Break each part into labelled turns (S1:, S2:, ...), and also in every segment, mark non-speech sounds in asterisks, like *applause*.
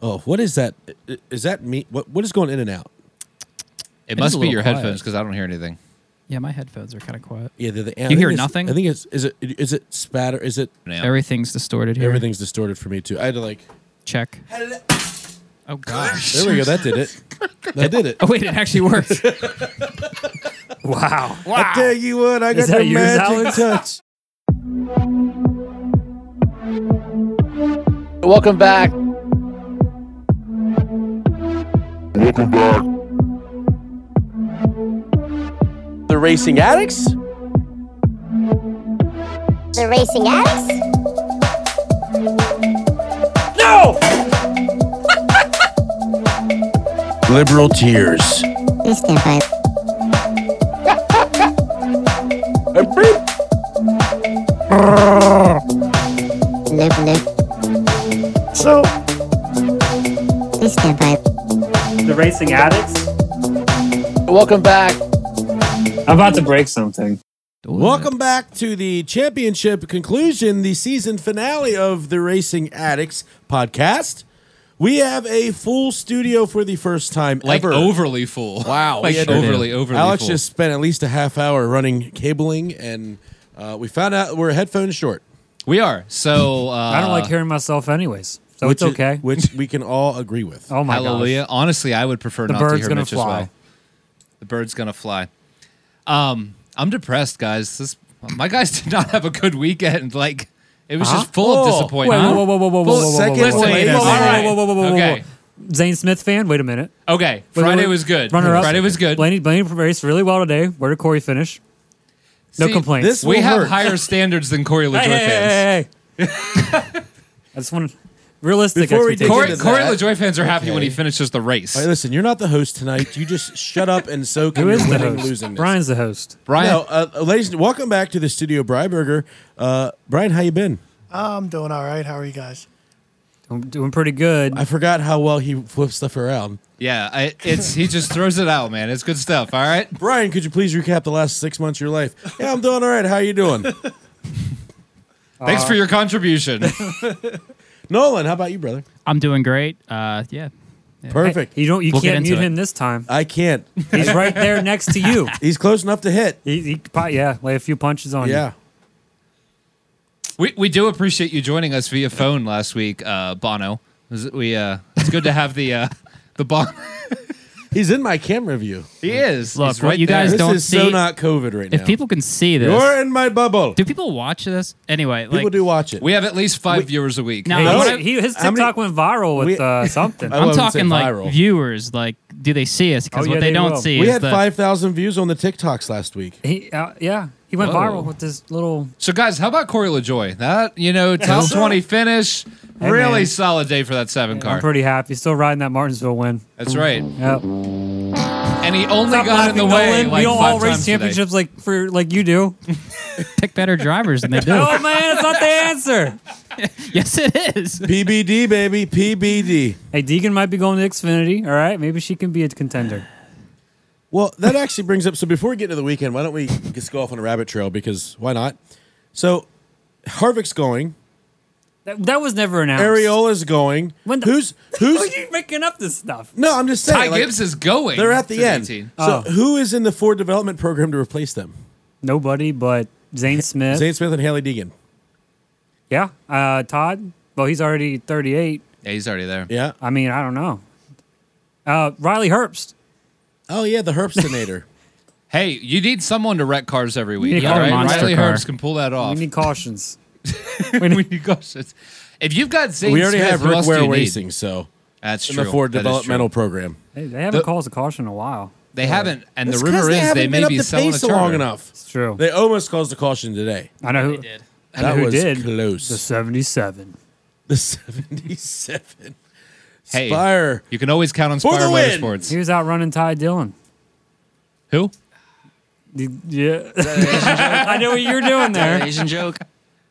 S1: Oh, what is that? I- Is that me? What What is going in and out?
S2: It
S3: It's a
S2: must be
S3: little
S2: your
S3: quiet.
S2: headphones because I don't hear anything.
S3: Yeah, my headphones are kind of quiet.
S1: Yeah, the, the, I
S3: You
S1: think
S3: hear
S1: it's-
S3: nothing?
S1: I think it's is it is it spatter? Is it
S2: Yeah.
S3: Everything's distorted here.
S1: everything's distorted for me too? I had to like.
S3: Check. Oh gosh.
S1: There we go. That did it. That did it.
S3: Oh wait, it actually works. wow.
S1: I tell you what, I got
S4: Is that
S1: the
S4: yours,
S1: magic
S4: Alex?
S1: touch.
S5: Welcome back.
S6: Welcome back.
S5: The Racing Addicts.
S7: The Racing Addicts?
S5: No! Liberal tears.
S7: Please stand by. Live, live.
S6: So,
S7: Please stand by.
S4: The racing addicts.
S5: Welcome back.
S4: I'm about to break something.
S1: Welcome back to the championship conclusion, the season finale of the Racing Addicts podcast. We have a full studio for the first time
S2: Like
S1: ever.
S2: overly full.
S1: Wow, we
S2: *laughs* like
S1: had to-
S2: overly, overly
S1: Alex
S2: full.
S1: just spent at least a half hour running cabling, and uh, we found out we're headphones short.
S2: we are. So uh,
S4: I don't like hearing myself, anyways. So
S1: which
S4: it's
S1: is-
S4: okay.
S1: which we can all agree with.
S4: oh my
S2: Hallelujah.
S4: gosh.
S2: Honestly, I would prefer
S4: The
S2: not to
S4: bird's
S2: hear
S4: gonna
S2: Mitch
S4: fly.
S2: as well. The bird's gonna fly. Um, I'm depressed, guys. This my guys *laughs* did not have a good weekend. Like it was just full
S1: Whoa.
S2: of
S4: Wait,
S2: disappointment.
S4: whoa, whoa, whoa, whoa, whoa, whoa,
S1: Full
S4: whoa, whoa,
S1: second
S4: whoa, whoa,
S2: place.
S4: whoa,
S2: Alright.
S4: whoa, whoa, whoa, whoa, whoa,
S2: Okay.
S4: whoa. Zane Smith fan. Wait a minute.
S2: Okay,
S4: Wait, wait,
S2: Friday
S4: wait.
S2: was good.
S4: Runner up.
S2: Friday was good.
S4: Blaney, Blaney raced really well today. Where did Corey finish? No
S2: See,
S4: complaints.
S1: this-
S2: We
S1: Will
S2: have
S1: hurt.
S2: higher standards than *laughs* Corey LaJoy
S4: hey, hey,
S2: fans.
S4: hey, hey, hey. *laughs* I just want realistic
S1: Before we dig
S4: expectations.
S2: Corey,
S1: into
S2: Corey
S1: that.
S2: LaJoy fans are happy when
S1: Okay.
S2: he finishes the race.
S1: All right, listen, you're not the host tonight. You just shut up and soak in
S4: Who
S1: your
S4: is the
S1: winning,
S4: host?
S1: losing.
S4: Brian's the host.
S2: Brian,
S1: No, uh, ladies, and- welcome back to the studio, Bryberger. Uh, Brian, how you been?
S8: I'm doing all right. How are you guys?
S4: I'm doing pretty good.
S1: I forgot how well he flips stuff around.
S2: yeah, I, it's he just throws it out, man. It's good stuff. All right,
S1: Brian, could you please recap the last six months of your life? Yeah, I'm doing all right. How you
S3: *laughs*
S1: doing?
S2: thanks for
S1: *laughs*
S2: your contribution.
S1: Nolan, how about you, brother?
S3: I'm doing great. Uh, yeah. Yeah.
S1: Perfect.
S4: You don't. You
S3: We'll get
S4: can't
S3: into
S4: mute
S3: it.
S4: him this time.
S1: I can't.
S4: He's right there next to you.
S1: He's close enough to hit.
S4: *laughs* He, he, could probably- yeah, lay a few punches on
S1: Yeah.
S2: We we do appreciate you joining us via phone last week, uh, Bono. Was it- We uh, it's good to have the uh, the Bono.
S1: He's in my camera view.
S2: He is.
S3: Look,
S2: He's
S3: what
S2: right
S3: you
S2: there.
S3: guys
S1: This
S3: don't
S1: is so
S3: see-
S1: not COVID right now.
S3: If people can see this,
S1: You're in my bubble.
S3: do people watch this anyway?
S1: people
S3: like,
S1: do watch it.
S2: We have at least five viewers a week.
S3: Now-
S4: you.
S3: No.
S4: Hey, he, he- his
S1: How many-
S4: TikTok went viral with
S1: We-
S4: uh, something.
S1: *laughs* I
S3: I'm
S1: wouldn't say
S3: talking like
S1: viral.
S3: viewers. Like, do they see us? Because
S4: Oh,
S3: what
S4: yeah,
S3: they,
S4: they
S3: don't
S4: will.
S3: see
S1: we
S3: is
S1: had
S3: the-
S1: 5,000 views on the TikToks last week.
S4: He, uh, yeah, he went
S2: Whoa.
S4: viral with this little.
S2: So, guys, how about Corey LaJoy? That you know, top twenty finish.
S4: Hey,
S2: really
S4: man.
S2: solid day for that seven
S4: I'm
S2: car.
S4: pretty happy. Still riding that Martinsville win.
S2: That's right.
S4: Yep.
S2: And he only
S4: Stop
S2: got in the
S4: laughing,
S2: way
S4: Nolan.
S2: like
S4: we don't
S2: five
S4: all race
S2: times today.
S4: championships like for like you *laughs* do.
S3: *laughs* pick better drivers than they
S4: *laughs*
S3: do.
S4: oh man, that's not the answer.
S3: yes, it is.
S1: PBD, baby. PBD.
S4: Hey, Deegan might be going to Xfinity. All right, maybe she can be a contender.
S1: Well, that actually brings up. So before we get to the weekend, why don't we just go off on a rabbit trail? Because why not? So Harvick's going.
S4: That, that was never announced.
S1: Ariola's going.
S4: When the-
S1: who's *laughs*
S4: Who's
S1: who's?
S4: you making up this stuff?
S1: No, I'm just saying.
S2: Ty
S1: like,
S2: Gibbs is going.
S1: They're at
S2: to
S1: the end.
S2: 18.
S1: So
S4: Oh.
S1: who is in the Ford development program to replace them?
S4: Nobody but Zane Smith.
S1: Zane Smith and Haley Deegan.
S4: Yeah, uh, Todd. Well, he's already 38.
S2: Yeah, he's already there.
S1: Yeah.
S4: I mean, I don't know. Uh, Riley Herbst.
S1: Oh yeah, the Herbstinator.
S2: Hey, you need someone to wreck cars every week.
S4: need a
S2: all
S4: car
S2: right?
S3: monster
S2: Riley
S3: car.
S2: Herbst can pull that
S4: We
S2: off. *laughs*
S4: need cautions.
S2: we need cautions. If you've got *laughs* Zane
S1: we already
S2: Smith,
S1: have
S2: who
S1: Rick
S2: else do
S1: Ware
S2: you need?
S1: Racing, so
S2: That's
S1: in
S2: true.
S1: the Ford
S2: That is true.
S1: developmental program.
S4: Hey, they haven't
S2: The-
S4: called us a caution in a while.
S2: They haven't, and the
S1: It's 'cause
S2: rumor
S1: they
S2: is
S1: haven't
S2: they
S1: been
S2: may
S1: up
S2: be
S1: the
S2: selling a
S1: pace long
S2: Turner.
S1: enough.
S4: It's true.
S1: They almost caused a caution today.
S4: I know who
S3: did.
S4: I know
S1: That
S4: who
S1: was
S4: did.
S1: close.
S4: The 77.
S1: The 77
S2: *laughs* Hey,
S1: Spire.
S2: you can always count on
S1: For
S2: Spire
S1: the win!
S4: He
S2: Motorsports.
S4: was out running Ty Dillon.
S2: Who?
S4: The-
S1: *laughs*
S4: Yeah. I know what you're doing there.
S3: Asian joke.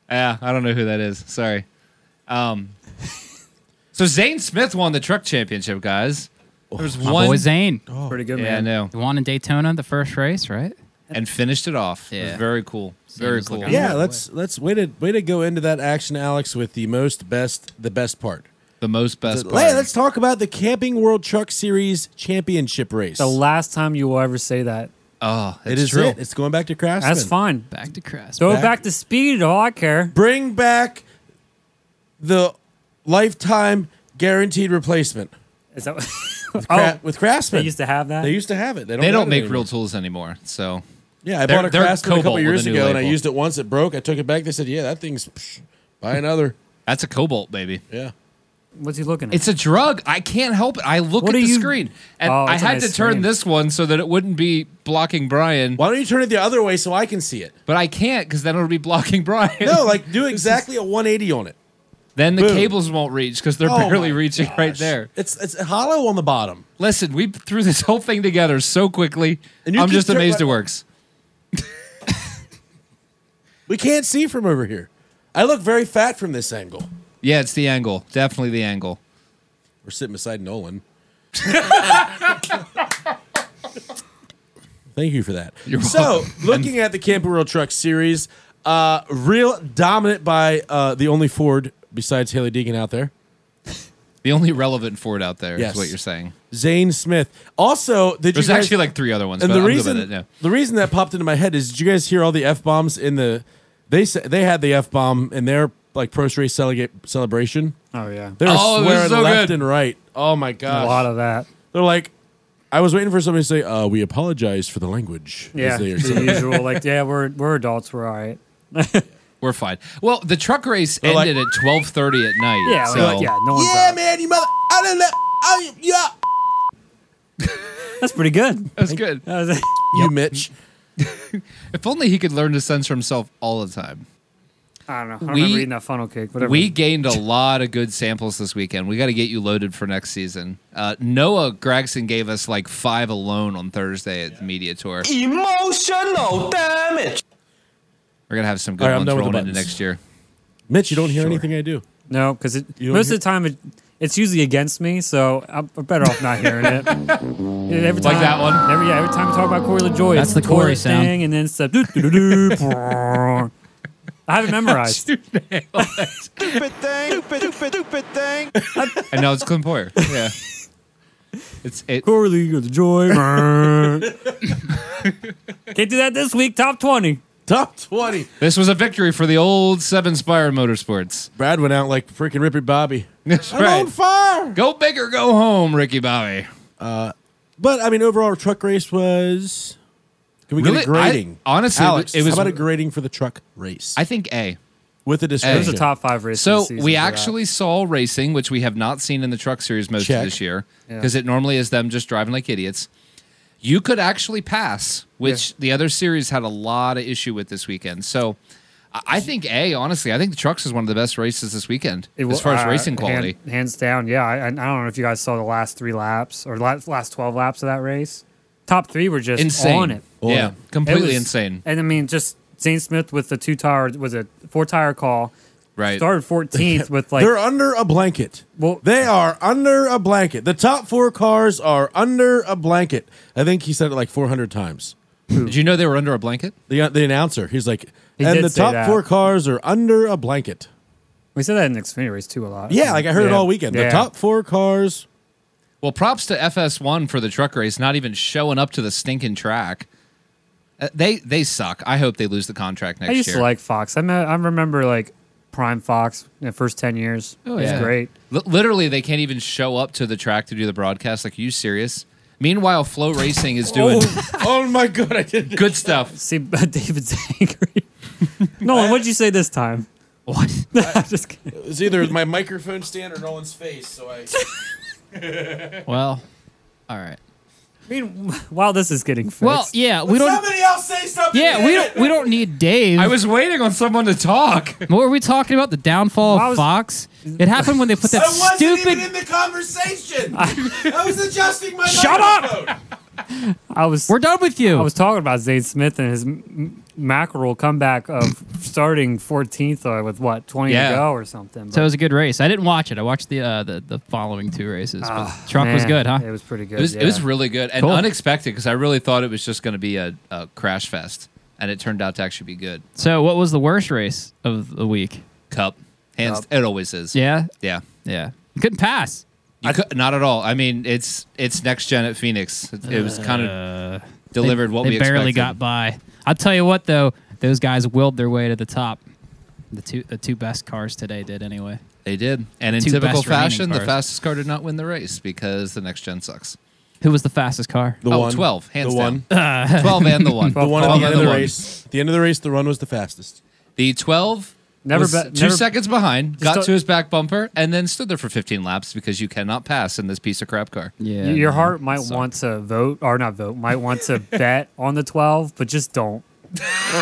S2: Yeah, I don't know who that is. Sorry. Um, so Zane Smith won the truck championship, guys. There was
S3: My
S2: one.
S3: boy Zane.
S4: Pretty good,
S2: yeah, I know.
S3: The one in Daytona, the first race, right?
S2: And finished it off. It was
S3: Yeah.
S2: very cool. Very
S3: was
S2: cool.
S3: looking-
S1: Yeah, let's let's way to way to go into that action, Alex, with the most best the best part.
S2: the most best part.
S1: Hey, let's talk about the Camping World Truck Series Championship race.
S4: The last time you will ever say that.
S2: oh,
S1: it
S2: it's
S1: is
S2: true.
S1: it. It's going back to Craftsman.
S4: That's fine.
S3: Back to Crest.
S4: Throw
S1: Back-
S4: it back to speed. All I care.
S1: Bring back the lifetime guaranteed replacement
S4: Is that?
S1: Cra-
S4: oh,
S1: with Craftsman.
S4: *laughs* they used to have that.
S1: They used to have it. They don't,
S2: They
S1: have
S2: don't
S1: it
S2: make
S1: anymore.
S2: real tools anymore. So
S1: Yeah, I
S2: They're-
S1: bought a
S2: they're
S1: Craftsman a couple
S2: Cobalt with
S1: years
S2: a new
S1: ago, and I
S2: label.
S1: used it once. It broke. I took it back. They said, "Yeah, that thing's psh, buy another."
S2: that's a cobalt, baby.
S1: Yeah,
S4: What's he looking at?
S2: It's a drug. I can't help it. I look
S4: What
S2: at
S4: are
S2: the
S4: you-
S2: screen, and
S4: Oh,
S2: I
S4: it's a
S2: had
S4: nice
S2: to turn
S4: screen.
S2: this one so that it wouldn't be blocking Brian.
S1: why don't you turn it the other way so I can see it?
S2: But I can't because then it'll be blocking *laughs* Brian.
S1: No, like
S2: *laughs*
S1: do exactly a 180 on it.
S2: then the
S1: boom.
S2: cables won't reach because they're
S1: Oh
S2: barely
S1: my
S2: reaching right there.
S1: It's it's hollow on the bottom.
S2: Listen, we threw this whole thing together so quickly.
S1: And you
S2: I'm
S1: keep
S2: just
S1: tur-
S2: amazed it works.
S1: We can't see from over here. I look very fat from this angle.
S2: Yeah, it's the angle. Definitely the angle.
S1: We're sitting beside Nolan. *laughs* Thank you for that.
S2: You're
S1: so, looking at the Camper World Truck Series, uh, real dominant by uh, the only Ford besides Haley Deegan out there.
S2: The only relevant Ford out there is
S1: Yes.
S2: what you're saying.
S1: Zane Smith. Also, did
S2: There's
S1: you guys,
S2: actually like three other ones,
S1: and
S2: but
S1: the
S2: I'm
S1: reason
S2: good with it. Yeah.
S1: the reason that popped into my head is did you guys hear all the f bombs in the they sa- they had the f bomb in their like post race celebration.
S4: oh yeah,
S1: They were
S2: Oh, it was
S1: swearing
S2: so
S1: left
S2: good.
S1: and right. Oh my
S4: a
S1: gosh!
S4: lot of that.
S1: They're like, I was waiting for somebody to say, uh, "We apologize for the language." as
S4: Yeah,
S1: they are
S4: *laughs* the
S1: saying.
S4: usual. Like yeah, we're we're adults. We're all right.
S2: We're fine. Well, the truck race
S1: They're like-
S2: ended at 12:30 at night.
S4: Yeah,
S2: so
S4: like, yeah. No one's.
S1: yeah,
S4: out.
S1: man, you mother. I don't know. I, yeah.
S4: That's pretty good.
S1: *laughs*
S2: that's good.
S4: That was-
S1: You Mitch.
S2: If only he could learn to censor himself all the time.
S4: I don't know. I don't
S2: We-
S4: remember eating that funnel cake. Whatever.
S2: We
S1: *laughs*
S2: gained a lot of good samples this weekend. We got to get you loaded for next season. Uh, Noah Gregson gave us like five alone on Thursday at the media tour.
S5: Emotional damage.
S2: We're gonna have some
S1: All
S2: good
S1: right, I'm
S2: ones
S1: done with the
S2: rolling into
S1: buttons.
S2: next year.
S1: Mitch, you don't hear anything I do.
S4: no, because it
S1: don't
S4: most
S1: hear-
S4: of the time it, it's usually against me, so I'm I'm better off not hearing it. Yeah, every
S2: Like
S4: time-
S2: that one?
S4: Every yeah, every time we talk about Corey LaJoy,
S3: That's
S4: it's
S3: the Corey
S4: toilet
S3: sound.
S4: thing, and then it's
S2: *laughs*
S4: the. doo-doo-doo-doo, brrrr. I haven't memorized.
S2: And now it's
S1: *laughs*
S2: Clint Boyer. Yeah, it's it.
S4: Corey LaJoy.
S2: *laughs*
S4: brrrr. Can't do that this week. Top twenty.
S1: Top twenty.
S2: This was a victory for the old Seven Spire Motorsports.
S1: Brad went out like freaking Rippy Bobby.
S2: That's
S1: I'm
S2: right.
S1: on fire.
S2: Go big or go home, Ricky Bobby.
S1: But I mean, overall, our truck race was. Can we
S2: Really?
S1: get a grading?
S2: I- honestly,
S1: Alex,
S2: it was-
S1: How about a grading for the truck race
S2: I think A.
S1: with a
S2: It
S4: It
S1: discussion?
S4: was a top five race.
S2: So
S4: this season for
S2: we
S4: that.
S2: actually saw racing, which we have not seen in the truck series most
S1: Check.
S2: of this year,
S4: Yeah.
S2: because it normally is them just driving like idiots. You could actually pass, which the other series had a lot of issue with this weekend. So I- I think A, honestly, I think the trucks is one of the best races this weekend
S4: It wa-
S2: as far as
S4: uh,
S2: racing
S4: hand-
S2: quality.
S4: hands down, yeah. I, I don't know if you guys saw the last three laps or last, last 12 laps of that race. Top three were just
S2: Insane.
S4: on it.
S1: On
S2: yeah,
S1: it.
S2: completely
S4: It was-
S2: insane.
S4: And I mean, just Zane Smith with the two tire, was it four tire call?
S2: Right. *laughs*
S4: Started 14th with like,
S1: They're under a blanket.
S4: Well-
S1: they are under a blanket. The top four cars are under a blanket. I think he said it like 400 times.
S2: Did you know they were under a blanket?
S1: The, uh, the announcer, he's like,
S4: He
S1: and
S4: did
S1: the
S4: say
S1: top
S4: that.
S1: four cars are under a blanket.
S4: we said that in the Xfinity race too a lot.
S1: Yeah, like I heard it
S4: Yeah.
S1: all weekend. The
S4: Yeah.
S1: top four cars.
S2: Well, props to FS1 for the truck race not even showing up to the stinking track. Uh, they they suck. I hope they lose the contract next
S4: I used
S2: year.
S4: to like Fox. I, me- I remember like Prime Fox in the first 10 years. Oh, it was
S2: yeah.
S4: great.
S2: Li- literally, they can't even show up to the track to do the broadcast. Like, are you serious? Meanwhile, Flow Racing is doing
S1: *laughs* oh my god, I did.
S2: good stuff.
S4: See, *laughs* David's
S2: *laughs*
S4: angry. Nolan, what'd you say this time?
S3: *laughs*
S4: *laughs*
S3: What?
S4: just kidding.
S1: It was either my microphone stand or Nolan's face. So I.
S3: Well, all right.
S4: I mean, *laughs* while this is getting fixed,
S3: Well, yeah, we don't.
S1: else say something.
S3: Yeah, we don't. We don't need Dave.
S2: I was waiting on someone to talk.
S3: What were we talking about? The downfall
S4: Well, I
S3: of
S4: was-
S3: Fox. It happened when they put that stupid.
S1: the conversation. I was adjusting my.
S4: Shut up! I was
S3: We're done with you.
S4: I was talking about Zane Smith and his m- m- mackerel comeback of starting 14th uh, with what 20
S2: Yeah.
S4: to go or something.
S3: so it was a good race. I didn't watch it. I watched the uh, the, the following two races. but
S4: Ah,
S3: Trump was
S4: man,
S3: good, huh?
S4: It was pretty good.
S2: It was,
S4: yeah.
S2: it was really good and
S3: Cool.
S2: unexpected because I really thought it was just going to be a, a crash fest, and it turned out to actually be good.
S3: so what was the worst race of the week?
S2: Cup, hands. It always is.
S3: Yeah,
S2: yeah.
S3: yeah. Couldn't pass.
S2: You could, not at all. I mean, it's it's next gen at Phoenix. It, it was kind of
S3: They-
S2: delivered what
S3: Uh, they
S2: we
S3: barely
S2: expected.
S3: got by. I'll tell you what though, those guys willed their way to the top. The two the two best cars today did anyway.
S2: They did, and in
S3: Two
S2: typical
S3: best remaining
S2: fashion, the
S3: cars.
S2: fastest car did not win the race because the next gen sucks.
S3: Who was the fastest car?
S1: The
S2: oh,
S1: one.
S2: 12, hands
S1: the
S2: down. 12 and the one.
S1: One. The one at the end of the
S2: one.
S1: race. The end of the race, the run was the fastest.
S2: The 12
S4: Never
S2: was
S4: be-
S2: two
S4: never-
S2: seconds behind, got
S4: don't-
S2: to his back bumper, and then stood there for 15 laps because you cannot pass in this piece of crap car.
S3: Yeah.
S4: Y- Your heart might
S2: sucked.
S4: want to vote, or not vote, might
S2: *laughs*
S4: want to bet on the 12, but just don't.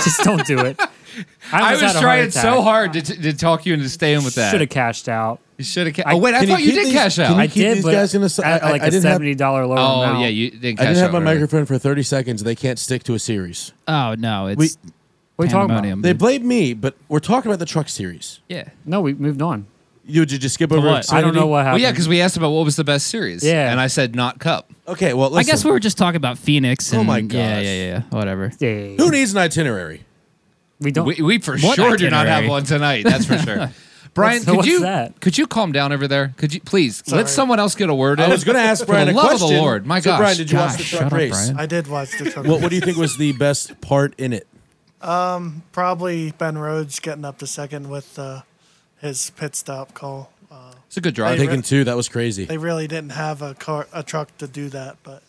S4: just don't do it.
S2: *laughs* I was trying so hard to, to talk you into staying with that.
S4: Should have cashed out.
S2: You should have. Ca-
S4: I-
S2: oh wait, I
S1: Can you
S2: thought you
S1: keep
S2: did
S1: these-
S2: cash
S1: can
S2: out.
S1: you
S4: I
S1: keep
S4: did,
S1: these
S4: but
S1: guys in a si-
S4: at,
S1: I-
S4: like
S1: I
S4: a
S1: didn't have-
S4: seventy dollar lower
S2: oh
S4: amount.
S2: yeah, you didn't.
S1: I
S2: Cash
S1: didn't have
S2: out
S1: my
S2: right.
S1: microphone for 30 seconds. They can't stick to a series.
S3: oh no, it's
S1: We-
S4: What are you talking about?
S3: pandemonium.
S1: They blame me, but we're talking about the truck series.
S3: yeah.
S4: No, we moved on.
S1: You did you just skip over?
S3: what?
S4: I don't
S1: Xfinity?
S4: know what
S2: Well,
S4: happened.
S2: yeah, because we asked about what was the best series.
S4: Yeah.
S2: and I said not Cup.
S1: Okay, well,
S3: I
S1: listen.
S3: guess we were just talking about Phoenix.
S1: Oh
S3: And,
S1: my
S3: Yeah,
S1: gosh.
S3: yeah, yeah. Whatever.
S4: Yeah,
S1: Who needs an itinerary?
S4: we don't.
S2: We, we for
S3: What
S2: sure do not have
S3: itinerary?
S2: one tonight. That's for
S3: *laughs*
S2: sure. Brian,
S4: What's-
S2: could
S4: what's
S2: you
S4: that?
S2: could you calm down over there? Could you please
S8: Sorry.
S2: let someone else get a word in?
S1: I was going to
S2: *laughs*
S1: ask Brian a
S2: the love of the
S1: question.
S2: Lord, my
S1: so
S2: gosh.
S1: Brian, did you watch
S3: Gosh,
S1: the
S3: shut
S1: truck
S3: up,
S1: race?
S3: Brian.
S8: I did watch the truck.
S1: *laughs* What, what do you think was the best part in it?
S8: Probably Ben Rhodes getting up to second with uh, his pit stop call. Uh,
S2: it's a good
S1: I'm
S2: drive.
S8: Hey,
S1: thinking two. That was crazy.
S8: they really didn't have a car, a truck to do that, but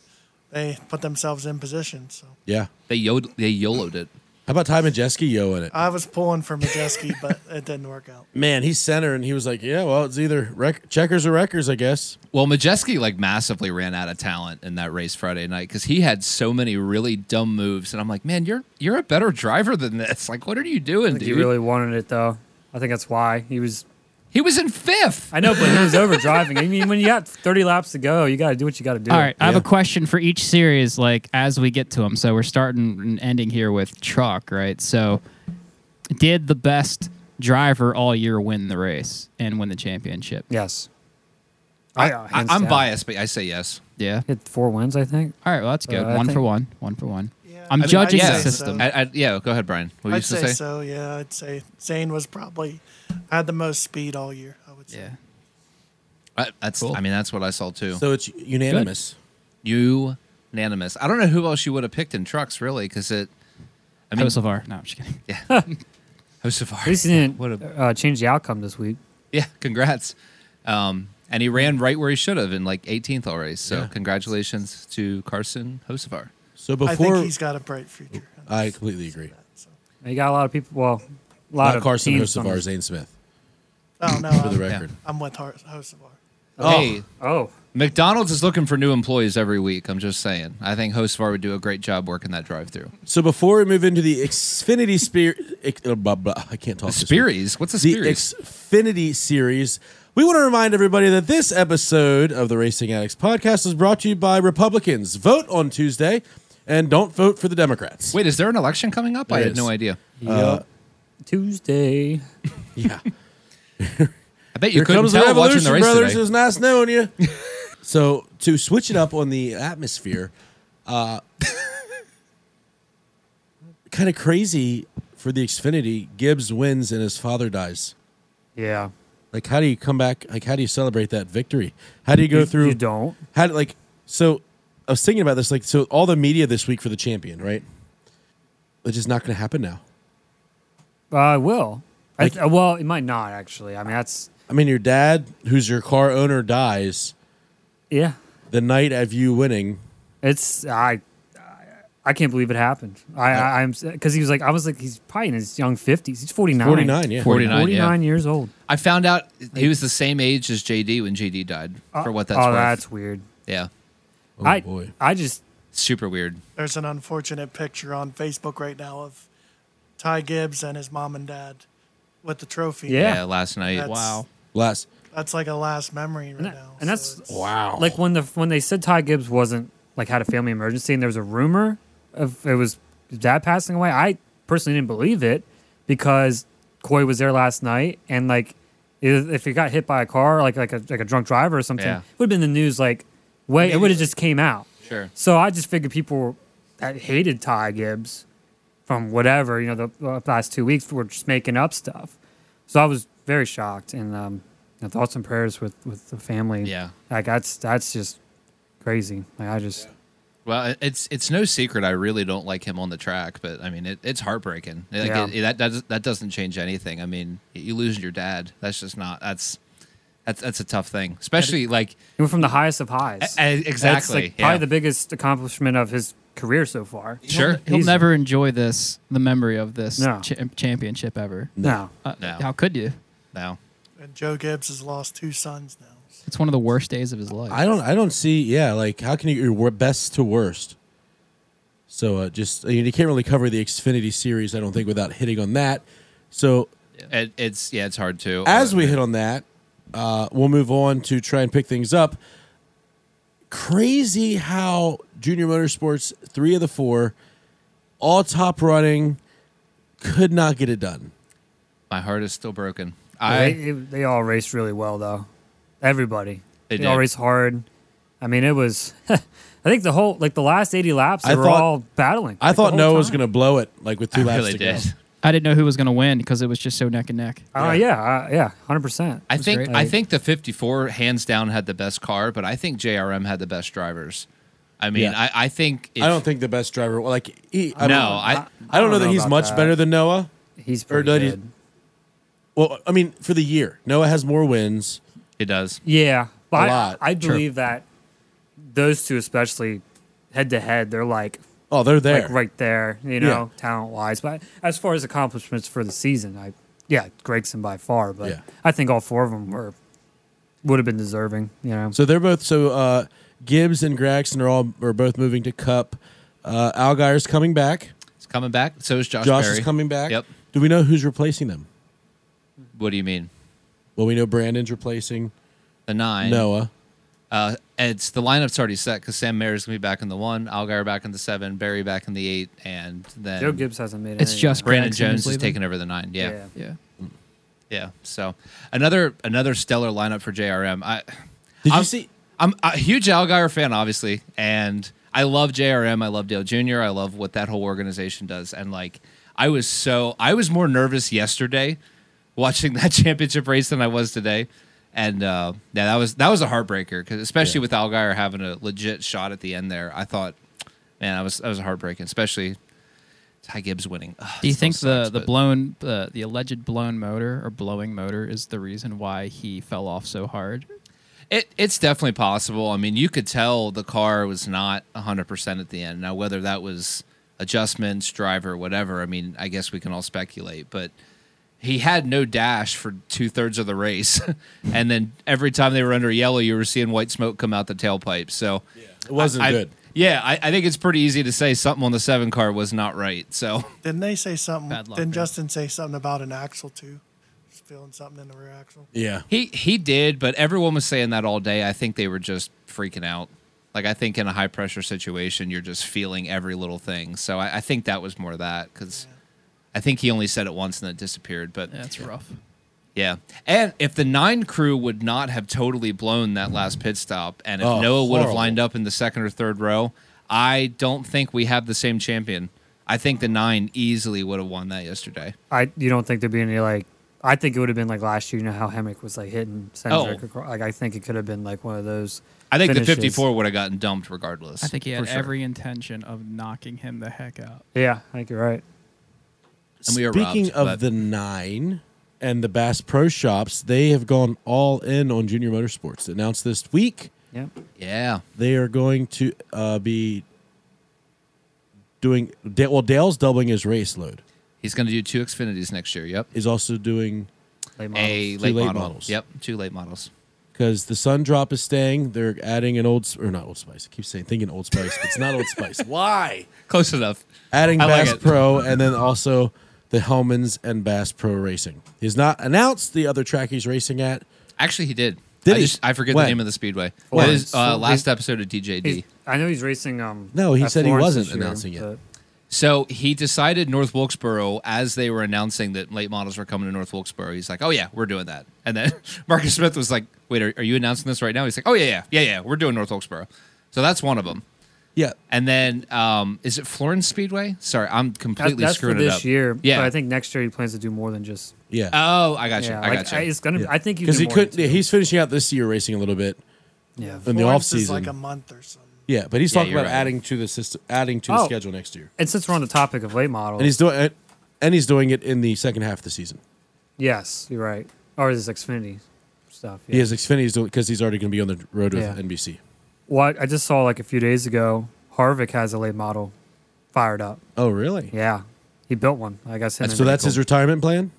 S8: they put themselves in position. So
S1: Yeah.
S2: They yod- they yoloed it.
S1: How about Ty Majeski yo in it?
S8: I was pulling for Majeski, *laughs* but it didn't work out.
S1: Man, he's center, and he was like, "Yeah, well, it's either rec- checkers or wreckers, I guess."
S2: Well, Majeski like massively ran out of talent in that race Friday night because he had so many really dumb moves, and I'm like, man, you're you're a better driver than this. Like, what are you doing,
S4: I think
S2: dude?
S4: he really wanted it though. I think that's why he was.
S2: He was in fifth.
S4: I know, but he was over driving. I mean, when you got thirty laps to go, you got to do what you got to do.
S3: All right, I have
S1: Yeah.
S3: a question for each series, like as we get to them. So we're starting and ending here with truck, right? So, did the best driver all year win the race and win the championship?
S4: Yes. I,
S2: I, I'm biased, but I say yes.
S3: Yeah.
S4: Hit four wins, I think.
S3: All right, well that's good.
S4: Uh, I
S3: one for
S4: think-
S3: one, one for one.
S8: Yeah.
S3: I'm
S8: I mean,
S3: judging
S8: I'd
S2: yeah,
S3: the
S8: say so.
S3: system.
S2: I, I, yeah, go ahead, Brian. What were you
S8: I'd
S2: used to
S8: say
S2: say?
S8: so. Yeah, I'd say Zane was probably had the most speed all year. I would say.
S3: Yeah.
S2: I, that's. I mean, that's what I saw too.
S1: So it's unanimous.
S2: unanimous. I don't know who else you would have picked in trucks, really, because it. I mean,
S3: Kosovar. No, I'm just kidding.
S2: Joseph
S1: Oh,
S4: At least he didn't
S2: What a-
S4: uh, change the outcome this week.
S2: *laughs* yeah, congrats. Um, and he ran right where he should have in like 18th already. So congratulations to Carson Hosevar.
S1: So
S8: I think
S1: before, I,
S8: he's got a bright future.
S1: completely agree.
S4: You got a lot of people. Well, a lot
S1: Not
S4: of
S1: Carson
S4: teams on
S1: Hosevar,
S4: this-
S1: Zane Smith,
S8: Oh no,
S1: for the
S8: I'm,
S1: record.
S8: I'm with Har- Hosevar.
S2: Hey,
S4: Oh,
S2: McDonald's is looking for new employees every week. I'm just saying. I think Hosevar would do a great job working that drive-through.
S1: So before we move into the Xfinity Spirit, uh, blah, blah, I can't talk. this week.
S2: Spiries, what's a
S1: the
S2: Spiries?
S1: Xfinity series. We want to remind everybody that this episode of the Racing Addicts podcast is brought to you by Republicans. Vote on Tuesday and don't vote for the Democrats.
S2: Wait, is there an election coming up? I
S1: There
S2: had
S1: is.
S2: no idea.
S4: Yep. Tuesday.
S1: Yeah.
S2: I bet you
S1: Here
S2: couldn't
S1: comes the
S2: tell watching
S1: revolution,
S2: the race
S1: brothers.
S2: today.
S1: It's nice knowing you. *laughs* so to switch it up on the atmosphere, *laughs* uh, kind of crazy for the Xfinity. Gibbs wins and his father dies.
S4: Yeah.
S1: Like, how do you come back? Like, how do you celebrate that victory? How do you go through?
S4: You don't.
S1: How do, like so? I was thinking about this. Like, so all the media this week for the champion, right? Which is not going to happen now.
S4: Uh, I will. I th- well, it might not actually. I mean, that's
S1: I mean, your dad, who's your car owner, dies
S4: yeah.
S1: the night of you winning.
S4: It's I. I can't believe it happened. I, I I'm because he was like I was like he's probably in his young fifties. He's forty nine.
S1: Forty nine, yeah.
S2: 49, yeah.
S4: years old.
S2: I found out he was the same age as JD when JD died,
S1: Uh,
S2: for what that's
S4: oh,
S2: worth.
S4: that's weird.
S2: yeah,
S1: Oh
S4: I
S1: boy.
S4: I just
S2: super weird.
S8: There's an unfortunate picture on Facebook right now of Ty Gibbs and his mom and dad with the trophy.
S4: Yeah.
S2: Yeah, uh, last night.
S8: That's-
S3: Wow.
S1: Last.
S8: that's like a last memory right
S4: and,
S8: now. so
S4: that's
S8: it's-
S1: Wow.
S4: like when the when they said Ty Gibbs wasn't like had a family emergency and there was a rumor of it was his dad passing away. I personally didn't believe it because Coy was there last night and like if if he got hit by a car like like a like a drunk driver or something,
S2: Yeah.
S4: it would have been the news like way it would have just came out.
S2: Sure.
S4: So I just figured people that hated Ty Gibbs from whatever you know the uh, last two weeks were just making up stuff. So I was very shocked and um, you know, thoughts and prayers with with the family.
S2: Yeah.
S4: like that's that's just crazy. Like I just
S2: Well, it- it's it's no secret I really don't like him on the track, but I mean it, it's heartbreaking. Like,
S4: Yeah.
S2: it- it- that does that doesn't change anything. I mean, you losing your dad, that's just not that's that's that's a tough thing, especially like
S4: he went from the highest of highs.
S2: e- e-
S4: That's
S2: exactly.
S4: like
S2: yeah.
S4: probably the biggest accomplishment of his career so far.
S2: sure.
S3: He'll
S4: Easy.
S3: never enjoy this, the memory of this
S4: No.
S3: cha- championship ever.
S4: No,
S3: Uh,
S2: No.
S3: How could you?
S2: *laughs* No.
S8: And Joe Gibbs has lost two sons now.
S3: It's one of the worst days of his life.
S1: I don't. I don't see. Yeah, like how can you your wor- best to worst? So uh, just I mean, you can't really cover the Xfinity series, I don't think, without hitting on that. So
S2: It, it's yeah, it's hard to.
S1: as
S2: uh,
S1: we hit on that, uh, we'll move on to try and pick things up. Crazy how Junior Motorsports, three of the four, all top running, could not get it done.
S2: my heart is still broken.
S4: they,
S2: I
S4: it- they all raced really well though. Everybody,
S2: They
S4: all
S2: did.
S4: raced hard. I mean, it was. *laughs* I think the whole like the last eighty laps, they
S1: I
S4: were
S1: thought-
S4: all battling.
S1: I
S4: like, the
S1: thought
S4: whole
S1: Noah was
S4: time.
S1: going to blow it, like with two
S2: *laughs* I
S1: laps
S2: really
S1: to go.
S2: did.
S3: I didn't know who was going to win because it was just so neck and neck.
S4: Oh yeah, uh, yeah, hundred percent.
S2: I think
S4: great.
S2: I
S4: Like-
S2: think the 54 hands down had the best car, but I think JRM had the best drivers. I mean,
S1: Yeah.
S2: I, I think if,
S1: I don't think the best driver. Like he, I
S2: No,
S1: don't-
S2: I-
S1: I, I don't know that he's
S4: about
S1: much
S4: that.
S1: better than Noah.
S4: He's
S1: Or
S4: pretty
S1: did he-
S4: good.
S1: Well, I mean, for the year, Noah has more wins.
S2: it does.
S4: Yeah, but
S1: A
S4: I,
S1: lot.
S4: I believe that those two, especially head to head, they're like
S1: Oh, they're there.
S4: like right there, you know, talent wise. But as far as accomplishments for the season, I yeah, Gregson by far, but
S1: Yeah.
S4: I think all four of them were would have been deserving. You know,
S1: So they're both. So uh, Gibbs and Gregson are all are both moving to Cup. Uh, Algire's coming back.
S2: It's coming back. So is Josh.
S1: Josh is
S2: Berry.
S1: coming back.
S2: Yep.
S1: Do we know who's replacing them?
S2: What do you mean?
S1: Well, we know Brandon's replacing
S2: The nine.
S1: Noah.
S2: Uh, it's the lineup's already set because Sam Mayer's gonna be back in the one, Algar back in the seven, Barry back in the eight, and then
S4: Joe Gibbs hasn't made.
S3: It's
S4: any,
S3: just
S4: uh,
S2: Brandon
S3: Gregson
S2: Jones is
S3: leaving.
S2: taking over the nine. Yeah. yeah,
S4: Yeah.
S3: Yeah.
S2: So another another stellar lineup for JRM. I
S1: Did
S2: I'm-
S1: you see?
S2: I'm a huge Algar fan, obviously, and I love JRM. I love Dale Jr. I love what that whole organization does. And like, I was so I was more nervous yesterday watching *laughs* that championship race than I was today. And uh, yeah, that was that was a heartbreaker because especially with Algar having a legit shot at the end there, I thought, man, I was that was heartbreaking, especially Ty Gibbs winning. Ugh,
S3: Do you
S2: it
S3: think
S2: still
S3: the
S2: sucks,
S3: the
S2: but-
S3: blown uh, the alleged blown motor or blowing motor is the reason why he fell off so hard?
S2: It, it's definitely possible. I mean, you could tell the car was not 100% at the end. Now, whether that was adjustments, driver, whatever, I mean, I guess we can all speculate, but he had no dash for two thirds of the race. *laughs* and then every time they were under yellow, you were seeing white smoke come out the tailpipe. So
S1: It wasn't
S2: I-
S1: good.
S2: Yeah, I, I think it's pretty easy to say something on the seven car was not right. So
S8: Didn't they say something?
S3: Bad luck,
S6: man.
S8: didn't Justin say something about an axle too? Just feeling something in the rear axle.
S1: Yeah.
S2: He he did, but everyone was saying that all day. I think they were just freaking out. Like I think in a high pressure situation, you're just feeling every little thing. So I, I think that was more that because I think he only said it once and then it disappeared. But yeah.
S3: That's rough.
S2: and if the nine crew would not have totally blown that last pit stop, and if
S1: Oh,
S2: Noah would have
S1: horrible.
S2: lined up in the second or third row, I don't think we have the same champion. I think the nine easily would have won that yesterday.
S4: I you don't think there'd be any like. I think it would have been like last year. You know how Hemrick was like hitting Cendric.
S2: Oh.
S4: acro- Like I think it could have been like one of those.
S2: I think the
S4: finishes.
S2: 54 would have gotten dumped regardless.
S3: I think he had
S2: for sure.
S3: every intention of knocking him the heck out.
S4: Yeah, I think you're right.
S2: And we were
S1: Speaking
S2: robbed,
S1: of
S2: but-
S1: the nine and the Bass Pro Shops, they have gone all in on Junior Motorsports. Announced this week,
S4: Yeah,
S2: Yeah.
S1: they are going to uh, be doing. Da- Well, Dale's doubling his race load.
S2: He's going to do two Xfinities next year. Yep.
S1: Is also doing
S4: late models.
S2: A
S1: Two
S2: late,
S1: late
S2: model.
S1: models.
S2: Yep. Two late models.
S1: because the sun drop is staying. They're adding an old Sp- or not old spice. I keep saying thinking old spice, but it's not old spice. Why?
S2: Close enough.
S1: Adding
S2: I like
S1: Bass
S2: it.
S1: Pro and then also the Hellmans and Bass Pro Racing. He's not announced the other track he's racing at.
S2: Actually, he did.
S1: Did
S2: I,
S1: he?
S2: I forget
S1: When?
S2: the name of the speedway.
S1: When?
S2: It is uh,
S4: So
S2: last episode of DJD.
S4: He's- I know he's racing. Um,
S1: No, he
S4: at
S1: said he
S4: Florence
S1: wasn't
S4: this year,
S1: announcing it.
S4: but-
S2: So he decided North Wilkesboro as they were announcing that late models were coming to North Wilkesboro. He's like, "Oh yeah, we're doing that." And then *laughs* Marcus Smith was like, "Wait, are, are you announcing this right now?" He's like, "Oh yeah, yeah, yeah, yeah, we're doing North Wilkesboro." So that's one of them.
S1: Yeah,
S2: And then um, is it Florence Speedway? Sorry, I'm
S4: That's-
S2: completely
S4: that's for
S2: screwing it
S4: this
S2: up.
S4: year.
S2: Yeah,
S4: but I think next year he plans to do more than just
S1: Yeah,
S2: Oh, I got you.
S4: Yeah,
S2: I
S4: like,
S2: got you.
S4: I, it's gonna.
S1: Yeah.
S4: I think you
S1: because he
S4: could.
S1: could. Yeah, he's finishing out this year racing a little bit
S4: Yeah.
S1: in the off
S8: Florence is like a
S1: season.
S8: month or something.
S1: Yeah, but he's
S2: Yeah,
S1: talking
S2: you're
S1: about
S2: right.
S1: adding to the system, adding to the
S4: Oh.
S1: schedule next year,
S4: And since we're on the topic of late models,
S1: and he's doing it. And he's doing it in the second half of the season.
S4: yes, you're right. Or is this Xfinity stuff?
S1: He has Xfinity's doing because he's already going to be on the road with
S4: Yeah.
S1: NBC.
S4: What I just saw like a few days ago, Harvick has a late model fired up.
S1: Oh, really?
S4: Yeah, he built one. I guess. Him and
S1: So that's
S4: Michael.
S1: his retirement plan.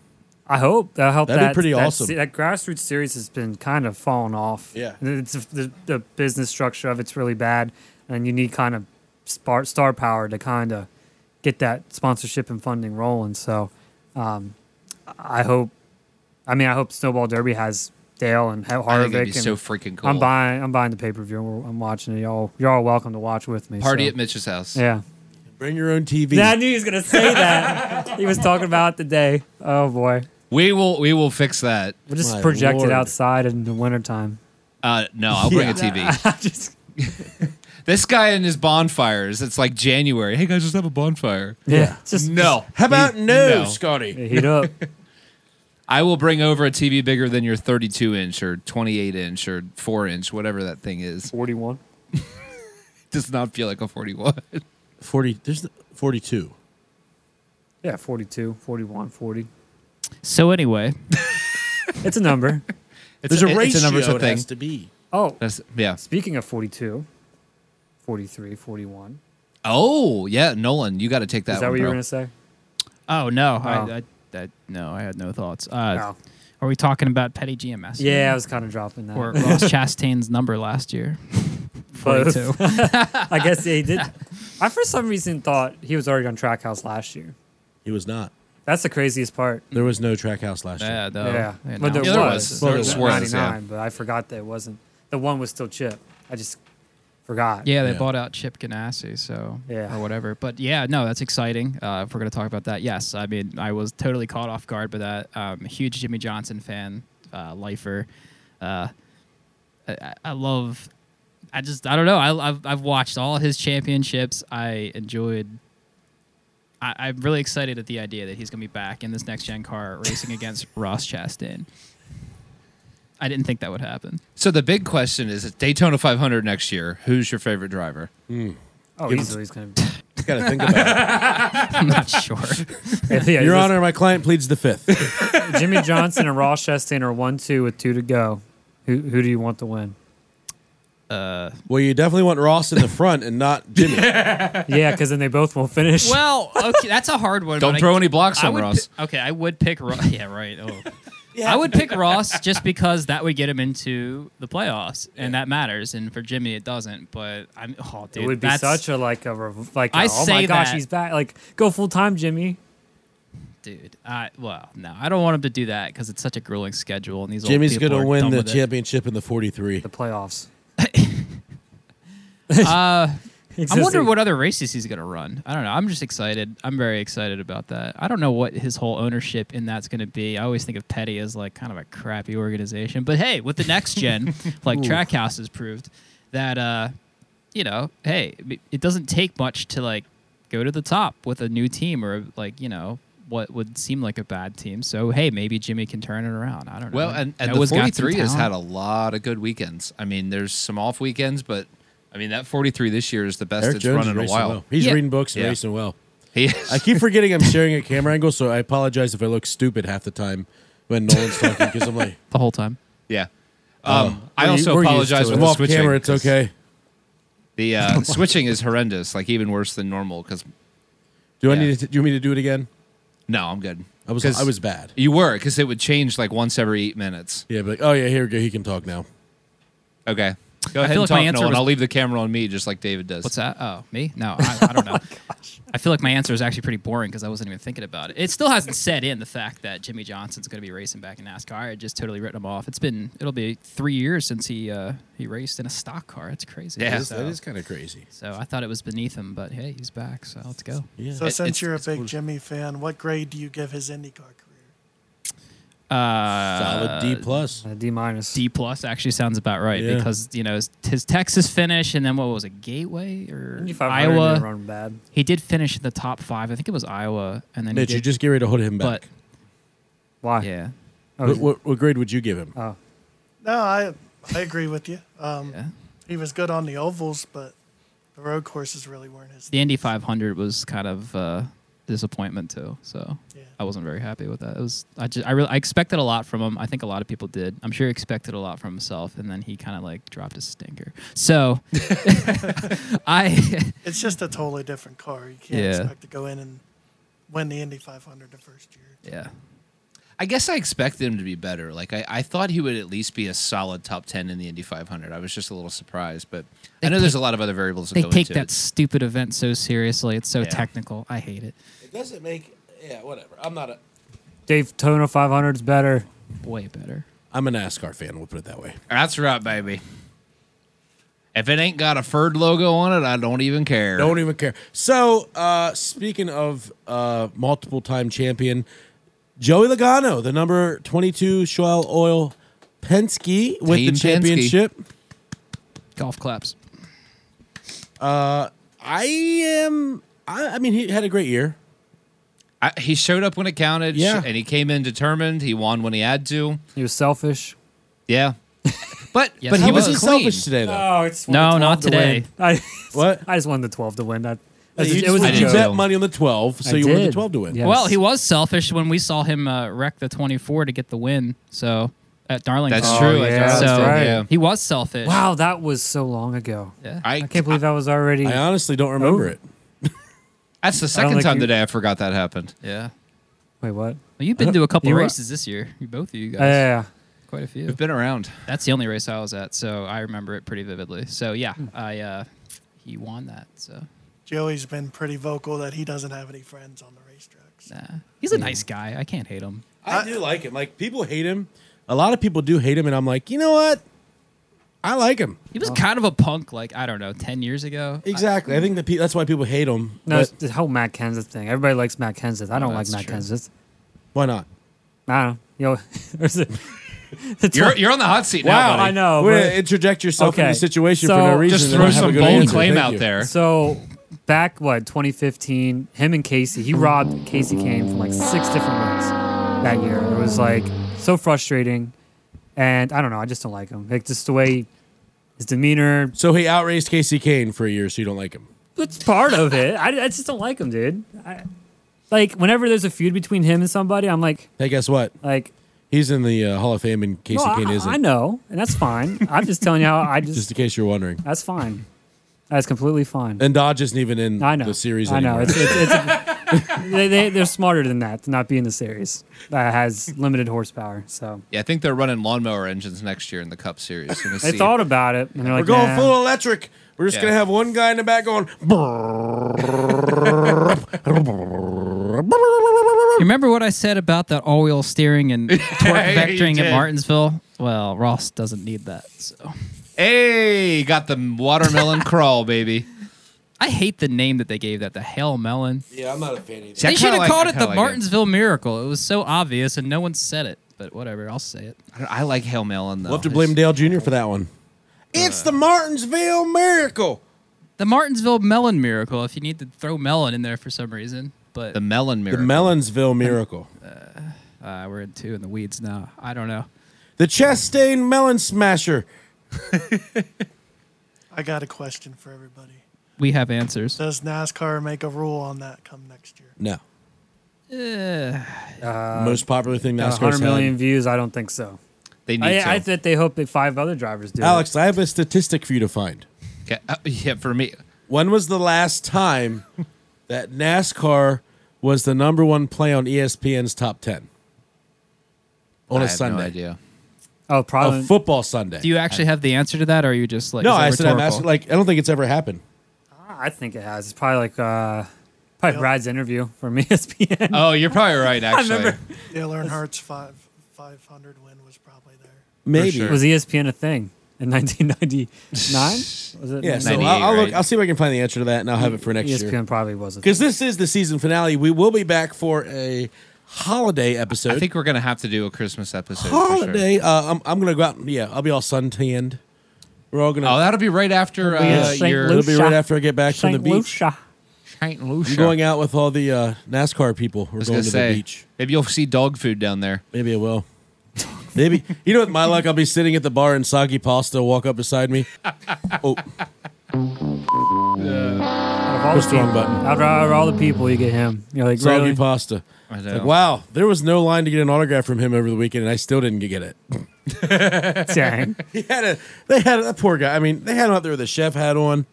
S4: I hope that helped.
S1: That'd be
S4: that,
S1: pretty
S4: that
S1: awesome.
S4: se- That, grassroots series has been kind of falling off.
S1: Yeah.
S4: it's the, the business structure of it's really bad, and you need kind of star star power to kind of get that sponsorship and funding rolling. So, um, I hope. I mean, I hope Snowball Derby has Dale and Har-
S2: I
S4: Harvick.
S2: think it'd be
S4: and
S2: so freaking cool.
S4: I'm buying. I'm buying the pay per view. I'm watching it. Y'all, you're all welcome to watch with me.
S2: Party
S4: so-
S2: at Mitch's house.
S4: Yeah.
S1: Bring your own TV.
S4: Yeah, I knew he was gonna say that. he was talking about it today. Oh boy.
S2: We will we will fix that.
S4: We'll just
S1: My
S4: project
S1: lord.
S4: it outside in the *laughs* wintertime.
S2: Uh, no, I'll bring a TV.
S4: just,
S2: this guy and his bonfires. It's like January. Hey guys, just have a bonfire.
S4: *laughs* yeah. Just
S2: No.
S1: How about no,
S2: No.
S1: Scotty?
S4: just heat up.
S2: I will bring over a TV bigger than your 32 inch or 28 inch or 4 inch, whatever that thing is.
S4: *laughs* Forty-one.
S2: does not feel like a 41. *laughs*
S1: Forty. There's the- forty-two.
S4: Yeah, 42, 41, 40.
S3: So anyway,
S4: It's a *laughs* number.
S2: It's
S1: There's a
S2: it-
S1: ratio.
S2: It's a numbers
S1: it
S2: thing.
S1: has to be.
S4: Oh,
S2: That's, yeah.
S4: speaking of 42, 43, 41.
S2: Oh, yeah, Nolan, you got to take that.
S4: Is that
S2: one,
S4: what you were
S2: bro.
S4: gonna say?
S3: oh no,
S4: Oh.
S3: I, I, I no, I had no thoughts. Uh,
S4: No.
S3: Are we talking about Petty GMS?
S4: Oh. Yeah, I was kind of dropping that. *laughs*
S3: Or Ross Chastain's number last year.
S4: Both.
S3: 42.
S4: *laughs* I guess yeah, he *laughs* did. I for some reason thought he was already on Trackhouse last year.
S1: He was not.
S4: That's the craziest part.
S1: There was no track house last year.
S3: *laughs* yeah, no.
S4: yeah,
S3: They
S4: but there
S3: announced
S2: Yeah, there
S3: it.
S2: was.
S4: was.
S1: There
S4: There
S1: was.
S4: was
S2: Was, yeah.
S4: 99, but I forgot that it wasn't. The one was still Chip. I just forgot.
S3: Yeah, they
S1: Yeah.
S3: bought out Chip Ganassi, so
S4: Yeah.
S3: or whatever. But yeah, no, that's exciting. Uh, if we're gonna talk about that, yes, I mean I was totally caught off guard by that. Um, huge Jimmy Johnson fan, uh, lifer. Uh, I- I, I love. I just I don't know. I, I've I've watched all his championships. I enjoyed. I, I'm really excited at the idea that he's gonna be back in this next gen car racing *laughs* against Ross Chastain. I didn't think that would happen. *laughs*
S2: So the big question is it's Daytona 500 next year. Who's your favorite driver?
S4: Oh, easily he's gonna. Be.
S1: Just gotta *laughs* think about it.
S3: I'm not sure.
S4: Yeah, yeah,
S1: Your
S4: this-
S1: Honor, my client pleads the fifth.
S4: Jimmy Johnson and Ross Chastain are one two with two to go. Who who do you want to win?
S1: well, you definitely want Ross in the front and not Jimmy.
S4: Yeah, because then they both will finish.
S3: Well, okay, that's a hard one.
S2: Don't
S3: but I-
S2: throw any blocks
S3: I
S2: on
S3: would
S2: Ross.
S3: pi- okay, I would pick Ross. *laughs* Yeah, right.
S4: *laughs*
S3: Oh. I would pick Ross just because that would get him into the playoffs, and that matters. And for Jimmy, it doesn't. But I'm, oh, dude,
S4: it would be
S3: that's,
S4: such a like a rev- like. a,
S3: I
S4: oh my
S3: say
S4: gosh,
S3: that.
S4: he's back! Like go full time, Jimmy.
S3: dude. I, well, no, I don't want him to do that because it's such a grueling schedule, and these old
S1: Jimmy's
S3: people
S1: gonna
S3: are
S1: win
S3: done
S1: the
S3: with it.
S1: championship in the forty-three.
S3: *laughs*
S4: The playoffs. *laughs*
S3: Uh,
S4: It's
S3: I
S4: just
S3: wonder
S4: like-
S3: what other races he's gonna run. I don't know. I'm just excited. I'm very excited about that. I don't know what his whole ownership in that's gonna be. I always think of Petty as like kind of a crappy organization, but hey, with the next
S2: *laughs*
S3: gen, like Trackhouse has proved that, uh, you know, hey, it doesn't take much to like go to the top with a new team or like you know what would seem like a bad team. So hey, maybe Jimmy can turn it around. I don't know.
S2: Well,
S1: Uh-huh.
S2: and, and the
S3: Noah's got some
S2: 43 has
S3: talent.
S2: had a lot of good weekends. I mean, there's some off weekends, but I mean, that 43 this year is the best
S1: Eric
S2: it's
S1: Jones
S2: run
S1: is
S2: in a
S1: racing
S2: while.
S1: well. He's
S3: Yeah.
S1: reading books and
S2: Yeah.
S1: racing well.
S2: He is. *laughs*
S1: I keep forgetting I'm sharing a camera angle, so I apologize if I look stupid half the time when Nolan's talking because I'm like,
S3: the whole time.
S2: yeah. Um, I
S1: Oh, we're-
S2: also
S1: we're used
S2: apologize
S1: to
S2: for
S1: it.
S2: the
S1: off
S2: switching.
S1: camera. It's
S2: 'cause
S1: okay. *laughs*
S2: The uh, switching is horrendous, like even worse than normal. Because
S1: Do I
S2: Yeah.
S1: need to? Do you want me to do it again?
S2: no, I'm good.
S1: I was
S2: 'Cause
S1: I was bad.
S2: You were because it would change like once every eight minutes.
S1: Yeah, but like, oh yeah, here we go. He can talk now.
S2: Okay. Go ahead
S3: feel
S2: and
S3: like my
S2: talk,
S3: answer
S2: Nolan.
S3: was-
S2: I'll leave the camera on me, just like David does.
S3: What's that? Oh, me? No, I, I don't know. I feel like my answer is actually pretty boring because I wasn't even thinking about it. It still hasn't set in the fact that Jimmy Johnson's going to be racing back in NASCAR. I had just totally written him off. It's been it'll be three years since he uh, he raced in a stock car. That's crazy.
S2: Yeah.
S1: That is-
S3: so,
S1: that is kind of crazy.
S3: so I thought it was beneath him, but hey, he's back. So let's go.
S1: Yeah.
S8: So
S2: It-
S8: since
S2: it's-
S8: you're a
S2: it's
S8: big Jimmy fan, what grade do you give his IndyCar career?
S2: uh,
S1: Solid D plus.
S4: Uh, D minus.
S3: D plus actually sounds about right
S1: Yeah.
S3: because you know his, his Texas finish and then what was it Gateway or
S4: 500 didn't
S3: Iowa?
S4: Run bad.
S3: He did finish in the top five. I think it was Iowa, and then he
S1: Mitch,
S3: did,
S1: you just get ready to hold him
S3: but
S1: back.
S4: Why?
S3: Yeah.
S1: What, what, what grade would you give him?
S8: No, I I agree with you. Um,
S3: Yeah.
S8: He was good on the ovals, but the road courses really weren't his.
S3: The Indy 500 was kind of uh, disappointment too. So
S8: Yeah.
S3: I wasn't very happy with that. It was I just I really I expected a lot from him. I think a lot of people did. I'm sure he expected a lot from himself, and then he kind of like dropped a stinker. So *laughs* I
S8: It's just a totally different car. You can't
S3: Yeah.
S8: expect to go in and win the Indy 500 the first year.
S3: yeah
S2: I guess I expected him to be better. Like I, I thought he would at least be a solid top ten in the Indy 500. I was just a little surprised, but I know there's a lot of other variables that
S3: they
S2: go
S3: take
S2: into it.
S3: that stupid event so seriously. It's so
S2: Yeah.
S3: technical. I hate it.
S1: It doesn't make. Yeah, whatever. I'm not a.
S4: Daytona 500 is better.
S3: Way better.
S1: I'm a NASCAR fan. We'll put it that way.
S2: That's right, baby. If it ain't got a Ferd logo on it, I don't even care.
S1: Don't even care. So, uh, speaking of uh, multiple time champion, Joey Logano, the number 22 Shell Oil Penske with
S2: Team
S1: the
S2: Penske.
S1: championship.
S3: Golf claps.
S1: I am. I, I mean, he had a great year.
S2: I, he showed up when it counted, sh-
S1: Yeah.
S2: and he came in determined. He won when he had to.
S4: He was selfish.
S2: Yeah, but
S3: Yes,
S2: but
S3: he
S2: he
S3: was.
S2: wasn't
S1: selfish
S2: selfish.
S1: today, though.
S4: it's
S3: No, not today.
S4: I, *laughs*
S1: What?
S4: I just wanted the 12 to win. That
S1: Yeah,
S4: that's
S1: you
S4: just- it
S1: just
S4: was a
S1: wanted
S2: I
S1: to
S4: joke.
S2: didn't
S1: bet
S2: know.
S1: money on the 12, so
S4: I
S1: you wanted the
S4: did.
S1: 12 to win.
S4: Yeah.
S3: Well,
S4: Yes.
S3: he was selfish when we saw him uh, wreck the 24 to get the win. So at Darlington.
S2: That's
S4: Oh,
S2: true. I
S4: yeah,
S2: guess.
S3: So
S4: that's right.
S2: yeah.
S3: he was selfish.
S4: Wow, that was so long ago.
S3: Yeah.
S2: I,
S4: I can't believe that was already.
S1: I honestly don't remember
S4: Oh.
S1: it.
S2: that's the
S4: don't
S2: second
S4: think
S2: time
S4: you-
S2: today I forgot that happened.
S3: Yeah.
S4: wait, what?
S3: Well, you've been to a couple
S4: You
S2: uh,
S4: were-
S3: races this year. You both of you guys.
S4: Yeah, yeah,
S3: quite a few.
S2: We've been around.
S3: That's the only race I was at, so I remember it pretty vividly. So yeah,
S2: Hmm.
S3: I uh, he won that. So
S8: Joey's been pretty vocal that he doesn't have any friends on the racetracks.
S3: nah. he's a nice guy. I can't hate him.
S1: I do like him. Like, people hate him. A lot of people do hate him, and I'm like, you know what? I like him.
S3: He was kind of a punk, like I don't know, ten years ago.
S1: Exactly. I, think that pe- that's why people hate him.
S4: No,
S1: but
S4: it's the whole Matt Kenseth thing. Everybody likes Matt Kenseth. I don't like
S3: that's
S4: Matt
S3: true.
S4: Kenseth.
S1: why not?
S4: I don't know. You know, *laughs* there's a, it's
S2: You're
S4: like-
S2: you're on the hot seat now.
S4: Wow,
S2: buddy.
S4: I know.
S1: We're
S4: but-
S1: gonna interject yourself in
S4: Okay.
S1: the situation
S4: So-
S1: for no reason.
S2: Just
S1: and
S2: throw
S1: have a
S2: some
S1: good
S2: bold
S1: answer.
S2: claim
S1: Thank
S2: out
S1: you.
S2: there.
S4: So back what 2015, him and Casey, he robbed Casey Kane from like six different wins that year. It was like so frustrating, and I don't know. I just don't like him. Like just the way his demeanor.
S1: So he outraced Casey Kane for a year, so you don't like him.
S4: That's part of it. I, I just don't like him, dude. I, like whenever there's a feud between him and somebody, I'm like,
S1: Hey, guess what?
S4: like.
S1: He's in the uh, Hall of Fame, and Casey
S4: No, I,
S1: Kane isn't.
S4: I know, and that's fine. I'm just telling you
S1: *laughs*
S4: how I just,
S1: Just in case you're wondering.
S4: that's fine. That's completely fine.
S1: And Dodge isn't even in
S4: I know
S1: the series
S4: I know
S1: anymore.
S4: it's, it's,
S1: *laughs*
S4: it's they, they they're smarter than that to not be in the series that has limited horsepower. So
S2: Yeah, I think they're running lawnmower engines next year in the Cup Series. We're gonna
S4: they
S2: see.
S4: thought about it and they're
S1: We're
S4: like,
S1: going
S4: nah.
S1: full electric. We're just
S2: Yeah.
S1: gonna have one guy in the back going. *laughs*
S3: You remember what I said about that all-wheel
S2: *laughs*
S3: steering and torque vectoring
S2: did.
S3: at Martinsville? Well, Ross doesn't need that. So
S2: hey, got the
S3: *laughs*
S2: watermelon crawl, baby.
S3: I hate the name that they gave that. The Hell Melon.
S1: Yeah, I'm not a fan
S2: See, I
S3: they
S2: kinda
S3: should have
S2: like-
S3: called
S2: I
S3: it
S2: kinda
S3: the
S2: like
S3: Martinsville Miracle. It was so obvious, and no one said it. But whatever, I'll say it.
S2: I, don't- I like Hail Melon though.
S1: Love to blame Dale Jr. for that one. It's the Martinsville miracle.
S3: The Martinsville Melon Miracle. If you need to throw melon in there for some reason, but
S2: the melon
S1: The
S2: miracle.
S1: Melonsville miracle.
S3: uh, we're in two in the weeds now. I don't know.
S1: The Chastain Melon Smasher.
S8: I got a question for everybody.
S3: We have answers.
S8: Does NASCAR make a rule on that come next year?
S1: No.
S3: Eh,
S1: Most popular thing
S4: Uh,
S1: that's
S4: 100
S1: going
S4: million views. I don't think so.
S2: they need to.
S4: I, I think they hope that five other drivers do. it.
S1: Alex, I have a statistic for you to find.
S2: Okay, uh, *laughs* yeah, for me,
S1: When was the last time that NASCAR was the number one play on E ESPN's top 10? On
S2: I
S1: a
S2: have
S1: Sunday.
S2: no idea.
S4: oh
S1: A
S4: probably
S1: football Sunday.
S3: Uh, do you actually have the answer to that, or are you just like
S1: no,
S3: is that
S1: I said I'm
S3: rhetorical?
S1: asking, like, I don't think it's ever happened.
S4: I think it has. It's probably like uh, probably Brad's interview from *laughs* E ESPN.
S2: Oh, you're probably
S1: *laughs*
S2: right. Actually,
S4: remember-
S8: Dale Earnhardt's five, 500 win was probably there.
S1: Maybe.
S2: sure.
S4: was E ESPN a thing
S1: *laughs*
S4: in 1999? Was it?
S1: Yeah, so
S2: 98,
S1: I'll, I'll look.
S2: right?
S1: I'll see if I can find the answer to that, and I'll have it for next
S3: E
S4: ESPN
S1: year.
S4: probably wasn't.
S1: Because this is the season finale. We will be back for a holiday episode.
S2: I think we're gonna have to do a Christmas episode. for sure.
S1: holiday. Uh, I'm, I'm gonna go out. and- Yeah, I'll be all suntanned. We're all gonna.
S2: Oh, that'll be right after
S4: We had
S2: uh,
S4: Saint
S2: your
S4: Luke.
S1: it'll be right
S4: Lucia.
S1: after I get back from the
S4: Saint
S1: beach.
S4: Lucia.
S2: tight and loose.
S1: I'm going out with all the uh, NASCAR people. We're
S2: I was
S1: going
S2: gonna
S1: to
S2: say
S1: the beach.
S2: maybe you'll see dog food down there.
S1: Maybe I will. Maybe you know, with my luck, I'll be sitting at the bar and soggy pasta will walk up beside
S2: *laughs*
S1: me. Oh,
S4: Out of all
S1: Push the wrong
S4: people-
S1: button.
S4: Out of, out of all the people, you get him. You're like,
S1: soggy
S4: *laughs* really?
S1: pasta.
S2: I know.
S1: Like, wow, there was no line to get an autograph from him over the weekend, and I still didn't get it. *laughs*
S4: Dang.
S1: He had a, they had a, that poor guy. I mean, they had him out there with a chef hat on.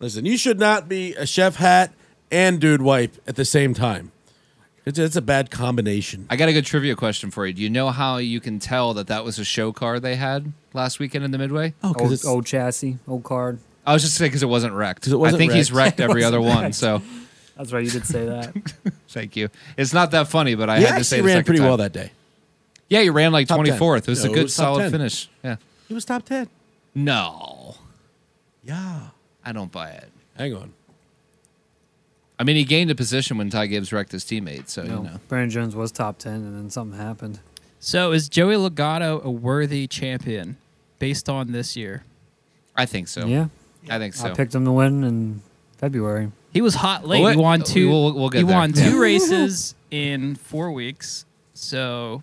S1: Listen, you should not be a chef hat and dude wipe at the same time. It's, it's a bad combination.
S2: I got a good trivia question for you. Do you know how you can tell that that was a show car they had last weekend in the Midway?
S1: Oh,
S4: old, old chassis, old card.
S2: I was just saying because it wasn't wrecked.
S1: 'Cause *laughs* it wasn't
S2: I think he's
S1: wrecked.
S2: wrecked every other
S4: wasn't
S2: one.
S4: wrecked.
S2: So
S4: That's right. You did
S1: *laughs*
S4: say that.
S2: thank you. It's not that funny, but I
S1: he
S2: had to say
S1: actually
S2: the
S1: ran
S2: second
S1: pretty
S2: time.
S1: well that day.
S2: Yeah, you ran like
S1: Top 10.
S2: twenty fourth. It was
S1: No,
S2: a
S1: it
S2: good,
S1: was top
S2: solid
S1: 10.
S2: finish. Yeah.
S1: He was top ten.
S2: No,
S1: Yeah.
S2: I don't buy it.
S1: Hang on.
S2: I mean, he gained a position when Ty Gibbs wrecked his teammate. So
S4: No,
S2: you know,
S4: Brandon Jones was top ten, and then something happened.
S3: So is Joey Logano a worthy champion based on this year?
S2: I think so.
S4: yeah,
S2: I think so.
S4: I picked him to win in February.
S3: He was hot late.
S2: Well,
S3: he won
S2: uh,
S3: 2
S2: we'll- we'll get
S3: he
S2: there.
S3: won
S2: Yeah.
S3: two races in four weeks. So,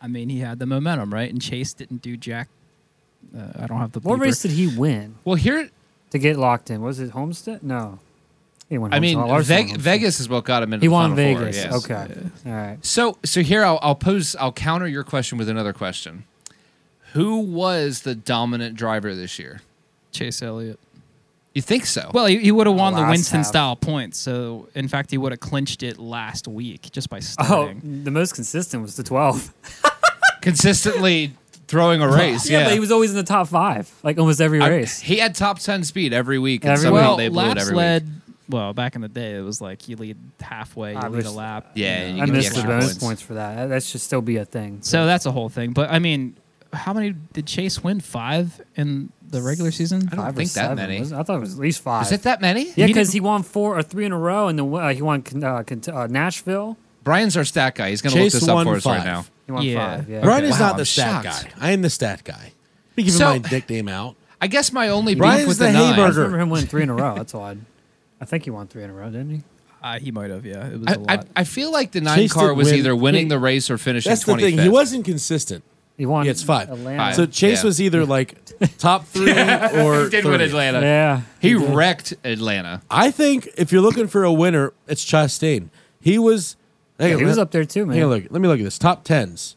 S3: I mean, he had the momentum, right? And Chase didn't do jack. Uh, I don't have the.
S4: What
S3: bleeper.
S4: race did he win
S2: well, here,
S4: to get locked in? Was it Homestead? No, he won.
S2: I mean,
S4: Homestead. Larson won
S2: Veg-
S4: Homestead.
S2: Vegas is what got him into
S4: He
S2: the
S4: won
S2: Final Four,
S4: Vegas.
S2: yes.
S4: Okay, all right.
S2: So, so here I'll, I'll pose, I'll counter your question with another question. Who was the dominant driver this year?
S3: Chase Elliott.
S2: You think so?
S3: Well, he, he would have won the
S4: last
S3: Winston
S4: half.
S3: style points. So, in fact, he would have clinched it last week just by
S4: Oh,
S3: starting.
S4: the most consistent was the twelve.
S2: consistently throwing a
S4: *laughs*
S2: race. Yeah,
S4: but he was always in the top five, like almost every
S2: I-
S4: race.
S2: he had top ten speed every week, and
S4: Every-
S2: somehow
S4: Well,
S2: they blew it
S3: laps
S2: every
S3: led.
S2: week.
S3: Well, back in the day, it was like you lead halfway, you
S4: I
S3: lead a
S4: wish-
S3: lap.
S2: Yeah,
S3: you
S2: you
S3: know.
S2: get
S4: I
S2: the
S4: missed the
S2: extra
S4: bonus
S2: points.
S4: points. for that. That- That should still be a thing.
S3: So that's a whole thing. But I mean, how many did Chase win? Five in the regular season?
S2: I don't
S4: Five or
S2: think that
S4: seven,
S2: many.
S4: was it? I thought it was at least five.
S2: Is it that many?
S3: He
S4: Yeah, because
S3: didn't-
S4: he won four or three in a row, and then uh, he won uh, Kent- uh, Nashville.
S2: Brian's our stat guy. He's going to look
S1: Chase
S2: this up
S1: won
S2: for us right
S1: five.
S2: now.
S4: He won
S3: Yeah.
S4: five. Yeah.
S1: Brian is
S2: Wow,
S1: not the
S2: I'm
S1: stat
S2: shocked.
S1: guy. I am the stat guy. Be giving
S2: So-
S1: my nickname *laughs* out.
S2: I guess my only beef
S1: Brian's
S2: with
S1: the
S2: the, nine.
S4: I
S1: Hayburger.
S4: just remember him winning three in a row. That's odd. I think he won three in a row, didn't he?
S3: Uh, he might have. Yeah, it was a
S2: I,
S3: lot.
S2: I, I feel like the nine
S1: Chase
S2: car
S1: did
S2: was
S1: win.
S2: either winning
S1: He-
S2: the race or finishing
S1: That's the
S2: 25th.
S1: thing. He wasn't consistent.
S4: He won.
S1: Yeah, it's five.
S4: Atlanta.
S1: So
S2: Five.
S1: Chase
S2: Yeah.
S1: was either like top *laughs* three or
S2: He did win
S1: 30th.
S2: Atlanta.
S4: Yeah.
S2: He wrecked Atlanta.
S1: I think if you're looking for a winner, it's Chastain. He was. hang
S4: Yeah,
S1: on,
S4: he was
S1: let-
S4: up there too, man.
S1: Hang on, look. Let me look at this. Top tens.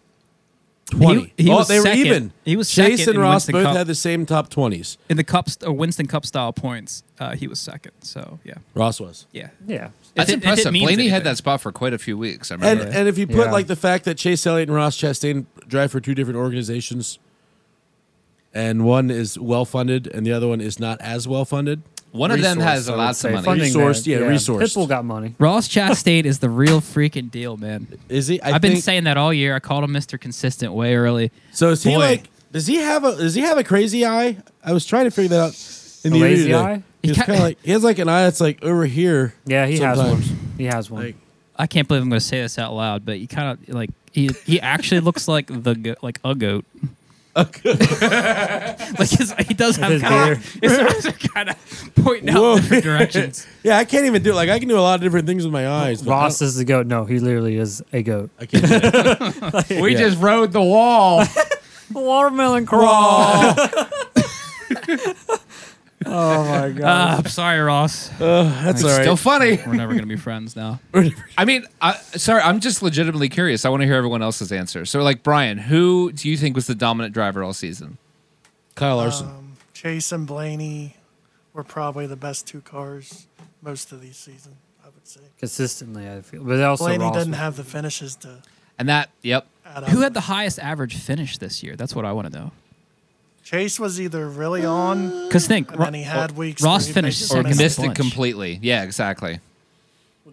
S1: Twenty.
S3: he
S1: oh,
S3: was
S1: they
S3: second.
S1: were even.
S3: He was
S1: Chase
S3: second
S1: and
S3: in
S1: Ross
S3: Winston
S1: both
S3: Cup.
S1: had the same top twenties.
S3: in the cups, uh, Winston Cup style points, uh, he was second. So yeah,
S1: Ross was.
S3: yeah.
S4: Yeah.
S2: That's
S3: it- if it
S2: impressive.
S3: means
S2: Blaney had
S3: anything.
S2: that spot for quite a few weeks. I
S1: And
S2: remember.
S1: and if you put
S4: Yeah.
S1: like the fact that Chase Elliott and Ross Chastain drive for two different organizations, and one is well funded and the other one is not as well funded.
S2: One of them has
S4: I would
S2: lots of
S4: say.
S2: money.
S4: Funding
S1: Resourced,
S4: man.
S1: yeah, resourced.
S4: Pitbull got money.
S3: Ross Chastain is the real freaking deal, man.
S1: Is he? I
S3: I've been
S1: think-
S3: saying that all year. I called him Mr. Consistent way early.
S1: So is he
S3: Boy.
S1: like? Does he have a? Does he have a crazy eye? I was trying to figure that out. In the
S4: lazy
S1: interview
S4: eye?
S1: today. He's
S3: He ca-
S1: kind of like he has like an eye that's like over here.
S4: Yeah, he
S1: sometimes.
S4: has one. He has one.
S1: Like,
S3: I can't believe I'm going to say this out loud, but he kind of like he he actually looks *laughs* like the go- like a goat. *laughs*
S1: *laughs*
S3: Like his, he does have
S4: his
S3: kinda, his eyes are kind of pointing out
S1: Whoa.
S3: different directions.
S1: yeah, I can't even do it. Like I can do a lot of different things with my eyes. but I
S4: Ross is the goat. No, he literally is a goat.
S1: don't- I can't. do it.
S2: we just rode the wall.
S4: Watermelon crawl. oh my god.
S3: Uh, I'm sorry, Ross.
S1: *laughs* That's all right.
S2: Still funny.
S3: We're never going to be friends now.
S2: I mean, I, sorry, I'm just legitimately curious. I want to hear everyone else's answer. So, like, Brian, who do you think was the dominant driver all season?
S1: Kyle Larson.
S8: Chase and Blaney were probably the best two cars most of the season, I would say.
S4: Consistently, I feel. But also
S8: Blaney
S4: Ross
S8: didn't
S4: was-
S8: have the finishes to
S2: And that, yep.
S8: add up.
S3: Who had the highest average finish this year? That's what I want to know.
S8: Chase was either really on,
S3: Because think,
S8: and
S3: Ro-
S8: then he had weeks.
S3: Ross
S8: where he
S3: finished
S8: just
S2: Or
S3: second
S8: missed
S3: in
S2: missed
S3: the
S2: it
S3: bunch.
S2: completely. Yeah, exactly.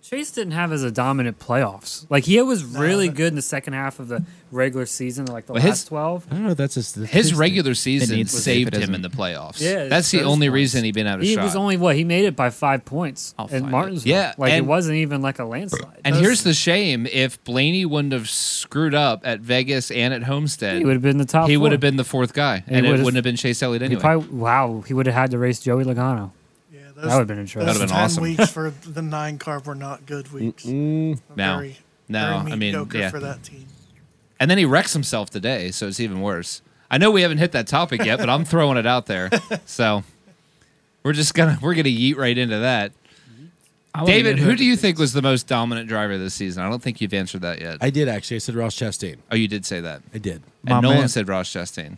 S4: Chase didn't have as a dominant playoffs. Like he was really good in the second half of the regular season, like the
S2: Well, his-
S4: last twelve.
S1: I don't know. if That's just
S2: His regular season
S3: needs to be
S2: saved
S3: if it
S2: him in
S3: isn't.
S2: the playoffs.
S4: Yeah,
S2: that's the
S4: those
S2: only
S4: points.
S2: reason he been out of
S4: He
S2: shot.
S4: was only what he made it by five points
S3: I'll
S4: at
S3: find
S4: Martinsville.
S2: it. Yeah,
S4: like it
S2: and-
S4: wasn't even like a landslide.
S2: and
S4: Those-
S2: here's the shame: if Blaney wouldn't have screwed up at Vegas and at Homestead,
S4: he would have been the top.
S2: he would have
S4: four.
S2: been the fourth guy, and it
S4: would've-
S2: wouldn't have been Chase Elliott
S4: He
S2: anyway.
S4: probably, wow, he would have had to race Joey Logano.
S8: Yeah,
S4: That
S8: those,
S4: would've been interesting.
S8: those
S2: That'd've been
S8: 10
S2: awesome.
S8: weeks for the nine carb were not good weeks. They're
S2: No. No, I mean,
S8: mediocre
S2: yeah.
S8: for that team.
S2: And then he wrecks himself today, so it's even worse. I know we haven't hit that topic yet,
S3: *laughs*
S2: but I'm throwing it out there. So we're just gonna we're gonna yeet right into that.
S3: I wanna
S2: David,
S3: know
S2: who
S3: it
S2: do you
S3: is.
S2: think was the most dominant driver this season? I don't think you've answered that yet.
S1: I did actually. I said Ross Chastain.
S2: oh, you did say that.
S1: I did.
S2: And
S3: My
S2: Nolan
S3: man.
S2: said Ross Chastain.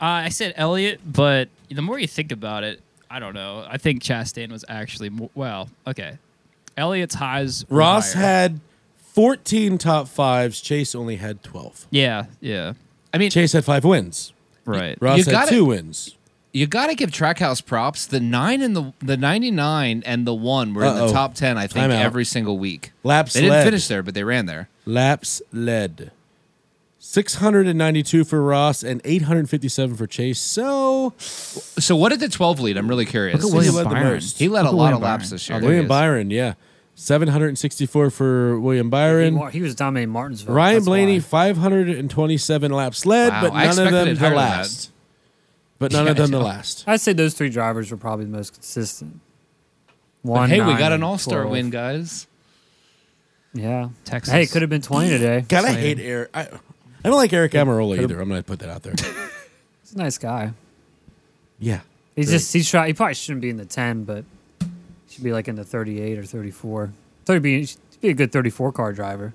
S3: Uh, I said Elliot, but the more you think about it, I don't know. I think Chastain was actually mo- well. Okay, Elliot's highs. were
S1: Ross
S3: higher.
S1: had 14 top fives. Chase only had 12.
S3: Yeah, yeah. I mean,
S1: Chase had five wins.
S3: right.
S1: Ross
S2: You
S1: had
S2: gotta-
S1: two wins.
S2: You got to give Trackhouse props. The nine and the the ninety nine and the one were in
S1: Uh-oh.
S2: the top ten. I think
S1: Timeout.
S2: every single week.
S1: Laps
S2: They didn't
S1: led.
S2: finish there, but they ran there.
S1: Laps led. 692 for Ross and 857 for Chase. So
S2: So what did the twelve lead? I'm really curious.
S3: Look at
S1: William
S3: William
S1: led the
S3: Byron.
S1: most. Uh,
S2: He led a
S3: Look at
S2: lot
S3: William
S2: of laps
S3: Byron.
S2: this year. There he
S1: William
S2: is.
S1: Byron, yeah. 764 for William
S4: He,
S1: Byron.
S4: wa- he was dominating Martinsville.
S1: Ryan
S4: that's
S1: Blaney,
S4: why.
S1: 527 laps led,
S2: Wow,
S1: but
S2: I
S1: none of
S2: expected
S1: them
S2: it
S1: the
S2: higher than
S1: last. But none of
S2: Yeah, I
S1: them the
S2: know.
S1: last.
S4: I'd say those three drivers were probably the most consistent.
S2: But
S4: One.
S2: hey, we
S4: nine,
S2: got an
S4: and
S2: All Star
S4: 12.
S2: win, guys.
S4: Yeah,
S3: Texas.
S4: Hey, it could have been twenty today.
S1: God, I hate Eric. I, I don't like Eric Amarola either. I'm going to put that out there.
S4: He's a nice guy.
S1: *laughs* Yeah.
S4: He's
S1: Great.
S4: just he's try. He probably shouldn't be in the ten, but he should be like in the thirty-eight or thirty-four. Thirty be he should be a good thirty-four car driver.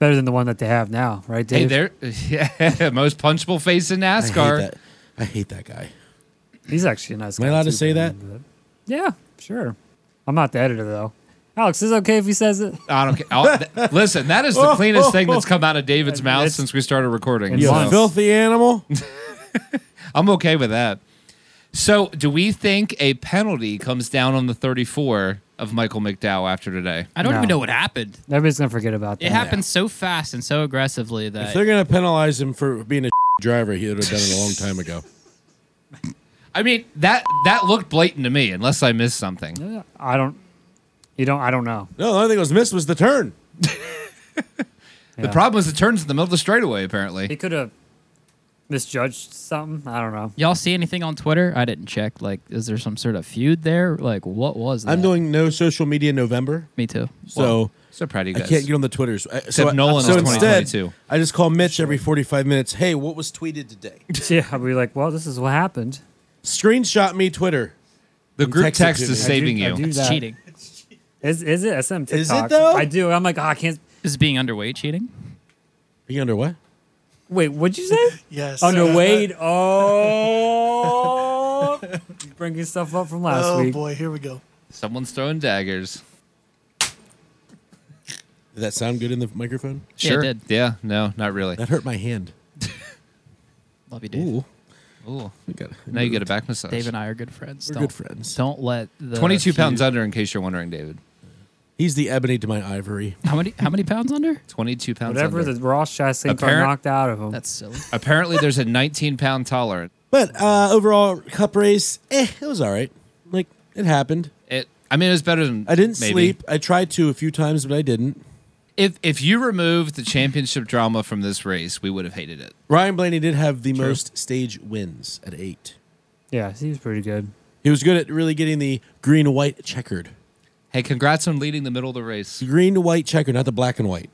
S4: Better than the one that they have now, right, Dave?
S2: Hey, there, *laughs* yeah, most punchable face in
S1: I hate
S2: NASCAR.
S1: that. I hate that guy.
S4: He's actually a nice.
S1: Am I
S4: guy,
S1: allowed to
S4: too,
S1: say
S4: but- Yeah, sure. I'm not the editor though. Alex, is it okay if he says it?
S2: I don't care. I'll- th- listen, that is *laughs* the cleanest thing that's come out of David's mouth
S4: It's-
S2: since we started recording.
S4: It's
S1: You
S4: Yes.
S1: filthy animal.
S2: I'm okay with that. So, do we think a penalty comes down on the 34 of Michael McDowell after today?
S3: I don't
S4: No.
S3: even know what happened.
S4: Everybody's gonna forget about that.
S3: It happened so fast and so aggressively
S1: If
S3: that
S1: they're going to penalize him for being a *laughs* driver, he would have done it a long time ago.
S2: I mean that that looked blatant to me, unless I missed something.
S4: Yeah, I don't. You don't. I don't know.
S1: No, the only thing that was missed was the turn.
S2: The problem is it turns in the middle of the straightaway. Apparently,
S4: He could have misjudged something. I
S1: *laughs*
S4: don't know.
S3: y'all see anything on Twitter? I didn't check. Like, is there some sort of feud there? Like, what was that?
S1: I'm doing no social media in November,
S3: Me too.
S1: so
S2: so proud of you
S1: I
S2: guys.
S1: can't get on the Twitters. I- so
S2: Except Nolan
S1: so
S2: is
S1: instead,
S2: 2022.
S1: I just call Mitch every 45 minutes. Hey, what was tweeted today? *laughs*
S4: Yeah, I'd be like, well, this is what happened.
S1: Screenshot me Twitter.
S2: the group
S1: Text
S2: text,
S1: it to
S2: is
S1: me.
S4: I do-
S2: saving
S4: I
S2: you.
S4: do
S3: It's
S4: that.
S3: cheating.
S4: Is is it? I sent him
S1: Is it
S4: TikToks.
S1: though?
S4: I do. I'm like, oh, I can't.
S3: Is being underweight cheating?
S1: Are you under what?
S4: Wait, what'd you say?
S8: Yes.
S4: oh no,
S8: Uh,
S4: wait. *laughs* Oh, You're *laughs* bringing stuff up from last
S8: Oh
S4: week.
S8: boy, here we go.
S2: Someone's throwing daggers.
S1: Did that sound good in the microphone?
S3: Yeah, it
S2: Sure.
S3: did.
S2: Yeah, no, not really.
S1: That hurt my hand.
S3: Love you, Dave.
S1: Ooh.
S2: Ooh.
S1: We got-
S2: Now you get a back massage.
S3: Dave and I are good friends.
S1: We're
S3: don't,
S1: good friends.
S3: Don't let the
S2: 22 pounds
S3: feud-
S2: under, in case you're wondering, David.
S1: He's the ebony to my ivory.
S3: How many? How many pounds under?
S2: 22 pounds
S4: Whatever
S2: under.
S4: the Ross Chastain car
S2: Apparent-
S4: knocked out of him.
S3: That's silly.
S2: Apparently, there's a 19 pound tolerance.
S1: But uh, overall, cup race, eh, it was all right. Like, it happened.
S2: It. I mean, it was better than
S1: I didn't
S2: maybe.
S1: sleep. I tried to a few times, but I didn't.
S2: If if you removed the championship drama from this race, we would have hated it.
S1: Ryan Blaney did have the most stage wins at eight.
S4: yeah, he was pretty good.
S1: He was good at really getting the green white checkered.
S2: Hey, congrats on leading the middle of the race.
S1: The green white checkered, not the black and white.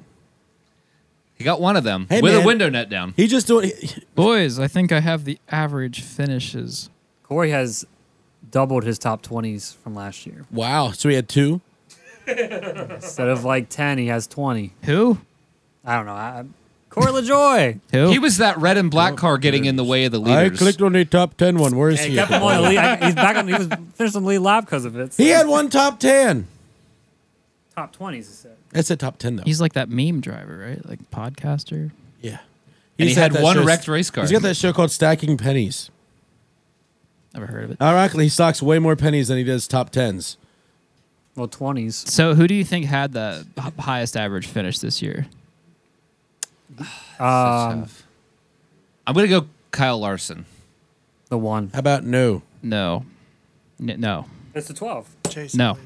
S2: He got one of them
S1: Hey,
S2: with
S1: man.
S2: a window net down.
S1: He just doing. he-
S3: Boys, I think I have the average finishes.
S4: Corey has doubled his top 20s from last year.
S1: *laughs* Wow. So he had two.
S4: Instead of like 10, he has 20.
S3: Who?
S4: I don't know. I, Corey LaJoy.
S3: Who?
S2: He was that red and
S4: Oh,
S2: black car getting in the way of the leaders.
S1: I clicked on the top ten one. Where is
S4: Hey,
S1: he?
S4: *laughs* kept him on the lead. I, he's back on. He was finished on the lead lap because of it. so-
S1: He had one top ten.
S4: top 20s. He said.
S1: That's a top ten though.
S3: He's like that meme driver, right? Like podcaster.
S1: yeah.
S2: And he
S1: He's got
S2: had
S1: that
S2: one
S1: show-
S2: wrecked race car.
S1: He's got that show called Stacking Pennies.
S3: Never heard of it.
S1: Ironically, he stocks way more pennies than he does top tens.
S4: Well, 20s.
S3: So, who do you think had the h- highest average finish this year?
S4: Um,
S2: I'm gonna go Kyle Larson.
S4: the one.
S1: How about no?
S3: No. N- no.
S4: It's the 12.
S8: Chase.
S3: No.
S8: Elliott.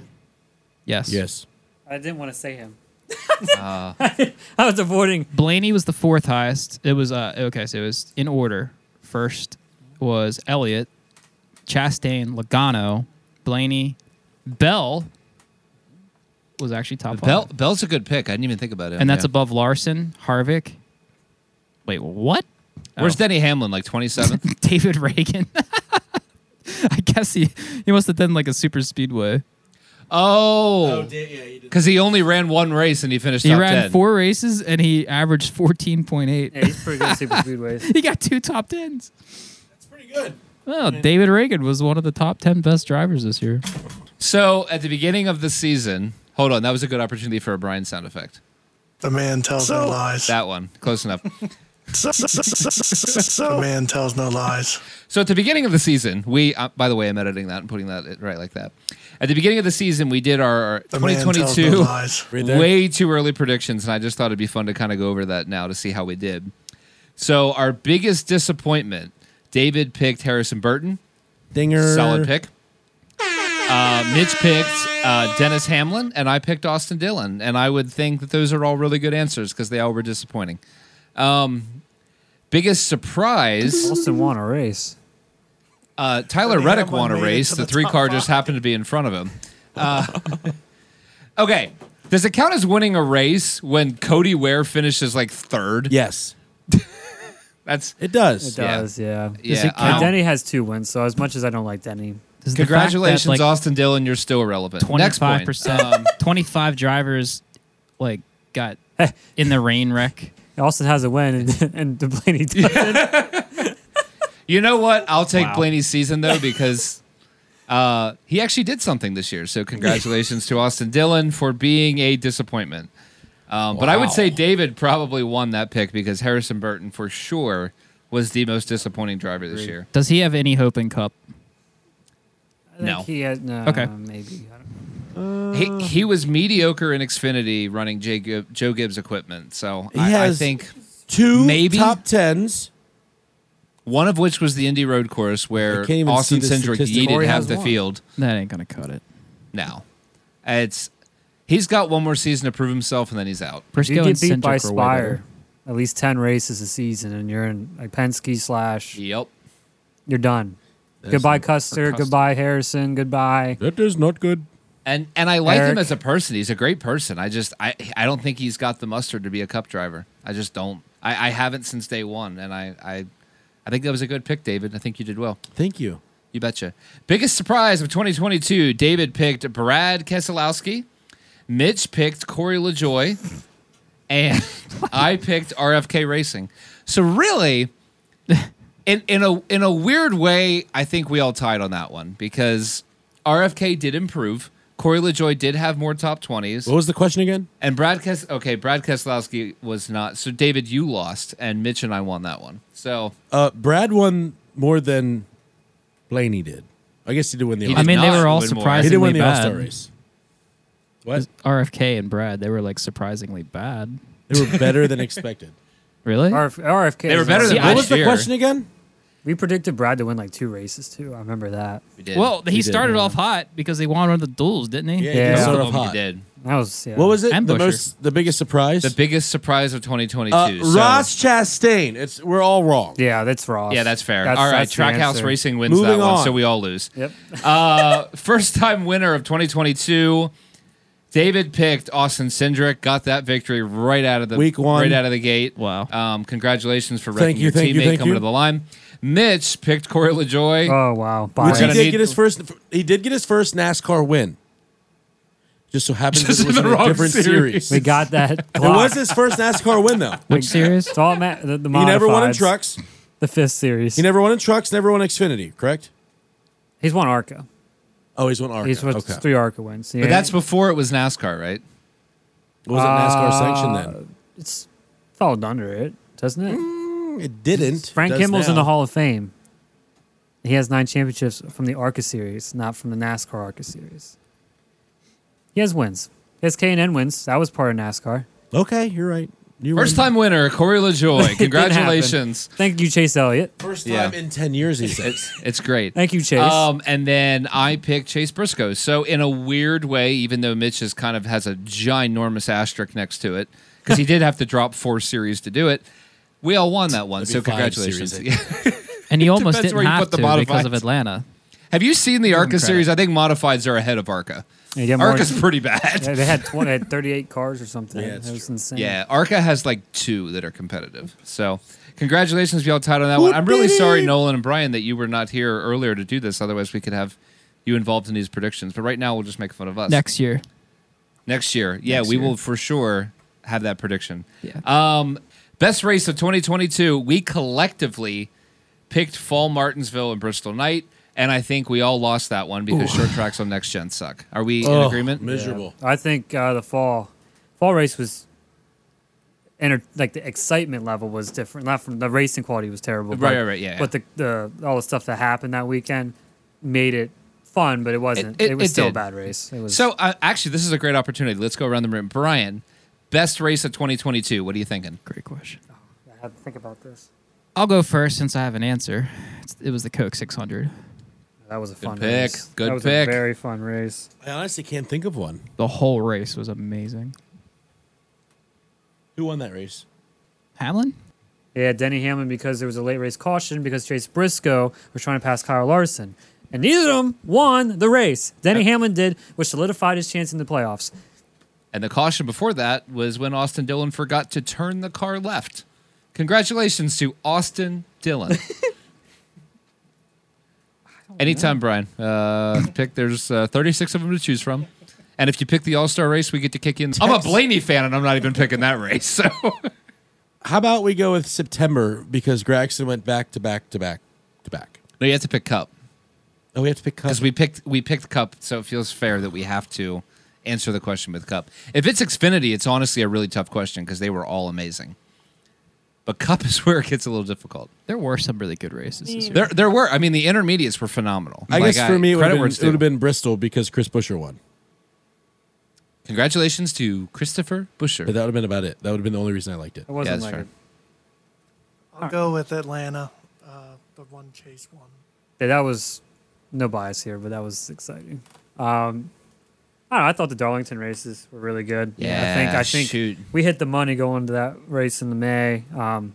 S3: Yes.
S1: Yes.
S4: I didn't want to say him. *laughs* I was avoiding.
S3: Blaney was the fourth highest. It was uh okay, so it was in order. First was Elliott, Chastain, Logano, Blaney, Bell was actually top five.
S2: Bell, Bell's a good pick. I didn't even think about it.
S3: and that's above Larson, Harvick. Wait, what? *laughs*
S2: Where's Denny Hamlin? Like 27th?
S3: David Reagan. *laughs* I guess he he must have done like a super speedway.
S2: oh. Because he only ran one race and he finished
S3: He
S2: top
S3: ran
S2: 10.
S3: four races and he averaged fourteen point
S4: Yeah,
S3: eight. *laughs*
S4: he's pretty good at super speedways.
S3: He got two top tens.
S1: That's pretty good.
S3: Well, David Reagan was one of the top ten best drivers this year.
S2: So at the beginning of the season, hold on, that was a good opportunity for a Brian sound effect.
S8: The man tells no lies.
S2: That one, close
S3: *laughs*
S2: enough.
S8: the man tells no lies.
S2: So at the beginning of the season, we uh, by the way, I'm editing that and putting that right like that. At the beginning of the season, we did our our
S8: The man tells no
S2: 2022
S8: lies.
S1: Right there.
S2: way too early predictions, and I just thought it'd be fun to kind of go over that now to see how we did. So our biggest disappointment, David picked Harrison Burton,
S1: Dinger.
S2: solid pick. Uh, Mitch picked uh, Dennis Hamlin, and I picked Austin Dillon, and I would think that those are all really good answers because they all were disappointing. Um, biggest surprise.
S4: Austin won a race.
S2: Uh, Tyler
S8: They had
S2: Reddick won
S8: one
S2: a
S8: made it
S2: race.
S8: to
S2: The
S8: the
S2: three
S8: top
S2: car just happened to be in front of him. Uh, *laughs* okay. Does it count as winning a race when Cody Ware finishes like third?
S1: Yes,
S2: That's
S1: it does.
S4: It does, yeah.
S2: Yeah,
S4: And
S2: I don't-
S4: Denny has two wins, so as much as I don't like Denny,
S3: Does the fact that,
S2: congratulations,
S3: like,
S2: Austin Dillon. You're still relevant. Next
S3: Twenty-five
S2: point. *laughs*
S3: percent. um, Twenty-five drivers, like got in the rain wreck.
S4: Austin has a win, and, *laughs* and Delaney
S3: *laughs*
S4: doesn't.
S2: You know what? I'll take
S3: Wow.
S2: Blaney's season though because uh, he actually did something this year. So congratulations to Austin Dillon for being a disappointment. Um, But I would say David probably won that pick because Harrison Burton for sure was the most disappointing driver this year.
S3: Does he have any hope in Cup?
S4: I think
S2: No.
S4: He had, no.
S3: Okay.
S4: Maybe. I don't-
S2: He, he was mediocre in Xfinity running Jay, Gib- Joe Gibbs equipment. So
S1: He
S2: I, I
S1: has-
S2: think
S1: Two
S2: Maybe.
S1: top tens.
S2: one of which was the Indy Road Course where
S1: I can't even
S2: Austin
S1: see the
S2: Cindric
S1: statistic.
S2: yeeted
S1: Corey
S2: half
S1: has
S2: the
S1: one.
S2: field.
S3: That ain't gonna cut it.
S2: No, it's he's got one more season to prove himself and then he's out.
S4: If you
S3: Briscoe and
S4: get beat by
S3: Cindric are way
S4: Spire
S3: better.
S4: at least 10 races a season, and you're in like Penske slash,
S2: Yep.
S4: you're done. goodbye, Custer.
S2: Custer.
S4: Goodbye, Harrison. Goodbye.
S1: That is not good.
S2: And and I like him
S4: Eric.
S2: as a person. He's a great person. I just I I don't think he's got the mustard to be a cup driver. I just don't. I, I haven't since day one. And I I I think that was a good pick, David. I think you did well.
S1: Thank you.
S2: You betcha. Biggest surprise of 2022, David picked Brad Keselowski, Mitch picked Corey LaJoy, and I picked RFK Racing. So really, in in a in a weird way, I think we all tied on that one because RFK did improve. Corey LaJoy did have more top 20s.
S1: What was the question again?
S2: And Brad Kes okay, Brad Keselowski was not. So David, you lost, and Mitch and I won that one. So
S1: Uh, Brad won more than Blaney did. I guess he did win the.
S2: He
S3: I
S1: all-star.
S2: did
S3: mean, they
S2: not
S3: were all
S2: win more.
S1: he
S3: surprisingly
S1: did win the All
S3: bad.
S1: Star race. What?
S3: RFK and Brad, they were like surprisingly bad.
S1: They were better than
S2: *laughs*
S1: expected.
S3: Really?
S4: RF, RFK.
S2: They were
S4: is
S2: better than
S4: awesome.
S3: See,
S1: What
S2: last
S1: was the
S2: year.
S1: question again?
S4: We predicted Brad to win like two races, too. I remember that.
S2: We did.
S3: well,
S1: did,
S3: he, started
S1: yeah.
S3: off hot because he won one of the duels, didn't he?
S1: he
S4: Yeah.
S1: did
S2: Both
S1: start
S2: of
S1: off
S2: them you
S1: hot.
S2: did.
S4: That was, yeah.
S1: What was it?
S3: And
S1: the
S3: Busher.
S1: most, the biggest surprise.
S2: The biggest surprise of 2022.
S1: uh,
S2: so-
S1: Ross Chastain. It's we're all wrong.
S4: Yeah, that's Ross.
S2: Yeah, that's fair. all right,
S4: that's the
S2: Trackhouse
S4: answer.
S2: Racing wins
S1: Moving
S2: that one,
S1: on.
S2: so we all lose. *laughs*
S4: Yep.
S2: Uh, first time winner of 2022. David picked Austin Cindric, got that victory right out of the
S1: Week one.
S2: right out of the gate.
S3: Wow.
S2: Um, congratulations for wrecking
S1: Thank you,
S2: your
S1: thank you,
S2: teammate
S1: thank
S2: coming
S1: you.
S2: to the line. Mitch picked Corey LaJoy.
S4: Oh, wow. Bye.
S1: Which he
S2: Gonna
S1: did
S2: need-
S1: get his first. He did get his first NASCAR win. Just so happens
S2: Just
S1: it was
S2: in
S1: in
S2: the
S1: a
S2: wrong
S1: different
S2: series.
S1: series.
S4: we
S2: *laughs*
S4: got that.
S1: It was his first NASCAR win though.
S3: Which series?
S4: *laughs* It's all ma-
S1: *laughs*
S4: the, the
S1: He never won in
S4: modifieds.
S1: trucks.
S4: The fifth series.
S1: He never won in trucks. Never won Xfinity. Correct.
S4: He's won ARCA.
S1: Oh, he's won ARCA.
S4: He's won
S1: okay.
S4: three ARCA wins. Yeah.
S2: But that's before it was NASCAR, right?
S1: Was it
S4: Uh,
S1: NASCAR sanctioned then?
S4: It's followed under it, doesn't it?
S1: It didn't.
S4: Frank
S1: Mm. Does
S4: Kimmel's in
S1: now.
S4: the Hall of Fame. He has nine championships from the ARCA series, not from the NASCAR ARCA series. He has wins. He has K and N wins. That was part
S1: *laughs*
S4: of *laughs* NASCAR.
S1: Okay, you're right. You
S2: First
S1: won.
S2: time winner, Corey LaJoy.
S4: Hmm. *laughs* It didn't happen.
S2: Congratulations.
S4: Thank you, Chase Elliott.
S1: First
S2: Yeah.
S1: time in ten years. He says.
S2: It's great.
S4: Thank you, Chase.
S2: Um, and then I picked Chase Briscoe. So in a weird way, even though Mitch is kind of has a ginormous asterisk next to it, because he did have to drop four series to do it. We all won that one, so
S1: That'd be five
S2: congratulations.
S1: series, I
S2: Yeah.
S3: And he almost
S2: Depends
S3: didn't
S2: where you
S3: have
S2: put the
S3: to because
S2: modifieds.
S3: of Atlanta.
S2: *laughs* Have you seen the ARCA
S3: credit.
S2: series? I think modifieds are ahead of ARCA.
S4: Yeah, you get more-
S2: ARCA's pretty bad.
S4: Yeah, *laughs* they had 20, they had 38 cars or something.
S1: Yeah,
S4: it
S1: it's
S4: was
S1: true.
S4: insane.
S2: Yeah, Arca has like two that are competitive. So congratulations, if y'all tied on that one. I'm really sorry, Nolan and Brian, that you were not here earlier to do this. Otherwise, we could have you involved in these predictions. But right now, we'll just make fun of us.
S3: Next year.
S2: Next year, yeah,
S3: Next
S2: we
S3: year.
S2: will for sure have that prediction.
S3: Yeah.
S2: Um, best race of 2022. We collectively picked Fall Martinsville and Bristol Knight, and I think we all lost that one because short tracks on next gen suck. Are we in
S1: Oh,
S2: agreement?
S1: Miserable.
S4: I think uh, the fall fall race was enter- like the excitement level was different. Not from the racing quality was terrible.
S2: Right,
S4: but,
S2: right, right, yeah,
S4: But the, the all the stuff that happened that weekend made it fun, but it wasn't.
S2: It-
S4: It,
S2: it- it
S4: was still a
S2: did.
S4: bad race. It was
S2: So uh, actually, this is a great opportunity. Let's go around the room. Brian, best race of 2022. What are you thinking?
S3: Great question.
S4: I had to think about this.
S3: I'll go first since I have an answer. It's, it was the Coke 600.
S4: That was a fun
S2: pick,
S4: race.
S2: good
S4: that was
S2: pick.
S4: A very fun race.
S1: I honestly can't think of one.
S3: The whole race was amazing.
S1: Who won that race?
S3: Hamlin?
S4: Yeah, Denny Hamlin because there was a late race caution because Chase Briscoe was trying to pass Kyle Larson. And neither of them won the race. Denny Hamlin did, which solidified his chance in the playoffs.
S2: And the caution before that was when Austin Dillon forgot to turn the car left. Congratulations to Austin Dillon. Anytime, Brian. Uh, pick. There's uh, 36 of them to choose from. And if you pick the All Star race, we get to kick in. I'm a Blaney fan, and I'm not even picking that race. So
S1: How about we go with September because Gregson went back to back to back to back.
S2: no, you have to pick Cup.
S1: Oh, we have to pick
S2: because we picked we picked Cup, so it feels fair that we have to answer the question with Cup. If it's Xfinity, it's honestly a really tough question because they were all amazing. But Cup is *laughs* where it gets a little difficult.
S3: There were some really good races this year.
S2: There, there were. I mean, the intermediates were phenomenal.
S1: I
S2: Like,
S1: guess for me, it would
S2: credit
S1: have
S2: where
S1: been,
S2: it's
S1: it would have
S2: due.
S1: been Bristol because Chris Busher won.
S2: Congratulations to Christopher Busher.
S1: But that would have been about it. That would have been the only reason I liked it.
S4: It
S2: yeah,
S4: wasn't
S2: that's
S4: like
S2: fair.
S4: it-
S8: I'll go with Atlanta, uh, the one Chase one.
S4: yeah, that was no bias here, but that was exciting. Um, I don't know. I thought the Darlington races were really good. I think
S2: Yeah,
S4: I think
S2: shoot.
S4: we hit the money going to that race in the May. Um,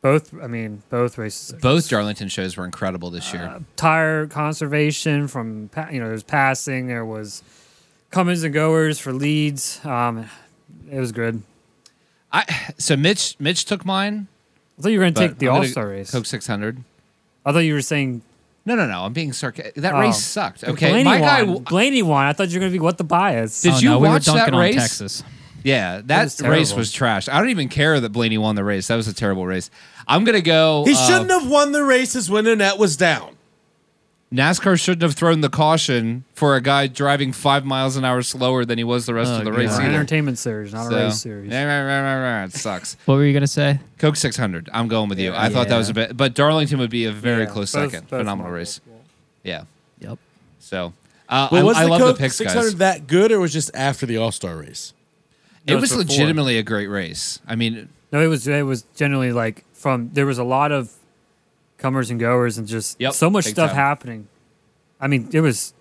S4: both, I mean, both races.
S2: Both Darlington shows were incredible this year.
S4: tire conservation from pa- you know there's passing there was comings and goers for leads um it was good
S2: I so Mitch Mitch took mine.
S4: i thought you were gonna
S2: but
S4: take the
S2: I'm gonna-
S4: all-star race
S2: Coke 600.
S4: i thought you were saying
S2: No, no, no. I'm being sarcastic. That
S4: Oh.
S2: race sucked. Okay,
S4: Blaney
S2: my guy.
S4: won. Blaney won i thought you were gonna be what the bias Uh,
S2: Did
S3: oh,
S2: you
S3: no, we were
S2: watch
S3: dunking
S2: that race?
S3: on Texas.
S2: Yeah, that
S4: was
S2: race
S4: terrible.
S2: was trash. I don't even care that Blaney won the race. That was a terrible race. I'm gonna go.
S1: He
S2: uh,
S1: shouldn't have won the races when the net was down.
S2: NASCAR shouldn't have thrown the caution for a guy driving five miles an hour slower than he was the rest
S3: Oh,
S2: of the
S3: God.
S4: We're
S2: race.
S4: an
S2: Either.
S4: entertainment series not
S2: So-
S4: a race series
S2: Yeah, right, right, right, right. It sucks.
S3: What were you going to say?
S2: Coke 600. I'm going with you. I thought that was a bit, but Darlington would be a very
S4: Yeah,
S2: close
S4: both-
S2: second.
S4: both
S2: Phenomenal
S4: won.
S2: race. Yeah.
S3: Yep.
S2: So uh,
S1: But
S2: I,
S1: was
S2: I
S1: the
S2: love
S1: Coke
S2: the picks,
S1: 600
S2: guys.
S1: that good, or was just after the All Star race?
S2: It
S4: No,
S2: was
S4: it's before.
S2: legitimately a great race. I mean,
S4: no it was it was generally like from there was a lot of comers and goers and just
S2: Yep,
S4: so much
S2: big
S4: stuff
S2: time.
S4: happening i mean it was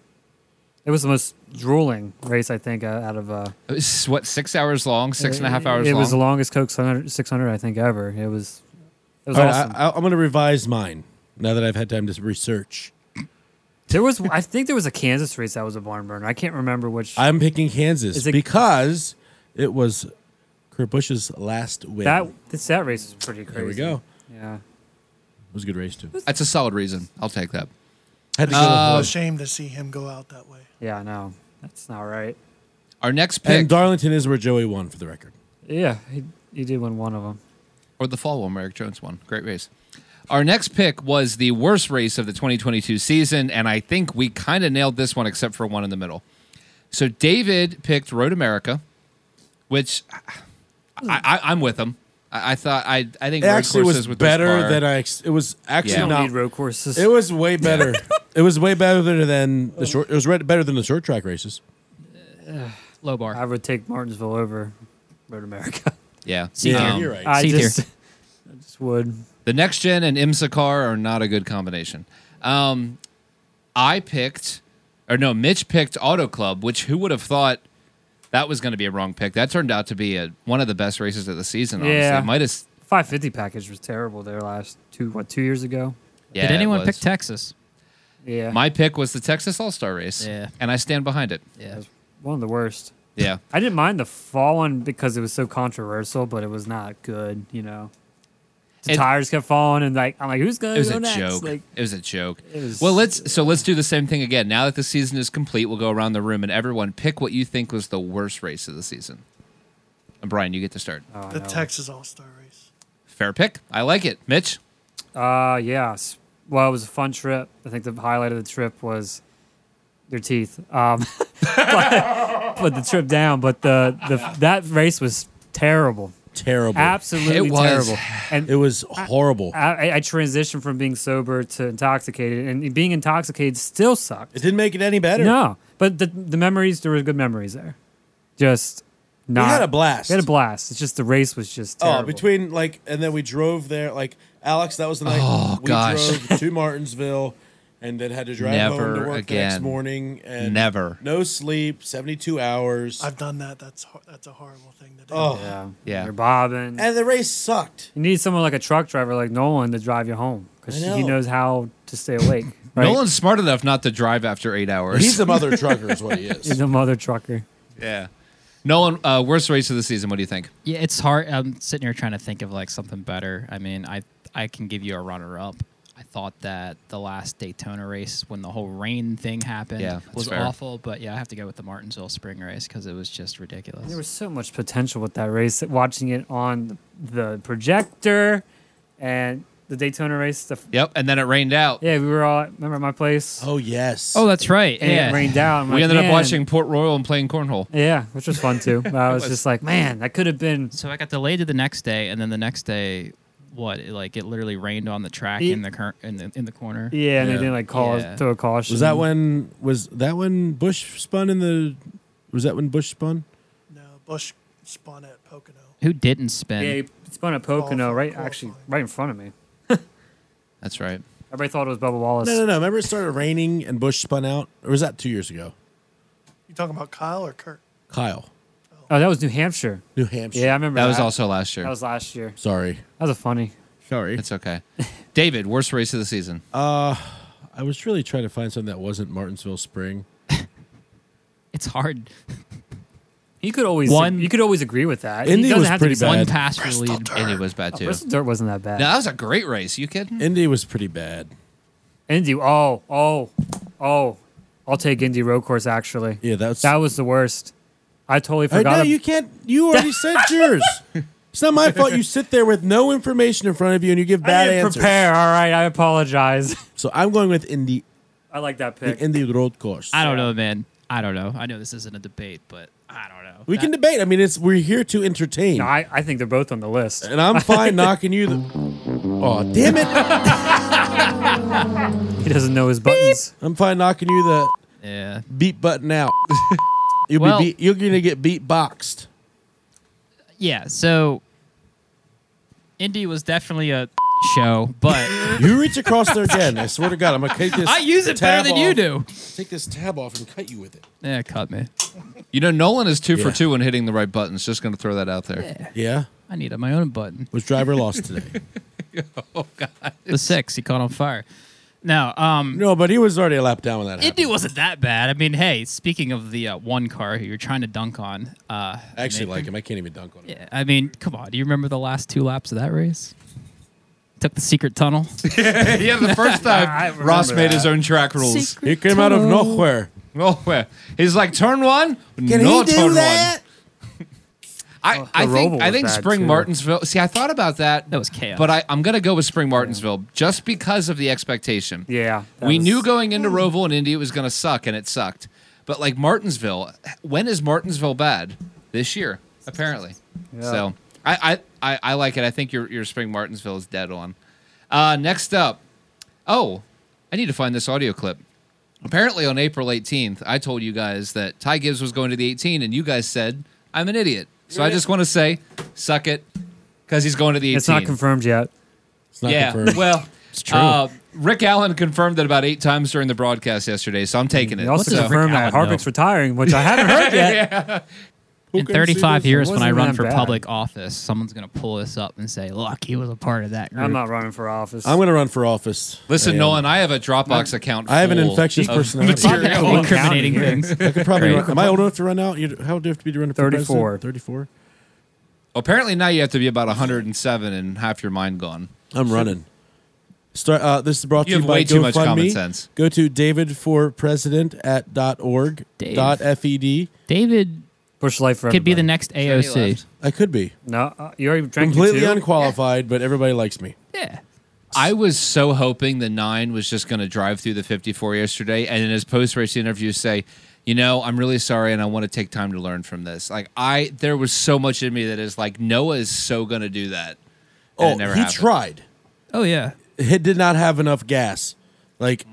S4: it was the most drooling race i think out out of uh
S2: it was, what six hours long, six and a half hours
S4: It
S2: long.
S4: was the longest Coke 600, 600 I think ever. It was it was
S1: All right,
S4: awesome.
S1: I, I, am going to revise mine now that I've had time to research.
S4: there was I think there was a Kansas race that was a barn burner. I can't remember which.
S1: I'm picking Kansas
S4: Is it-
S1: because it was Kurt Busch's last win.
S4: that this that race is pretty crazy.
S1: there we go.
S4: Yeah.
S1: It was a good race too.
S2: That's a solid reason. I'll take that.
S1: Had to go
S2: Oh.
S8: It
S1: with
S8: was a shame to see him go out that way.
S4: Yeah, I know. That's not right.
S2: Our next
S1: one.
S2: pick.
S1: and Darlington is where Joey won for the record.
S4: Yeah, he, he did win one of them.
S2: or the fall one, Eric Jones won. Great race. Our next pick was the worst race of the 2022 season, and I think we kind of nailed this one except for one in the middle. So David picked Road America, which I, I, I'm with him. I, I thought I I think
S1: It
S2: road
S1: actually
S2: courses
S1: was
S2: with
S1: better than
S2: I.
S1: I. Ex- it was actually
S2: Yeah.
S4: You
S1: not.
S4: don't need road courses.
S1: It was way better. it was way better than the short. It was red, better than the short track races.
S3: Low bar.
S4: I would take Martinsville over Road America.
S2: yeah.
S3: See,
S2: Um,
S3: Um,
S1: you're right.
S4: I
S3: See
S4: just, I just would.
S2: The next gen and IMSA car are not a good combination. Um, I picked, or no, Mitch picked Auto Club, which who would have thought that was going to be a wrong pick? That turned out to be a, one of the best races of the season. Honestly,
S4: Yeah.
S2: It might have.
S4: 550 package was terrible there last two what two years ago.
S2: Yeah,
S3: Did
S2: it
S3: anyone
S2: was.
S3: pick Texas?
S4: Yeah.
S2: My pick was the Texas All Star race.
S3: Yeah.
S2: And I stand behind it.
S3: Yeah.
S4: One of the worst. *laughs*
S2: Yeah.
S4: I didn't mind the fall one because it was so controversial, but it was not good, you know. The
S2: And-
S4: tires kept falling, and like I'm like, who's gonna
S2: It was
S4: go
S2: a
S4: next?
S2: joke.
S4: Like,
S2: it was a joke.
S4: It was-
S2: well, let's so let's do the same thing again. Now that the season is complete, we'll go around the room and everyone pick what you think was the worst race of the season. And Brian, you get to start.
S4: oh,
S8: The
S4: no.
S8: Texas All Star race.
S2: Fair pick. I like it. Mitch.
S4: Uh, yeah. s- Well, it was a fun trip. I think the highlight of the trip was their teeth. Um, *laughs* but, but the trip down, but the, the that race was terrible,
S1: Terrible.
S4: absolutely
S2: It was.
S4: terrible. And
S1: it was horrible.
S4: I, I transitioned from being sober to intoxicated, and being intoxicated still sucked.
S1: it didn't make it any better.
S4: No, but the the memories there were good memories there. Just not.
S1: had a blast.
S4: We had a blast. It's just the race was just terrible.
S1: Oh, between like, and then we drove there. Like Alex, that was the night
S2: Oh,
S1: we
S2: gosh.
S1: drove to Martinsville, and then had to drive home to
S2: Never
S1: work the next
S2: again.
S1: morning. And
S2: Never.
S1: no sleep, seventy-two hours,
S8: I've done that. That's hor- that's a horrible thing to do.
S1: Oh.
S4: Yeah,
S2: Yeah.
S4: You're bobbing.
S1: and the race sucked.
S4: you need someone like a truck driver like Nolan to drive you home because
S1: I know.
S4: he knows how to stay
S1: *laughs*
S4: awake. Right?
S2: Nolan's smart enough not to drive after eight hours.
S1: He's a mother trucker, is what he
S4: *laughs* He's
S1: is.
S4: a mother trucker.
S2: yeah. Nolan, uh, worst race of the season. What do you think?
S3: Yeah, it's hard. I'm sitting here trying to think of like something better. I mean, I I can give you a runner up. I thought that the last Daytona race, when the whole rain thing happened,
S2: Yeah, that's
S3: was
S2: fair.
S3: awful. But yeah, I have to go with the Martinsville Spring race because it was just ridiculous.
S4: There was so much potential with that race. Watching it on the projector and the Daytona race stuff.
S2: Yep. And then it rained out.
S4: Yeah, we were all remember at my place.
S1: Oh yes.
S3: oh, that's right.
S4: and
S3: yeah,
S4: it rained out. I'm
S2: We
S4: like,
S2: ended up
S4: "Man."
S2: watching Port Royal and playing cornhole.
S4: Yeah, which was fun too. But I was, just like, man, that could have been.
S3: So I got delayed to the next day, and then the next day, what? It, like it literally rained on the track
S4: Ye-
S3: in the cur- in the in the corner.
S4: Yeah, and
S1: Yeah.
S4: they didn't like call
S3: Yeah.
S4: throw a caution.
S1: was that when was that when Bush spun in the? Was that when Bush spun?
S8: No, Bush spun at Pocono.
S3: Who didn't
S4: Yeah,
S3: spin?
S4: he spun at Pocono
S8: Qualifying,
S4: right,
S8: qualifying.
S4: actually, right in front of me.
S2: That's right.
S4: Everybody thought it was Bubba Wallace.
S1: No, no, no. Remember, it started raining and Bush spun out, or was that two years ago?
S8: You talking about Kyle or Kurt?
S1: Kyle,
S4: Oh, that was New Hampshire.
S1: New Hampshire.
S4: Yeah, I remember.
S2: That was also last year.
S4: That was last year.
S1: Sorry.
S4: That was a funny.
S1: Sorry.
S2: It's okay. *laughs* David, worst race of the season.
S1: I was really trying to find something that wasn't Martinsville Spring.
S3: It's hard.
S4: You could always
S3: One-
S4: You could always agree with that. It
S1: Indy
S4: doesn't
S1: was
S4: have to be
S1: pretty
S4: something-
S3: One
S1: Bad.
S3: pass for lead.
S2: Indy was bad too.
S4: Bristol Dirt wasn't that bad.
S2: No, that was a great race. You kidding?
S1: Indy was pretty bad.
S4: Indy. Oh, oh, oh. I'll take Indy Road Course actually.
S1: Yeah, that's.
S4: That was the worst. I totally
S1: I,
S4: forgot.
S1: no,
S4: ab-
S1: you can't. You already
S4: *laughs*
S1: said yours. It's not my fault. You sit there with no information in front of you and you give
S4: I
S1: bad
S4: didn't
S1: answers.
S4: prepare. All right, I apologize.
S1: So I'm going with Indy,
S4: I like that
S1: the
S4: pick.
S1: Indy Road Course.
S3: I don't know, man. I don't know. I know this isn't a debate, but I don't know.
S1: we
S3: That-
S1: can debate. I mean, it's we're here to entertain,
S4: No, I, I think they're both on the list.
S1: and I'm
S4: *laughs*
S1: fine knocking you. The, oh damn it!
S4: He doesn't know his buttons.
S1: I'm fine knocking you the
S3: Yeah.
S1: beat button out. *laughs* You'll
S3: Well-
S1: be beat, you're gonna get beat boxed.
S3: Yeah. So, Indy was definitely a *laughs* show, but *laughs*
S1: You reach across there again. I swear to God, I'm gonna take this.
S3: I use it
S1: tab
S3: better than you
S1: off-
S3: do.
S1: Take this tab off and cut you with it.
S3: Yeah, cut me.
S2: You know, Nolan is two for
S1: Yeah.
S2: two in hitting the right buttons. Just going to throw that out there.
S1: Yeah,
S3: I needed my own button.
S1: was driver lost today.
S3: The six, he caught on fire. No,
S1: *laughs*
S3: um,
S1: No, but he was already a lap down when that happened.
S3: Indy wasn't that bad. I mean, hey, speaking of the uh, one car who you're trying to dunk on, uh,
S1: I actually
S3: Nathan-
S1: like him. I can't even dunk on him.
S3: Yeah, I mean, come on. Do you remember the last two laps of that race? Took the secret tunnel.
S2: *laughs* yeah, the
S4: *laughs*
S2: first
S4: I
S2: time
S4: remember
S2: Ross made
S4: that.
S2: his own track rules.
S1: He came out of nowhere.
S2: *laughs* Oh, well. he's like turn one, no turn one. I, I
S4: Oh, the
S2: think
S4: Roval
S2: I
S4: was
S2: think
S4: bad,
S2: Spring
S4: too.
S2: Martinsville. See, I thought about that.
S3: That was chaos.
S2: But I, I'm going to go with Spring Martinsville just because of the expectation.
S4: Yeah, that
S2: we
S4: was-
S2: knew going into Roval and Indy it was going to suck, and it sucked. But like Martinsville, when is Martinsville bad? This year, apparently. So I, I, I, I like it. I think your your spring Martinsville is dead on. Uh, next up, oh, I need to find this audio clip. Apparently on April 18th, I told you guys that Ty Gibbs was going to the 18, and you guys said I'm an idiot. So I just want to say, suck it, because he's going to the 18.
S4: It's not confirmed yet.
S1: It's not
S2: yeah,
S1: confirmed.
S2: well, it's
S1: true.
S2: Uh, Rick Allen confirmed it about eight times during the broadcast yesterday, so I'm taking it.
S4: They also
S2: So-
S4: confirmed that
S3: Allen
S2: *laughs*
S3: know?
S4: Harvick's retiring, which I haven't heard yet.
S3: in 35 years
S4: It
S3: when I
S4: wasn't
S3: run
S4: that
S3: for
S4: bad.
S3: public office, someone's going to pull this up and say, look, he was a part of that group.
S4: I'm not running for office.
S1: I'm going to run for office.
S2: Listen,
S1: I am.
S2: Nolan, I have a Dropbox account.
S1: I have an
S2: full
S1: infectious
S2: of
S1: personality.
S2: material.
S3: *laughs*
S4: Well,
S3: incriminating
S4: counting here.
S3: things.
S4: *laughs*
S1: I could probably.
S3: Right.
S1: Run, am I old enough to run out? You, how old do you have to be to run for
S4: 34.
S1: Thirty four.
S2: Apparently now you have to be about 107 and half your mind gone.
S1: I'm running. Start. Uh, this is brought
S2: You
S1: to you
S2: have
S1: by
S2: way too much
S1: GoFundMe.
S2: common sense.
S1: Go to David for President at dot org
S3: Dave.
S1: dot E fed.
S3: David
S4: Bush life for
S3: could be the
S4: everybody.
S3: next
S2: Is there any
S3: AOC.
S2: left?
S1: I could be
S4: No, uh, you already drank your
S1: completely
S4: two?
S1: unqualified, but everybody likes me.
S3: Yeah.
S2: I was so hoping the nine was just going to drive through the 54 yesterday and in his post race interview say, you know, I'm really sorry and I want to take time to learn from this. Like, I, there was so much in me that is like, Noah is so going to do that. And
S1: Oh,
S2: it never
S1: he
S2: happened.
S1: tried.
S3: Oh, yeah.
S1: He did not have enough gas. Like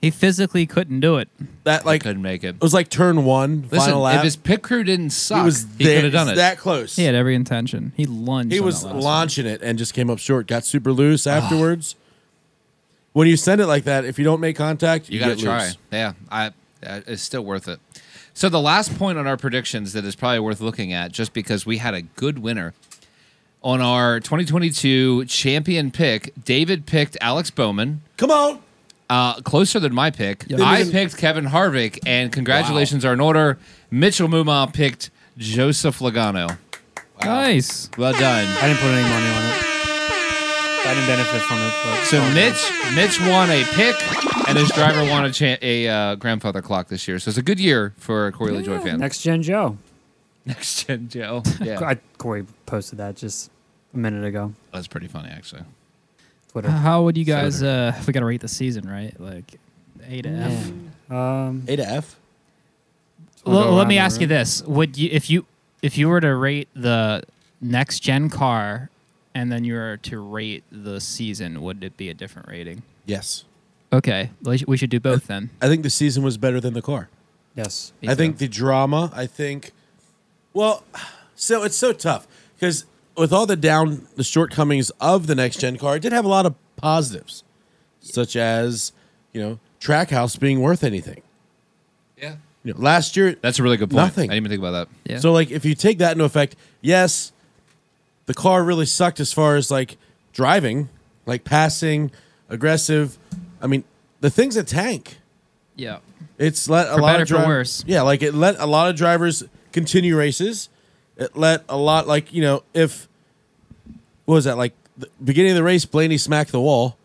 S3: He physically couldn't do it.
S1: that.
S2: I
S1: Like it
S2: couldn't make it.
S1: was like turn one,
S2: Listen,
S1: final lap.
S2: if his pit crew didn't
S1: he
S2: suck,
S1: was
S2: he could
S1: there-
S2: have done it.
S1: That close.
S3: He had every intention. He lunged.
S1: He
S3: on
S1: was
S3: that last
S1: launching it and just came up short. Got super loose afterwards. When you send it like that, if you don't make contact, you,
S2: you got
S1: get
S2: to try.
S1: loose.
S2: Yeah, I, I it's still worth it. So the last point on our predictions that is probably worth looking at, just because we had a good winner on our 2022 champion pick. David picked Alex Bowman,
S1: Come on.
S2: uh, closer than my pick.
S3: Yeah.
S2: I
S1: Didn't even-
S2: picked Kevin Harvick, and congratulations are in order. Mitchell Muma picked Joseph Logano.
S3: one. Nice.
S2: Well done.
S4: I didn't put any money on it. I didn't benefit from it. But um,
S2: So Mitch, Mitch won a pick, and his driver won a, cha- a uh, grandfather clock this year. So it's a good year for a Corey LaJoy fan.
S4: next gen Joe.
S2: *laughs* Next Gen Joe. Yeah.
S4: I, Corey posted that just a minute ago.
S2: That's pretty funny, actually. *sighs*
S4: Twitter.
S3: How would you guys, uh, we got to rate the season, right? Like A to F.
S4: Um,
S1: A to F.
S4: We'll
S3: Well,
S4: go
S3: let
S4: around
S3: me
S4: the
S3: ask you
S4: room.
S3: this: Would you, if you, if you were to rate the next gen car, and then you were to rate the season, would it be a different rating?
S1: Yes.
S3: Okay, we should- we should do both then.
S1: I think the season was better than the car.
S4: yes.
S3: Me
S1: I
S3: too.
S1: think the drama. I think, well, so it's so tough because with all the down, the shortcomings of the next gen car, it did have a lot of positives, such as you know Trackhouse being worth anything.
S2: Yeah.
S1: You know, last year,
S2: That's a really good point.
S1: Nothing.
S2: I didn't even think about that.
S3: Yeah.
S1: so like if you take that into effect, yes, the car really sucked as far as like driving, like passing, aggressive. I mean, the thing's a tank.
S3: *laughs* yeah,
S1: It's let a
S3: For
S1: lot
S3: better,
S1: of
S3: for
S1: drivers.
S3: worse.
S1: Yeah, like it let a lot of drivers continue races. It let a lot, like you know, if what was that like the beginning of the race, Blaney smacked the wall.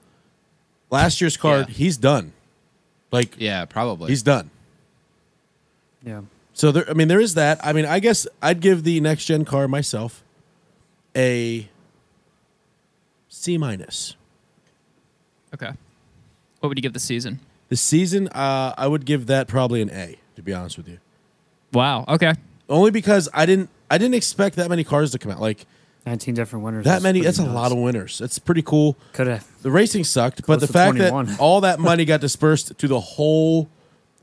S1: Last year's car,
S2: Yeah.
S1: he's done. Like
S2: Yeah, probably.
S1: he's done.
S4: Yeah.
S1: So there, I mean, there is that. I mean, I guess I'd give the next gen car myself a C minus.
S3: okay. What would you give the season?
S1: The season, uh, I would give that probably an A. To be honest with you.
S3: Wow. Okay.
S1: only because I didn't I didn't expect that many cars to come out. Like
S4: 19 different winners.
S1: that many, that's a lot of winners. That's pretty cool.
S4: Could have.
S1: The racing sucked, but
S4: Close
S1: the
S4: to
S1: fact
S4: 21.
S1: that all that money got dispersed to the whole,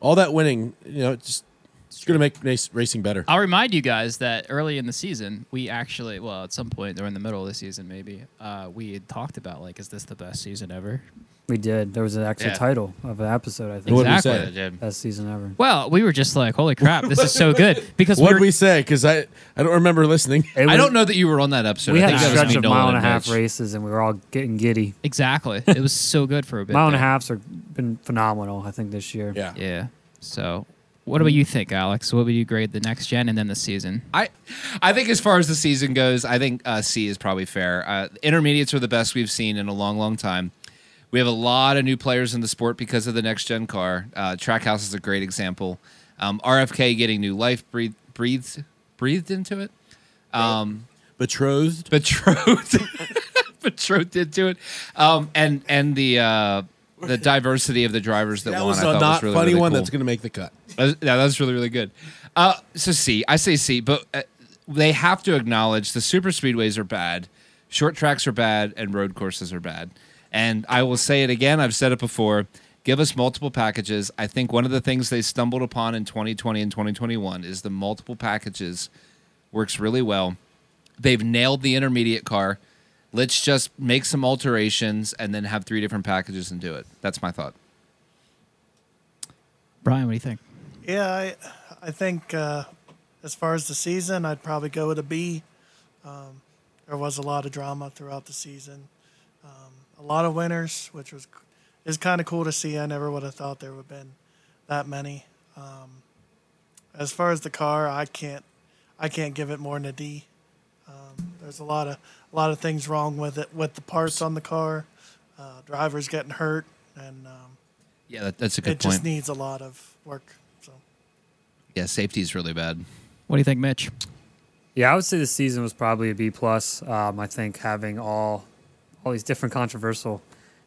S1: all that winning, you know, it's just it's going to make race- racing better.
S3: I'll remind you guys that early in the season, we actually, well, at some point or in the middle of the season, maybe, uh, we had talked about like, is this the best season ever?
S4: We did. There was an actual
S2: Yeah.
S4: title of an episode, I think.
S1: What did we
S3: Exactly.
S2: Yeah,
S1: say?
S2: Jim.
S4: Best season ever.
S3: Well, we were just like, holy crap, this is
S1: *laughs*
S3: so good because
S1: What
S3: we
S1: did
S3: were,
S1: we say? Because I I don't remember listening.
S4: It
S2: I
S4: was-
S2: don't know that you were on that episode.
S4: We
S2: I
S4: had
S2: think
S4: a
S2: that was
S4: stretch
S2: me,
S4: of
S2: Nolan,
S4: mile and a
S2: and
S4: half
S2: Mitch.
S4: races, and we were all getting giddy.
S3: *laughs* exactly. It was so good for a bit.
S4: Mile and a
S3: there.
S4: halfs are been phenomenal, I think, this year.
S1: Yeah.
S3: Yeah. So, what do you think, Alex? What would you grade the next gen and then the season?
S2: I, I think as far as the season goes, I think uh, C is probably fair. Uh, intermediates are the best we've seen in a long, long time. We have a lot of new players in the sport because of the next gen car. Uh, Trackhouse is a great example. Um, RFK getting new life breathe, breathed breathed into it.
S1: Betrothed.
S2: *laughs* betrothed betrothed into it um and and the uh the diversity of the drivers that,
S1: That
S2: won
S1: was
S2: i
S1: a
S2: thought
S1: not
S2: was really,
S1: funny
S2: really
S1: one
S2: cool.
S1: that's going to make the cut.
S2: Uh, yeah, that's really really good. Uh, so C, I say C, but uh, they have to acknowledge the super speedways are bad, short tracks are bad, and road courses are bad. And I will say it again. I've said it before. Give us multiple packages. I think one of the things they stumbled upon in 2020 and 2021 is the multiple packages works really well. They've nailed the intermediate car. Let's just make some alterations and then have three different packages and do it. That's my thought.
S3: Brian, what do you think?
S8: Yeah, I, I think uh, as far as the season, I'd probably go with a B. Um, there was a lot of drama throughout the season, um, a lot of winners, which was is kind of cool to see. I never would have thought there would have been that many. Um, as far as the car, I can't I can't give it more than a D. Um, there's a lot of a lot of things wrong with it with the parts on the car, uh, drivers getting hurt, and um,
S2: Yeah, that, that's a
S8: it
S2: good
S8: just
S2: point.
S8: needs a lot of work. So
S2: yeah, safety is really bad.
S3: What do you think, Mitch?
S4: Yeah, I would say the season was probably a B plus. Um, I think having all all these different controversial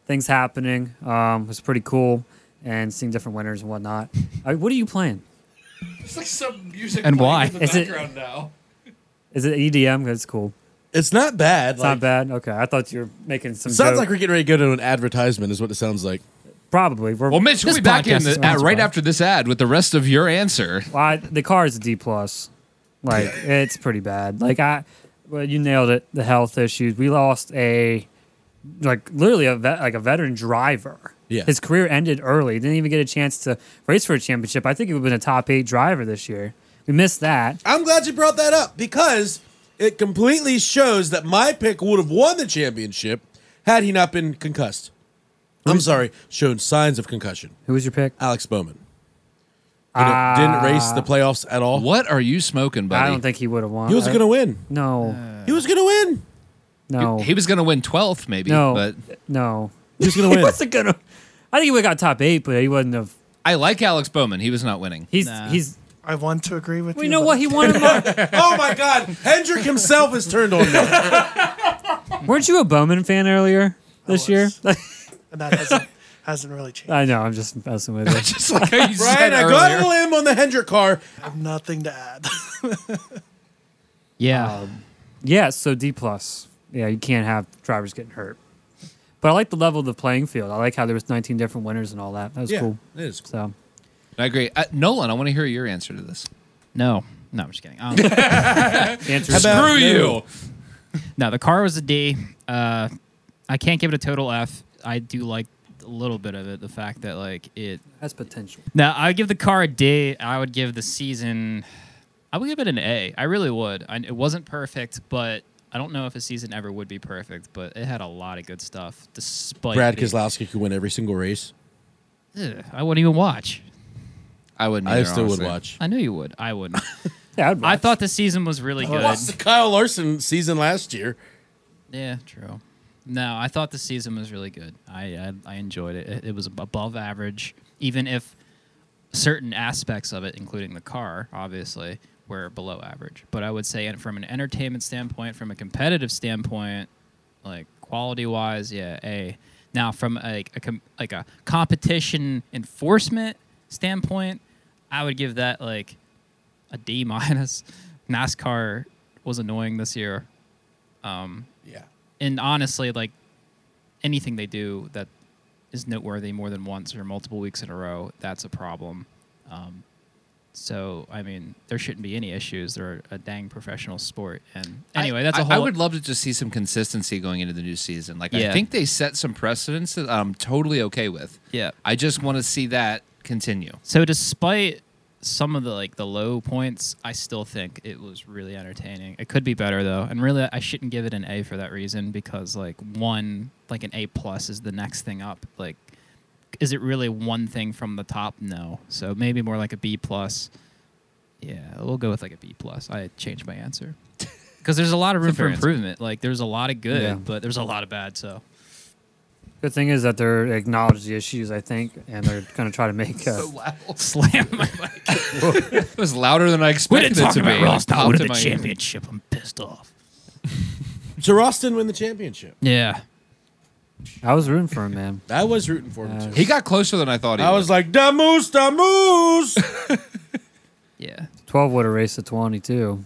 S4: things happening um, was pretty cool, and seeing different winners
S2: *laughs*
S4: and whatnot. Uh, what are you playing?
S2: It's like some music
S3: And playing why? in the
S4: Is it-
S2: now.
S4: Is it EDM? That's cool.
S1: It's not bad.
S4: It's not bad. Okay, I thought you were making some.
S1: Sounds
S4: joke.
S1: like we're getting ready to go to an advertisement. Is what it sounds like.
S4: probably. We're,
S2: Well, Mitch, we'll
S3: This
S2: be back in
S3: podcast is
S2: the, uh,
S3: sponsored
S2: right
S3: by-
S2: after this ad with the rest of your answer.
S4: Well, I- the car is a D plus. Like it's pretty bad. Like I, well, you nailed it. The health issues. We lost a, like literally a vet, like a veteran driver.
S1: Yeah.
S4: His career ended early. Didn't even get a chance to race for a championship. I think he would have been a top eight driver this year. We missed that.
S1: I'm glad you brought that up because it completely shows that my pick would have won the championship had he not been concussed. I'm sorry, shown signs of concussion.
S4: Who was your pick?
S1: Alex Bowman. You know, didn't race the playoffs at all.
S2: What are you smoking, buddy?
S4: I don't think he would have won.
S1: He was Uh,
S4: I-
S1: going to win.
S4: No,
S1: He was going to win.
S4: no,
S2: He was going to win 12th, maybe,
S4: no,
S2: but
S4: no.
S1: He was going
S4: He
S1: to *laughs* win.
S4: wasn't gonna. I think he would have got top eight, but he wouldn't have.
S2: I like Alex Bowman. He was not
S3: *laughs*
S2: winning. *laughs*
S4: He's
S3: Nah.
S4: he's.
S8: I want to agree with
S4: Well,
S8: you.
S4: you know
S8: but
S4: what? He won a Mar-
S1: oh my God. Hendrick himself has turned on *laughs* me.
S4: *laughs* Weren't you a Bowman fan earlier this year?
S8: was. And that hasn't, *laughs* hasn't really changed. I
S4: I know. I'm just messing with *laughs* it.
S2: Just like how you said
S1: Brian, I got on a
S2: earlier.
S1: limb on the Hendrick car.
S8: have nothing to add. *laughs*
S3: Yeah.
S1: Um,
S4: yeah. So D plus. Yeah, you can't have drivers getting hurt. But I like the level of the playing field. I like how there was 19 different winners and all that. That was
S1: yeah,
S4: cool.
S1: it is cool.
S4: So
S2: I agree. Uh, Nolan, I want to hear your answer to this.
S3: no. No, I'm just kidding.
S1: *laughs*
S3: Um,
S4: the answer
S1: How
S4: is
S1: about-
S2: Screw you.
S1: no.
S3: no, the car was a D. Uh, I can't give it a total F. I do like a little bit of it. The fact that like it
S4: that's potential.
S3: No, I would give the car a D. I would give the season. I would give it an A. I really would. I, it wasn't perfect, but I don't know if a season ever would be perfect. But it had a lot of good stuff, despite
S1: Brad
S3: being-
S1: Keselowski could win every single race.
S3: Ugh, I wouldn't even watch.
S2: I wouldn't.
S1: I
S2: either,
S1: still would
S2: honestly.
S1: watch.
S3: I knew you would. I wouldn't.
S4: Yeah, I'd
S3: I
S4: watch.
S3: thought the season was really
S1: I
S3: good.
S1: watched the Kyle Larson season last year.
S3: Yeah, true. No, I thought the season was really good. I I, I enjoyed it. it. It was above average, even if certain aspects of it, including the car, obviously, were below average. But I would say, and from an entertainment standpoint, from a competitive standpoint, like quality wise, yeah, a. Now, from a, a com- like a competition enforcement standpoint, I would give that like a D minus. *laughs* NASCAR was annoying this year
S1: Yeah.
S3: and honestly, like anything they do that is noteworthy more than once or multiple weeks in a row, that's a problem. Um, so I mean, there shouldn't be any issues. They're a dang professional sport, and anyway, that's
S2: I-
S3: a whole.
S2: I would love to just see some consistency going into the new season. Like I
S3: Yeah.
S2: think they set some precedents that I'm totally okay with.
S3: Yeah.
S2: I just want to see that continue.
S3: so despite some of the like the low points, I still think it was really entertaining. It could be better though, and really, I shouldn't give it an A for that reason because like one, like an A plus is the next thing up. Like is it really one thing from the top? No. So maybe more like a B plus. Yeah, we'll go with like a B plus. I changed my *laughs* answer because there's a lot of room for
S2: fair answer.
S3: improvement. Like there's a lot of good,
S4: Yeah.
S3: but there's a lot of bad. So
S4: Good thing is that they're they acknowledge the issues. I think, and they're going to try to make. Uh,
S3: *laughs* slam my mic.
S2: It was louder than I
S3: We
S2: expected
S3: didn't talk
S2: it to
S3: about
S2: be.
S3: Ross
S2: It popped
S3: not winning
S2: in
S3: the
S2: my ear.
S3: championship. I'm pissed off.
S1: So Ross didn't win the championship.
S3: Yeah.
S4: I was rooting for him, man.
S1: I was rooting for him too.
S2: He got closer than I thought he
S1: I
S2: would.
S1: was like, da moose, da moose.
S3: Yeah.
S4: Twelve would have raced to twenty-two.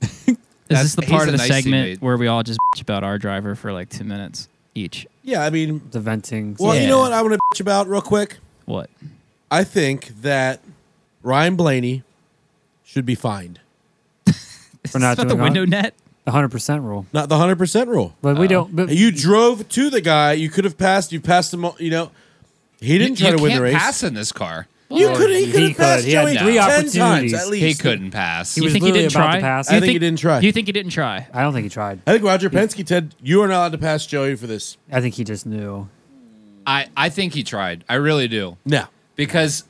S3: Is
S2: That's-
S3: this the
S2: he's
S3: part of
S2: a
S3: the
S2: nice
S3: segment
S2: teammate.
S3: where we all just bitch about our driver for like two minutes each?
S1: *laughs* yeah, I mean,
S4: The venting.
S1: well, you
S3: Yeah.
S1: know what I want to bitch about real quick?
S3: What?
S1: I think that Ryan Blaney should be fined.
S4: For not
S3: Is this about
S4: doing
S3: the
S4: hon-
S3: window net?
S4: the hundred percent rule.
S1: Not the 100% rule.
S4: But we don't. But
S1: You drove to the guy. You could have passed. You passed him, you know. He
S2: you,
S1: didn't try
S2: you
S1: to win
S2: can't
S1: the race.
S2: pass in this car.
S1: You
S4: Lord,
S1: could he could have passed
S4: could. He had
S1: Joey
S4: three
S1: ten times
S4: opportunities.
S1: at least.
S2: He couldn't pass.
S4: He
S3: you
S4: was
S3: think he
S4: literally
S3: didn't
S4: about to
S3: try?
S4: pass.
S3: You
S1: I think he didn't try.
S3: You think he didn't try?
S4: I don't think he tried.
S1: I think Roger Penske said you are not allowed to pass Joey for this.
S4: I think he just knew.
S2: I, I think he tried. I really do.
S1: No.
S2: Because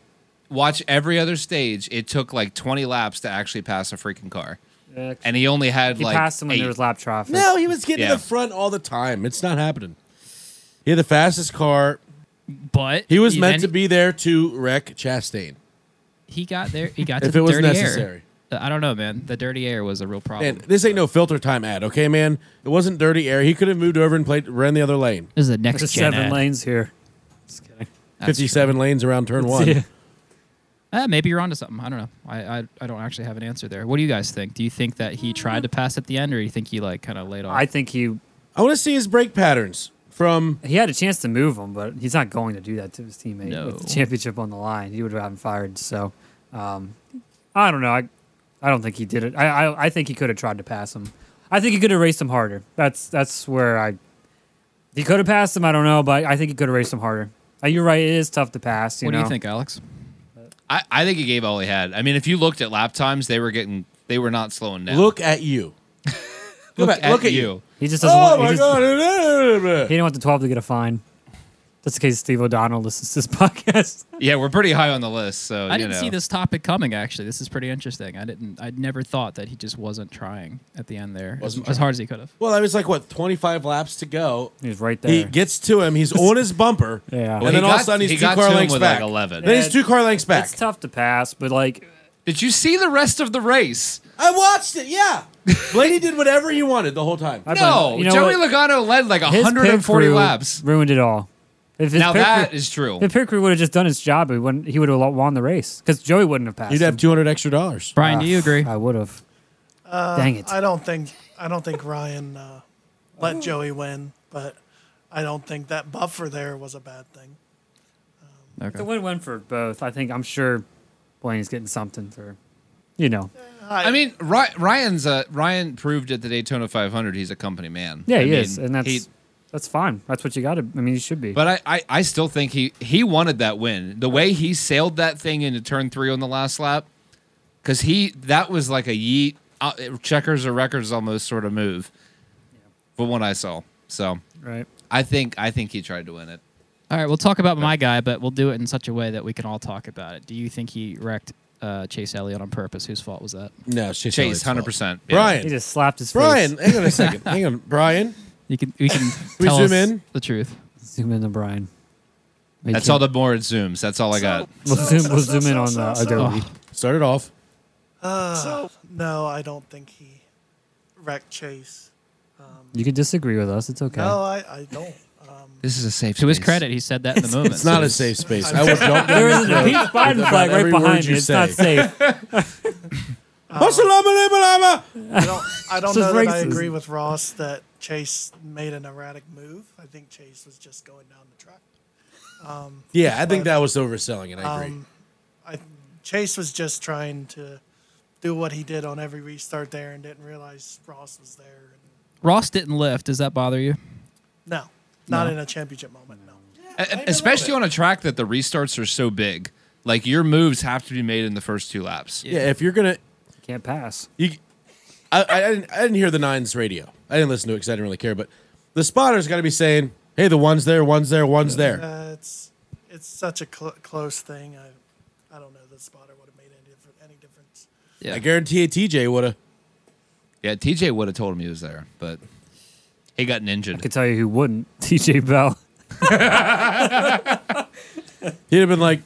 S2: watch every other stage, it took like 20 laps to actually pass a freaking car. And he only had
S4: he
S2: like.
S4: passed him when
S2: eight.
S4: there was lap traffic.
S1: No, he was getting to
S2: Yeah.
S1: the front all the time. It's not happening. He had the fastest car.
S3: But
S1: He was
S3: then
S1: meant to be there to wreck Chastain
S3: He got there. He got to
S1: if
S3: the
S1: it was
S3: dirty
S1: necessary.
S3: air. Uh, I don't know, man. The dirty air was a real problem.
S1: Man, this ain't no filter time ad, okay, man? It wasn't dirty air. He could have moved over and played ran the other lane.
S3: this is the next
S4: There's
S3: gen
S4: seven
S3: ad.
S4: lanes here.
S3: That's true.
S1: Fifty-seven lanes around turn one.
S4: Yeah.
S3: Uh, maybe you're onto something. I don't know. I, I I don't actually have an answer there. What do you guys think? Do you think that he tried to pass at the end, or do you think he like kind of laid off?
S4: I think he
S1: I want to see his brake patterns from
S4: he had a chance to move him, but he's not going to do that to his teammate with
S3: No.
S4: the championship on the line. He would have gotten fired. So, um, I don't know. I, I don't think he did it. I, I, I think he could have tried to pass him. I think he could have raced him harder. That's that's where I. He could have passed him. I don't know, but I think he could have raced him harder. Uh, you're right. It is tough to pass. You
S3: what do
S4: know?
S3: you think, Alex?
S2: I, I think he gave all he had. I mean, if you looked at lap times, they were getting. They were not slowing down.
S1: look at you. Go back, look at you.
S4: He just doesn't.
S1: Oh
S4: want, he,
S1: my
S4: just,
S1: god! *laughs*
S4: he didn't want the 12 to get a fine. Just in case Steve O'Donnell listens to this *laughs* podcast.
S2: Yeah, we're pretty high on the list. So
S3: I
S2: you
S3: didn't
S2: know.
S3: see this topic coming. Actually, this is pretty interesting. I didn't. I never thought that he just wasn't trying at the end there as,
S1: Wasn't
S3: as hard as he could have.
S1: Well, I was like what twenty-five laps to go.
S4: He was right there.
S1: He gets to him. He's on his bumper.
S4: Yeah.
S1: And
S4: Well,
S2: he
S1: then all of a
S2: got-
S1: sudden he's
S2: he
S1: two
S2: got
S1: car
S2: to him
S1: lengths
S2: with,
S1: back.
S2: like, 11.
S1: Then he's two car lengths back.
S4: It's tough to pass, but like
S2: Did you see the rest of the race?
S1: I watched it. *laughs* Yeah. Blaney did whatever he wanted the whole time.
S4: I
S2: No,
S4: blame- you know
S2: Joey
S4: what?
S2: Logano led like
S4: His pit
S2: 140
S4: crew
S2: laps.
S4: Ruined it all. If his
S2: Now
S4: pit
S2: that
S4: crew,
S2: is true.
S4: if pit crew would have just done his job, he wouldn't. He would have won the race because Joey wouldn't have passed.
S1: You'd have
S4: him.
S1: two hundred extra dollars.
S3: Brian, do you
S4: Ah,
S3: agree?
S4: I would have. Dang it!
S8: Uh, I don't think I don't think Ryan uh,
S4: Oh.
S8: let Joey win, but I don't think that buffer there was a bad thing.
S4: the win win for both. I think I'm sure Blaney's getting something for, you know.
S2: I mean, Ry- Ryan's uh, Ryan proved at the Daytona 500 he's a company man.
S4: Yeah,
S2: I
S4: he
S2: mean,
S4: is, and that's
S2: he-
S4: that's fine. That's what you got to. I mean, you should be.
S2: But I, I, I still think he he wanted that win. The way he sailed that thing into turn three on the last lap, because he that was like a yeet uh, checkers or records almost sort of move, from what I saw. So
S4: right.
S2: I think I think he tried to win it.
S3: All right, we'll talk about my guy, but we'll do it in such a way that we can all talk about it. Do you think he wrecked uh, Chase Elliott on purpose? Whose fault was that?
S1: No, it's Chase.
S2: Chase,
S1: Elliott's fault.
S2: hundred percent.
S4: He
S1: Brian.
S4: just slapped his
S1: Brian,
S4: face.
S1: hang on a second. Hang *laughs* on, Brian.
S3: You can you can
S1: *laughs* We
S3: tell
S1: zoom
S3: us
S1: in?
S3: the truth.
S4: Zoom in on Brian. Make
S2: That's
S4: him-
S2: all the more it zooms. That's all I got.
S4: We'll zoom, we'll zoom in on
S8: So-
S4: the
S8: so-
S3: Oh,
S4: Adobe.
S1: Started off.
S8: No, I don't think he wrecked Chase.
S4: You could disagree with us. It's okay.
S8: No, I, I don't.
S2: This is a safe.
S3: To his
S2: space.
S3: credit, he said that in the
S2: *laughs*
S3: moment.
S1: It's not
S3: so
S1: a safe space. *laughs* I will jump down
S4: There
S1: your
S4: is a
S1: throat.
S4: huge Biden
S1: about
S4: flag right
S1: every word
S4: behind
S1: you
S4: me. It's not
S1: say.
S4: safe.
S1: Assalamualaikum.
S8: I don't, I don't
S4: This is
S8: know that I
S4: racism.
S8: agree with Ross that Chase made an erratic move. I think Chase was just going down the track.
S1: Yeah, I think that was overselling it. I agree.
S8: I, Chase was just trying to do what he did on every restart there and didn't realize Ross was there. And
S3: Ross didn't lift. Does that bother
S1: *laughs*
S3: you?
S8: no, not in a championship moment. No.
S2: E- especially on a track that the restarts are so big. Like your moves have to be made in the first two laps.
S1: Yeah, if you're gonna,
S4: Can't pass.
S1: you, I, I, didn't, I didn't hear the nines radio. I didn't listen to it because I didn't really care. But the spotter's got to be saying, "Hey, the one's there, one's there, one's there."
S8: Uh, it's it's such a cl- close thing. I I don't know that spotter would have made any different any difference.
S1: I guarantee you, TJ would have.
S2: Yeah, TJ would have told him he was there, but he got ninja.
S4: I could tell you who wouldn't. *laughs* TJ Bell.
S1: He'd have been like,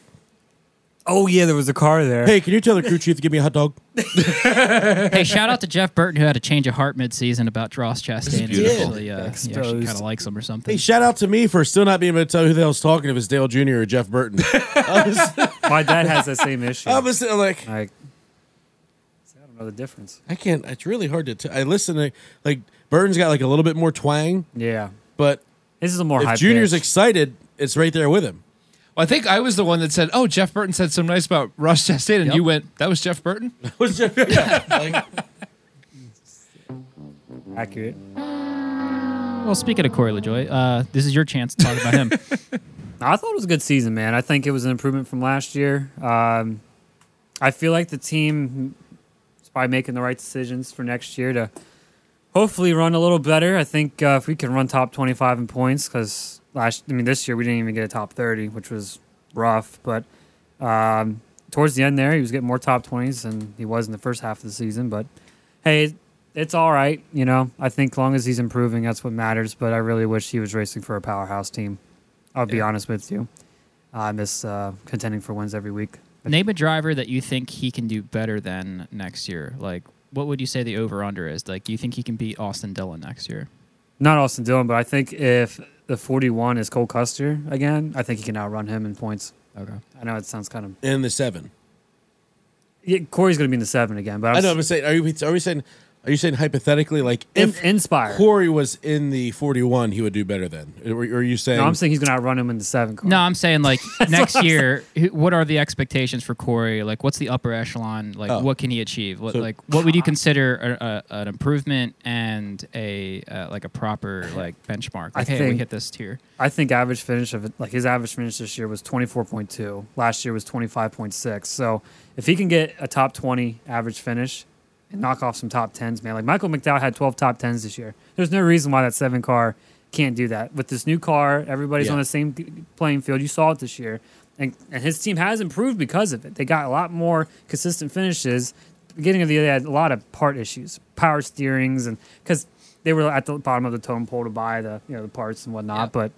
S4: Oh yeah, there was a car there.
S1: "Hey, can you tell the crew chief to give me a hot dog?"
S3: hey, shout out to Jeff Burton who had a change of heart mid-season about Ross Chastain. He
S2: beautiful.
S3: actually, uh, he actually
S4: Exposed.
S3: kind of likes him or something.
S1: Hey, shout out to me for still not being able to tell who the hell's talking. If it's Dale Jr. or Jeff *laughs* Burton, I was,
S4: My dad has that same issue.
S1: I
S4: Like,
S1: was sitting like,
S4: I don't know the difference.
S1: I can't. It's really hard to. T- I listen to like Burton's got like a little bit more twang,
S4: Yeah,
S1: but
S4: this is a more high.
S1: if Junior's
S4: pitch.
S1: excited, it's right there with him.
S2: Well, I think I was the one that said, "Oh, Jeff Burton said something nice about Ross Chastain," and
S3: Yep.
S2: you went, "That was Jeff Burton."
S1: *laughs* Was Jeff- like,
S4: accurate.
S1: *laughs*
S3: Well, speaking of Corey LaJoy, uh, this is your chance to talk about him.
S4: I thought it was a good season, man. I think it was an improvement from last year. Um, I feel like the team is probably making the right decisions for next year to hopefully run a little better. I think uh, if we can run top 25 in points, because last, I mean, this year we didn't even get a top 30, which was rough. But um, towards the end there, he was getting more top 20s than he was in the first half of the season. But hey, it's all right. You know, I think long as he's improving, that's what matters. But I really wish he was racing for a powerhouse team. I'll be honest with you. I miss uh, contending for wins every week. But
S3: Name a driver that you think he can do better than next year. Like, what would you say the over under is? Like, do you think he can beat Austin Dillon next year?
S4: Not Austin Dillon, but I think if the 41 is Cole Custer again, I think he can outrun him in points.
S3: Okay.
S4: I know it sounds kind of.
S1: in the seven.
S4: Yeah, Corey's going to be in the seven again, but I'm
S1: I know. I'm saying, are you are we saying are you saying hypothetically like if
S4: Inspire.
S1: Corey was in the 41, he would do better then? Or, or are you saying?
S4: No, I'm saying he's going to outrun him in the seven. Corey.
S3: No, I'm
S1: *laughs*
S3: saying like next year. who- What are the expectations for Corey? Like, what's the upper echelon? Like,
S1: Oh.
S3: what can he achieve? What
S1: So-
S3: like what would you consider a, a, an improvement and a uh, like a proper like benchmark? Like,
S4: I
S3: hey, we
S4: think-
S3: hit this tier.
S4: I think average finish of it, like his average finish this year was 24.2. Last year was 25.6. So if he can get a top 20 average finish and knock off some top 10s, man, like Michael McDowell had 12 top 10s this year. There's no reason why that seven car can't do that. With this new car, everybody's
S1: Yeah.
S4: on the same g- playing field. You saw it this year. And, and his team has improved because of it. They got a lot more consistent finishes. Beginning of the year, they had a lot of part issues, power steerings, and because they were at the bottom of the totem pole to buy the you know the parts and whatnot. But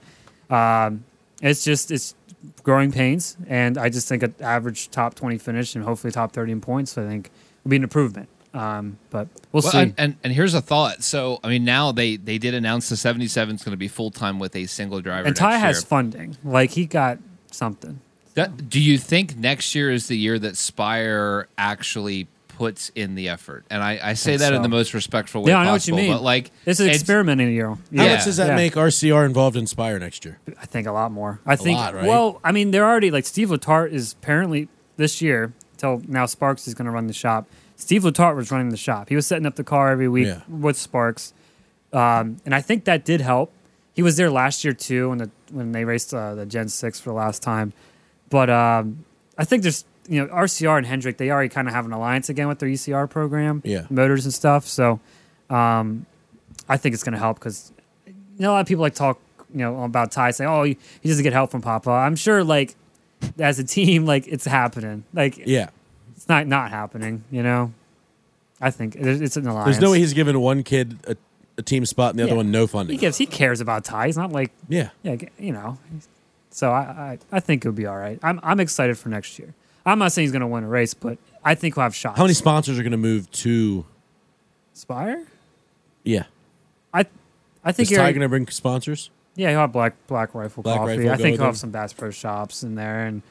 S4: um, it's just it's growing pains, and I just think an average top twenty finish and hopefully top thirty in points. I think would be an improvement. Um, but we'll,
S2: Well,
S4: see.
S2: and, and and here's a thought. So I mean, now they they did announce the 77 is going to be full time with a single driver.
S4: and Ty
S2: next
S4: has
S2: year.
S4: funding, like he got something.
S2: That- do you think next year is the year that Spire actually puts in the effort? And I, I say
S4: Think
S2: that in
S4: so.
S2: the most respectful way
S4: yeah, I know
S2: possible.
S4: what you mean.
S2: But like,
S4: this is
S2: it's-
S4: experimenting year.
S1: how
S2: yeah.
S1: much does that
S4: Yeah.
S1: make RCR involved in Spire next year?
S4: I think a lot more. I think.
S1: lot, right?
S4: Well, I mean, they're already like Steve Letarte is apparently this year till now. Sparks is going to run the shop. Steve Letarte was running the shop. He was setting up the car every week
S1: Yeah.
S4: with Sparks, um, and I think that did help. He was there last year too when the when they raced uh, the Gen Six for the last time. But um, I think there's you know RCR and Hendrick they already kind of have an alliance again with their ECR program,
S1: Yeah.
S4: motors and stuff. So um, I think it's going to help because you know, a lot of people like talk, you know, about Ty saying, "Oh, he he doesn't get help from Papa." I'm sure, like, as a team, like it's happening. Like,
S1: Yeah.
S4: it's not not happening. You know, I think it- it's an alliance.
S1: There's no way he's giving one kid a, a team spot and the other
S4: Yeah.
S1: one no funding.
S4: he gives. He cares about Ty. He's not like,
S1: yeah.
S4: yeah, g- you know. So I, I, I think it'll be all right. I'm, I'm excited for next year. I'm not saying he's going to win a race, but I think we'll have shots.
S1: How many sponsors are going to move to?
S4: Spire?
S1: Yeah.
S4: I, I
S1: Is
S4: think you're.
S1: Ty going to bring sponsors?
S4: Yeah, he'll have black black rifle
S1: Black
S4: coffee.
S1: Rifle
S4: I
S1: go with
S4: think he'll
S1: him.
S4: have some Bass Pro shops in there and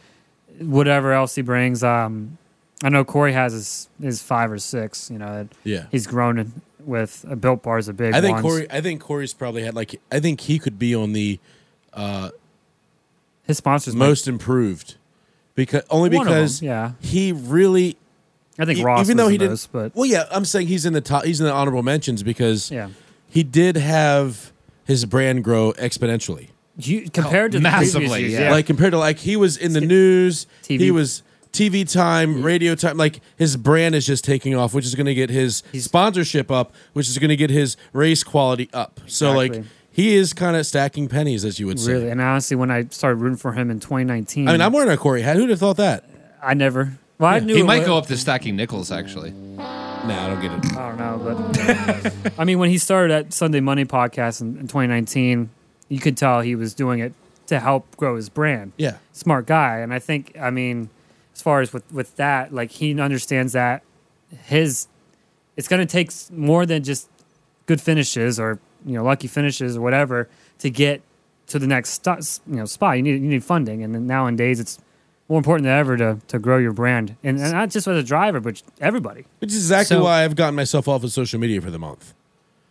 S4: whatever else he brings. Um, I know Corey has his, his five or six. You know that
S1: Yeah.
S4: he's grown in- with uh, built bars of big.
S1: I think
S4: ones.
S1: Corey. I think Corey's probably had like. I think he could be on the
S4: his sponsors might-
S1: most improved because only
S4: One of 'em,
S1: because
S4: yeah.
S1: he really
S4: I think
S1: E-
S4: Ross
S1: even though he didn't.
S4: most, but
S1: well, yeah, I'm saying he's in the top. He's in the honorable mentions because
S4: Yeah.
S1: he did have his brand grow exponentially.
S4: you compared to the previous
S2: massively,
S4: years,
S2: yeah.
S1: Like compared to like he was in the news,
S4: TV.
S1: he was TV time, radio time. Like his brand is just taking off, which is going to get his sponsorship up, which is going to get his race quality up. So like
S4: Exactly.
S1: he is kind of stacking pennies, as you would say.
S4: really. And honestly, when I started rooting for him in 2019,
S1: I mean, I'm wearing a Corey hat. Who'd have thought that?
S4: I never. Well, I knew
S2: He
S4: it
S2: might
S4: was-
S2: go up to stacking nickels actually.
S1: Nah, I don't get it.
S4: I don't know, but *laughs* I mean, when he started at Sunday Money podcast in, in 2019, you could tell he was doing it to help grow his brand.
S1: Yeah.
S4: smart guy, and I think, I mean, as far as with with that, like he understands that his it's going to take s- more than just good finishes or you know lucky finishes or whatever to get to the next sto- s- you know spot. You need you need funding, and then nowadays it's more important than ever to to grow your brand, and, and not just as a driver, but everybody.
S1: Which is exactly
S3: So-
S1: why I've gotten myself off of social media for the month.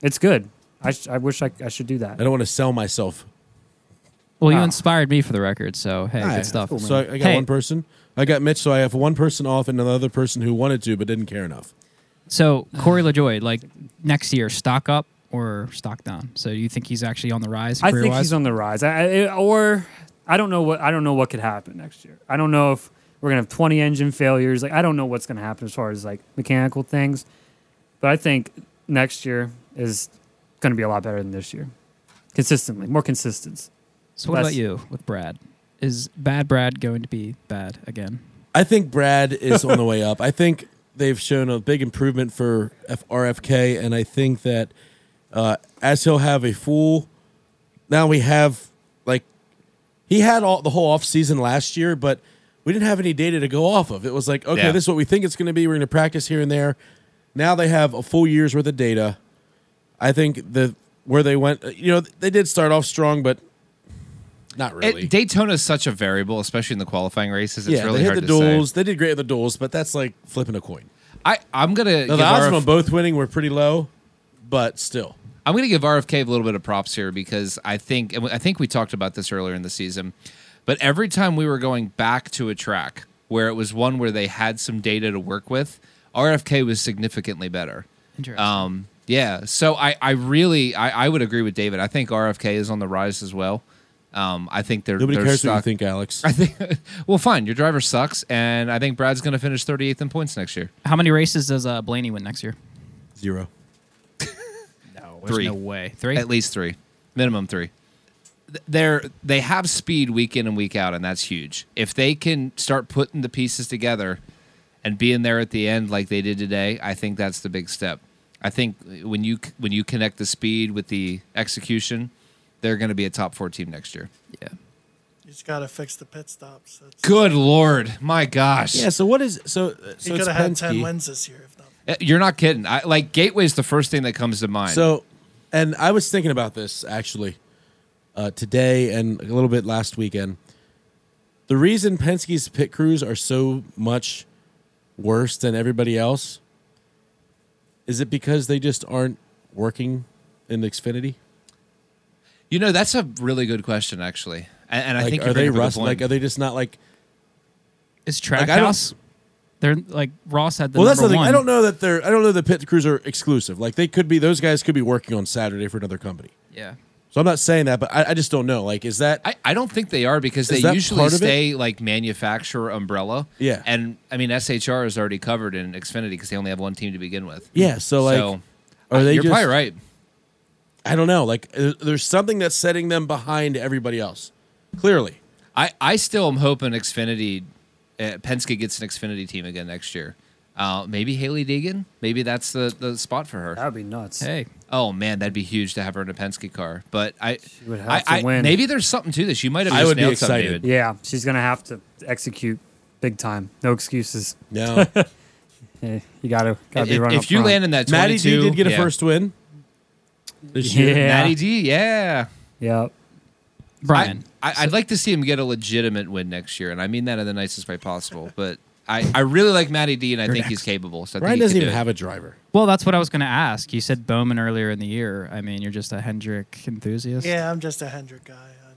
S4: It's good. I, sh- I wish I, I should do that.
S1: I don't want to sell myself.
S3: Well, you
S4: Ah.
S3: inspired me for the record, so hey,
S1: All right,
S3: good stuff.
S1: So I, I got
S3: Hey.
S1: one person. I got Mitch. So I have one person off and another person who wanted to but didn't care enough.
S3: So Corey LaJoy, like next year, stock up or stock down. So you think he's actually on the rise?
S4: I think
S3: career-wise?
S4: he's on the rise. I, I, or I don't know what I don't know what could happen next year. I don't know if we're gonna have 20 engine failures. Like I don't know what's gonna happen as far as like mechanical things, but I think next year is gonna be a lot better than this year, consistently more consistent.
S3: So what about
S4: That's-
S3: you with Brad? Is bad Brad going to be bad again?
S1: I think Brad is on the way up. I think they've shown a big improvement for F- RFK, and I think that uh, as he'll have a full, now we have like he had all the whole off season last year, but we didn't have any data to go off of. It was like okay,
S2: Yeah.
S1: this is what we think it's going to be. We're going to practice here and there. Now they have a full year's worth of data. I think the where they went, you know, they did start off strong, but not really.
S2: It, Daytona is such a variable, especially in the qualifying races. It's
S1: yeah,
S2: really
S1: they hit
S2: hard
S1: the
S2: to
S1: duels. They did great at the duels, but that's like flipping a coin.
S2: say. I I'm gonna
S1: Now,
S2: give
S1: the odds
S2: RF
S1: of them both winning were pretty low, but still.
S2: I'm going to give RFK a little bit of props here because I think and I think we talked about this earlier in the season, but every time we were going back to a track where it was one where they had some data to work with, RFK was significantly better.
S3: Interesting.
S2: Um, yeah, so I I really I, I would agree with David. I think RFK is on the rise as well. Um, I think they're
S1: Nobody
S2: they're
S1: cares what you
S2: stock-
S1: think, Alex.
S2: I think *laughs* well, fine. Your driver sucks, and I think Brad's going to finish 38th in points next year.
S3: How many races does uh, Blaney win next year?
S1: *laughs* Zero.
S3: No,
S2: there's Three.
S3: no
S2: no
S3: way. Three.
S2: At least three, minimum three. Th- They're they have speed week in and week out, and that's huge. If they can start putting the pieces together and being there at the end like they did today, I think that's the big step. I think when you c- when you connect the speed with the execution, they're going to be a top four team next year.
S3: Yeah.
S8: You just got to fix the pit stops. That's,
S2: Good lord, my gosh!
S1: Yeah. So what is so? uh,
S8: he
S1: so
S8: could
S1: it's
S8: have had
S1: Penske.
S8: ten wins this year if not.
S2: Uh, you're not kidding. I, like Gateway's the first thing that comes to mind.
S1: So, and I was thinking about this actually uh, today and a little bit last weekend. The reason Penske's pit crews are so much worse than everybody else is it because they just aren't working in Xfinity?
S2: you know that's a really good question, actually. And, and I
S1: Like,
S2: think
S1: are
S2: you're
S1: they
S2: bringing up a
S1: rust?
S2: point.
S1: Like, are they just not like?
S3: Is
S1: Like, I don't-
S3: Trackhouse? They're like Ross had the
S1: well, that's
S3: number
S1: the thing.
S3: one.
S1: I don't know that they're. I don't know that pit crews are exclusive. Like they could be. Those guys could be working on Saturday for another company.
S3: Yeah.
S1: So I'm not saying that, but I, I just don't know. Like, is that?
S2: I, I don't think they are because
S1: Is
S2: they
S1: that
S2: usually
S1: part of it?
S2: stay like manufacturer umbrella.
S1: Yeah.
S2: And I mean, SHR is already covered in Xfinity because they only have one team to begin with.
S1: yeah. So like,
S2: so
S1: are they?
S2: you're
S1: just,
S2: probably right.
S1: I don't know. Like, uh, there's something that's setting them behind everybody else. Clearly,
S2: I, I still am hoping Xfinity, uh, Penske gets an Xfinity team again next year. Uh, maybe Haley Deegan. Maybe that's the, the spot for her.
S4: That would be nuts.
S3: Hey,
S2: Oh man, that'd be huge to have her in a Penske car. But I, she
S4: would have
S2: I,
S4: to
S2: I-
S4: win.
S2: Maybe there's something to this. You might have.
S1: I
S2: just
S1: would be
S2: nailed something,
S1: excited.
S2: David.
S4: Yeah, she's gonna have to execute big time. No excuses.
S1: no. *laughs*
S4: Eh, you gotta gotta be
S2: If,
S4: running.
S2: if you land in that 22,
S1: Maddie D did get a
S2: yeah.
S1: first win. This
S4: *laughs* Yeah.
S1: year,
S2: Maddie D, yeah.
S4: yeah,
S3: Brian.
S2: I, I, I'd like to see him get a legitimate win next year, and I mean that in the nicest way possible. But I, I really like Matty D, and I think he's capable. So I
S1: Ryan
S2: think he
S1: doesn't
S2: can
S1: even
S2: do it.
S1: have a driver.
S3: well, that's what I was going to ask. You said Bowman earlier in the year. I mean, you're just a Hendrick enthusiast.
S8: Yeah, I'm just a Hendrick guy. I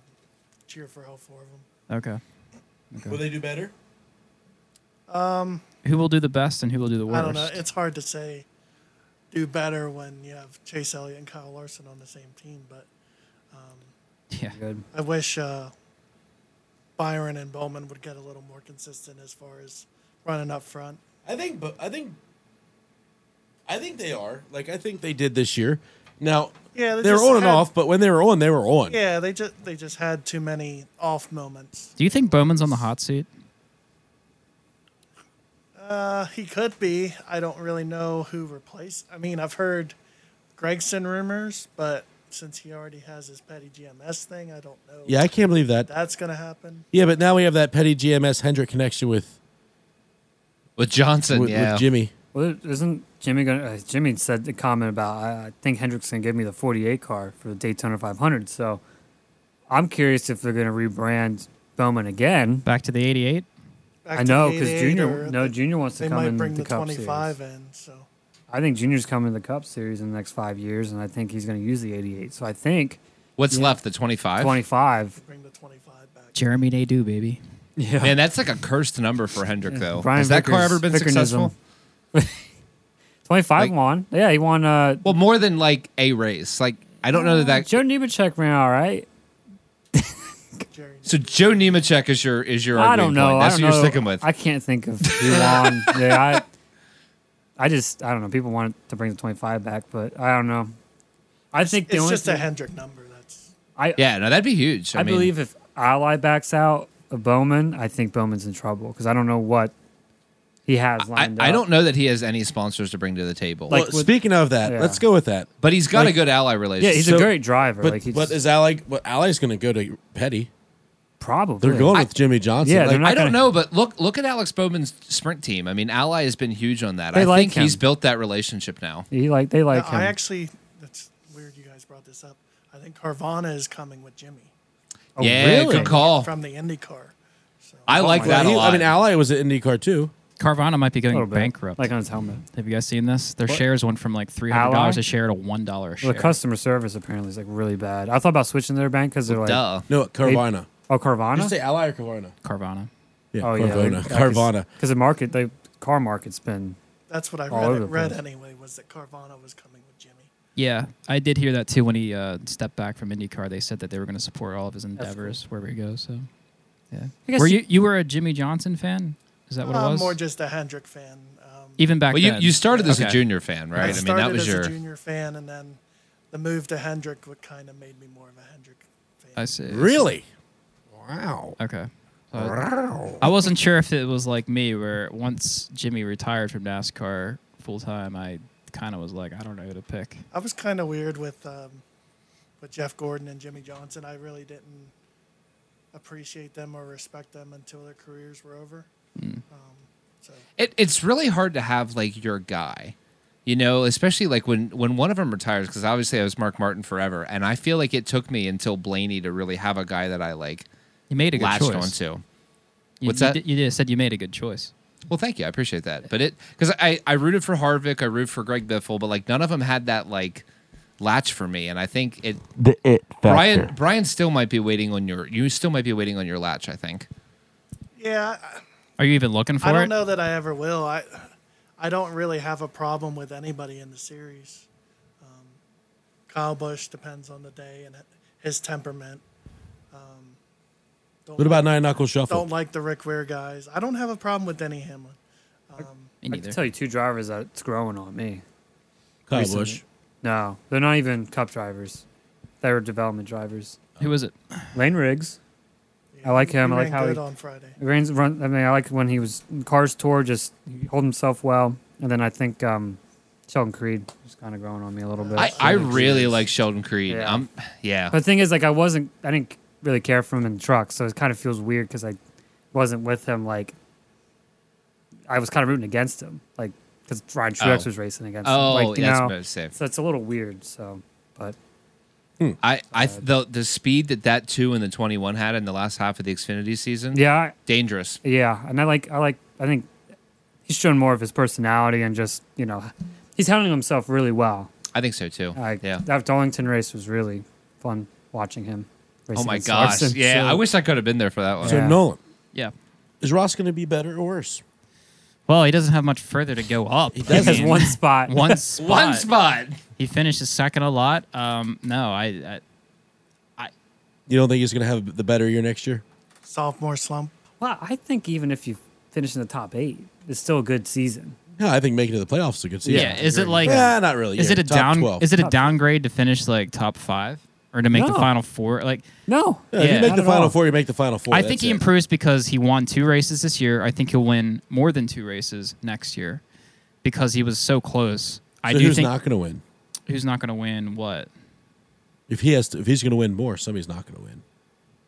S8: cheer for all four of them.
S3: Okay.
S1: Will they do better?
S3: Who will do the best and who will do the worst?
S8: I don't know. It's hard to say do better when you have Chase Elliott and Kyle Larson on the same team, but
S3: yeah.
S4: good.
S8: I wish uh, Byron and Bowman would get a little more consistent as far as running up front.
S1: I think, but I think, I think they are. Like, I think they did this year. Now,
S8: Yeah, they
S1: they were
S8: just
S1: on and
S8: had-
S1: off, but when they were on, they were on.
S8: Yeah, they just they just had too many off moments.
S3: Do you think Bowman's on the hot seat?
S8: Uh, he could be. I don't really know who replaced. I mean, I've heard Gregson rumors, but since he already has his petty GMS thing, I don't know.
S1: Yeah, I can't believe that.
S8: that's gonna happen.
S1: Yeah, but now we have that petty GMS Hendrick connection with
S2: with Johnson.
S1: with,
S2: yeah,
S1: with Jimmy.
S4: Well, isn't Jimmy gonna? Uh, Jimmy said the comment about I, I think Hendrick's gonna give me the 48 car for the Daytona 500. So I'm curious if they're gonna rebrand Bowman again.
S3: Back to the 88?
S8: Back
S4: I
S8: to the
S4: know because
S8: 88
S4: Junior,
S8: or
S4: no
S8: they-
S4: Junior wants to
S8: They
S4: come
S8: might
S4: in
S8: bring
S4: the,
S8: the,
S4: Cup
S8: 25
S4: Series.
S8: in. So
S4: I think Junior's coming to the Cup Series in the next five years, and I think he's gonna use the 88. So I think
S2: what's left? The 25?
S4: 25.
S8: bring the 25 back.
S3: Jeremy Nadeau, baby.
S4: Yeah.
S2: Man, that's like a cursed number for Hendrick, though.
S4: Brian
S2: Has that car
S4: Vickers-
S2: ever been
S4: Vickernism.
S2: successful?
S4: 25
S2: Like-
S4: won. Yeah, he won. Uh,
S2: Well, more than like a race. Like I don't know that.
S4: Joe Nemechek ran all right.
S8: Jerry right
S2: So Joe Nemechek is your is your.
S4: I
S2: arguing
S4: don't know.
S2: Point. That's
S4: I
S2: who
S4: don't
S2: you're
S4: know.
S2: sticking with.
S4: I can't think of *laughs* who won. yeah, I, I just I don't know. People want to bring the twenty five back, but I don't know. I think the
S8: now. It's
S4: only
S8: just a
S4: thing-
S8: Hendrick number. That's
S4: I
S2: yeah, no, that'd be huge. I,
S4: I
S2: mean,
S4: believe if Ally backs out of Bowman, I think Bowman's in trouble because I don't know what he has
S2: I,
S4: lined up.
S2: I don't know that he has any sponsors to bring to the table.
S1: Well,
S4: Like with-
S1: speaking of that,
S4: Yeah.
S1: let's go with that.
S2: but he's got a
S1: like-
S2: good ally relationship.
S4: Yeah, he's
S1: So-
S4: a great driver.
S1: But
S4: like he's
S1: but is Ally? But Ally's going to go to Petty.
S4: probably
S1: They're going with Jimmy Johnson.
S4: Yeah, they're
S1: Like,
S4: not
S2: I don't
S4: gonna-
S2: know, but look look at Alex Bowman's sprint team. I mean, Ally has been huge on that.
S4: They
S2: I
S4: like
S2: think he's
S4: him.
S2: built that relationship now.
S4: He like they like
S8: Now,
S4: him.
S8: I actually. That's weird. You guys brought this up. I think Carvana is coming with Jimmy
S4: Oh,
S2: yeah,
S4: really?
S2: good call.
S8: from the IndyCar.
S2: I like
S4: my
S2: that
S1: he-
S2: a lot.
S1: I mean, Ally was at IndyCar too.
S3: Carvana might be
S4: A
S3: going
S4: little bit.
S3: bankrupt.
S4: Like on his helmet.
S3: Have you guys seen this? Their shares went from like three hundred
S4: Ally?
S3: dollars a share to one dollar a
S4: Well,
S3: share.
S4: the customer service apparently is like really bad. I thought about switching to their bank because they're like,
S2: Duh.
S1: No, Carvana.
S4: oh
S1: Did you
S4: Carvana.
S1: say Ally or Carvana?
S3: Carvana.
S1: Yeah,
S4: oh
S1: Carvana. Carvana.
S4: Because the market, the car market's been
S8: That's what I
S4: All over
S8: read.
S4: the
S8: Read
S4: place.
S8: anyway was that Carvana was coming with Jimmy.
S3: Yeah, I did hear that too when he uh, stepped back from IndyCar. They said that they were going to support all of his endeavors wherever he goes. So, yeah.
S4: guess
S3: Were
S4: you-
S3: you you were a Jimmy Johnson fan? Is that what
S8: I'm
S3: it was?
S8: Uh, more just a Hendrick fan. Um,
S3: Even back
S2: Well, you,
S3: then.
S2: you started as a
S3: Okay.
S2: junior fan, right?
S8: I
S2: I, mean,
S8: started
S2: that was
S8: as
S2: your.
S8: a junior fan, and then the move to Hendrick what kind of made me more of a Hendrick fan.
S3: I see.
S1: Really? Wow.
S3: Okay. So I wasn't sure if it was like me, where once Jimmy retired from NASCAR full time, I kind of was like, I don't know who to pick.
S8: I was kind of weird with um, with Jeff Gordon and Jimmy Johnson. I really didn't appreciate them or respect them until their careers were over. Um, so
S2: It, it's really hard to have like your guy, you know, especially like when when one of them retires. Because obviously, I was Mark Martin forever, and I feel like it took me until Blaney to really have a guy that I like
S3: You made a good
S2: latched
S3: choice.
S2: onto.
S3: You,
S2: What's
S3: you
S2: that?
S3: did- you just said you made a good choice.
S2: Well, thank you. I appreciate that. But it because I I rooted for Harvick, I rooted for Greg Biffle, but like none of them had that like latch for me, and I think it.
S6: The it factor.
S2: Brian Brian still might be waiting on your you still might be waiting on your latch. I think.
S8: yeah, I-
S3: Are you even looking for
S8: I
S3: it?
S8: don't know that I ever will. I I don't really have a problem with anybody in the series. Um, Kyle Busch depends on the day and his temperament. Um, don't
S1: What about
S8: like,
S1: Nine Knuckle Shuffle?
S8: Don't like the Rick Ware guys. I don't have a problem with Denny Hamlin.
S3: Me
S4: I
S3: neither.
S4: can tell you two drivers that's growing on me.
S1: Kyle
S4: recently.
S1: Busch.
S4: No, they're not even cup drivers. They were development drivers.
S3: Who was it?
S4: Lane Riggs. I like him.
S8: He
S4: I like
S8: ran
S4: how
S8: good
S4: he
S8: on Friday.
S4: Rains run. I mean, I like when he was cars tour, just hold himself well, and then I think um, Sheldon Creed was kind of growing on me a little bit.
S2: I, I really like Sheldon Creed.
S4: Yeah.
S2: Um, yeah.
S4: But the thing is, like, I wasn't. I didn't really care for him in trucks, so it kind of feels weird because I wasn't with him. Like, I was kind of rooting against him, like because Ryan Truex
S2: Oh.
S4: was racing against
S2: Oh,
S4: him. Like, you
S2: that's
S4: know,
S2: about safe.
S4: so it's a little weird. So, but
S2: I, I the the speed that that two and the twenty one had in the last half of the Xfinity season.
S4: yeah, I-
S2: dangerous.
S4: Yeah, and I like I like I think he's shown more of his personality and just you know he's handling himself really well.
S2: I think so too.
S4: Like
S2: yeah.
S4: that Darlington race was really fun watching him.
S2: Oh
S4: racing
S2: my
S4: against
S2: gosh.
S4: Larson.
S2: Yeah.
S4: So-
S2: I wish I could have been there for that one.
S1: So
S4: Yeah.
S1: Nolan,
S3: Yeah.
S1: is Ross going to be better or worse?
S3: Well, he doesn't have much further to go up. He
S4: he has
S3: *laughs*
S4: one spot.
S3: one
S2: *laughs*
S3: spot.
S2: One spot.
S3: He finishes second a lot. Um, no, I, I
S1: You don't think he's going to have the better year next year?
S8: Sophomore slump.
S4: Well, I think even if you finish in the top eight, it's still a good season.
S1: No, I think making it to the playoffs is a good season.
S3: yeah. Is it like?
S1: Yeah, not really.
S3: Is
S1: Yeah,
S3: it a
S1: top
S3: down?
S1: 12.
S3: Is it a
S4: Top-
S3: downgrade to finish like top five or to make the
S4: No.
S3: final four? Like,
S4: No,
S1: Yeah, if
S3: yeah,
S1: you make
S4: not
S1: the
S4: at
S1: final
S4: all.
S1: four, you make the final four.
S3: I
S1: That's
S3: think he
S1: it.
S3: improves because he won two races this year. I think he'll win more than two races next year because he was so close. I
S1: So
S3: do
S1: who's
S3: think
S1: not going to win?
S3: who's not going to win what?
S1: If he has, to, if he's going to win more, somebody's not going to win.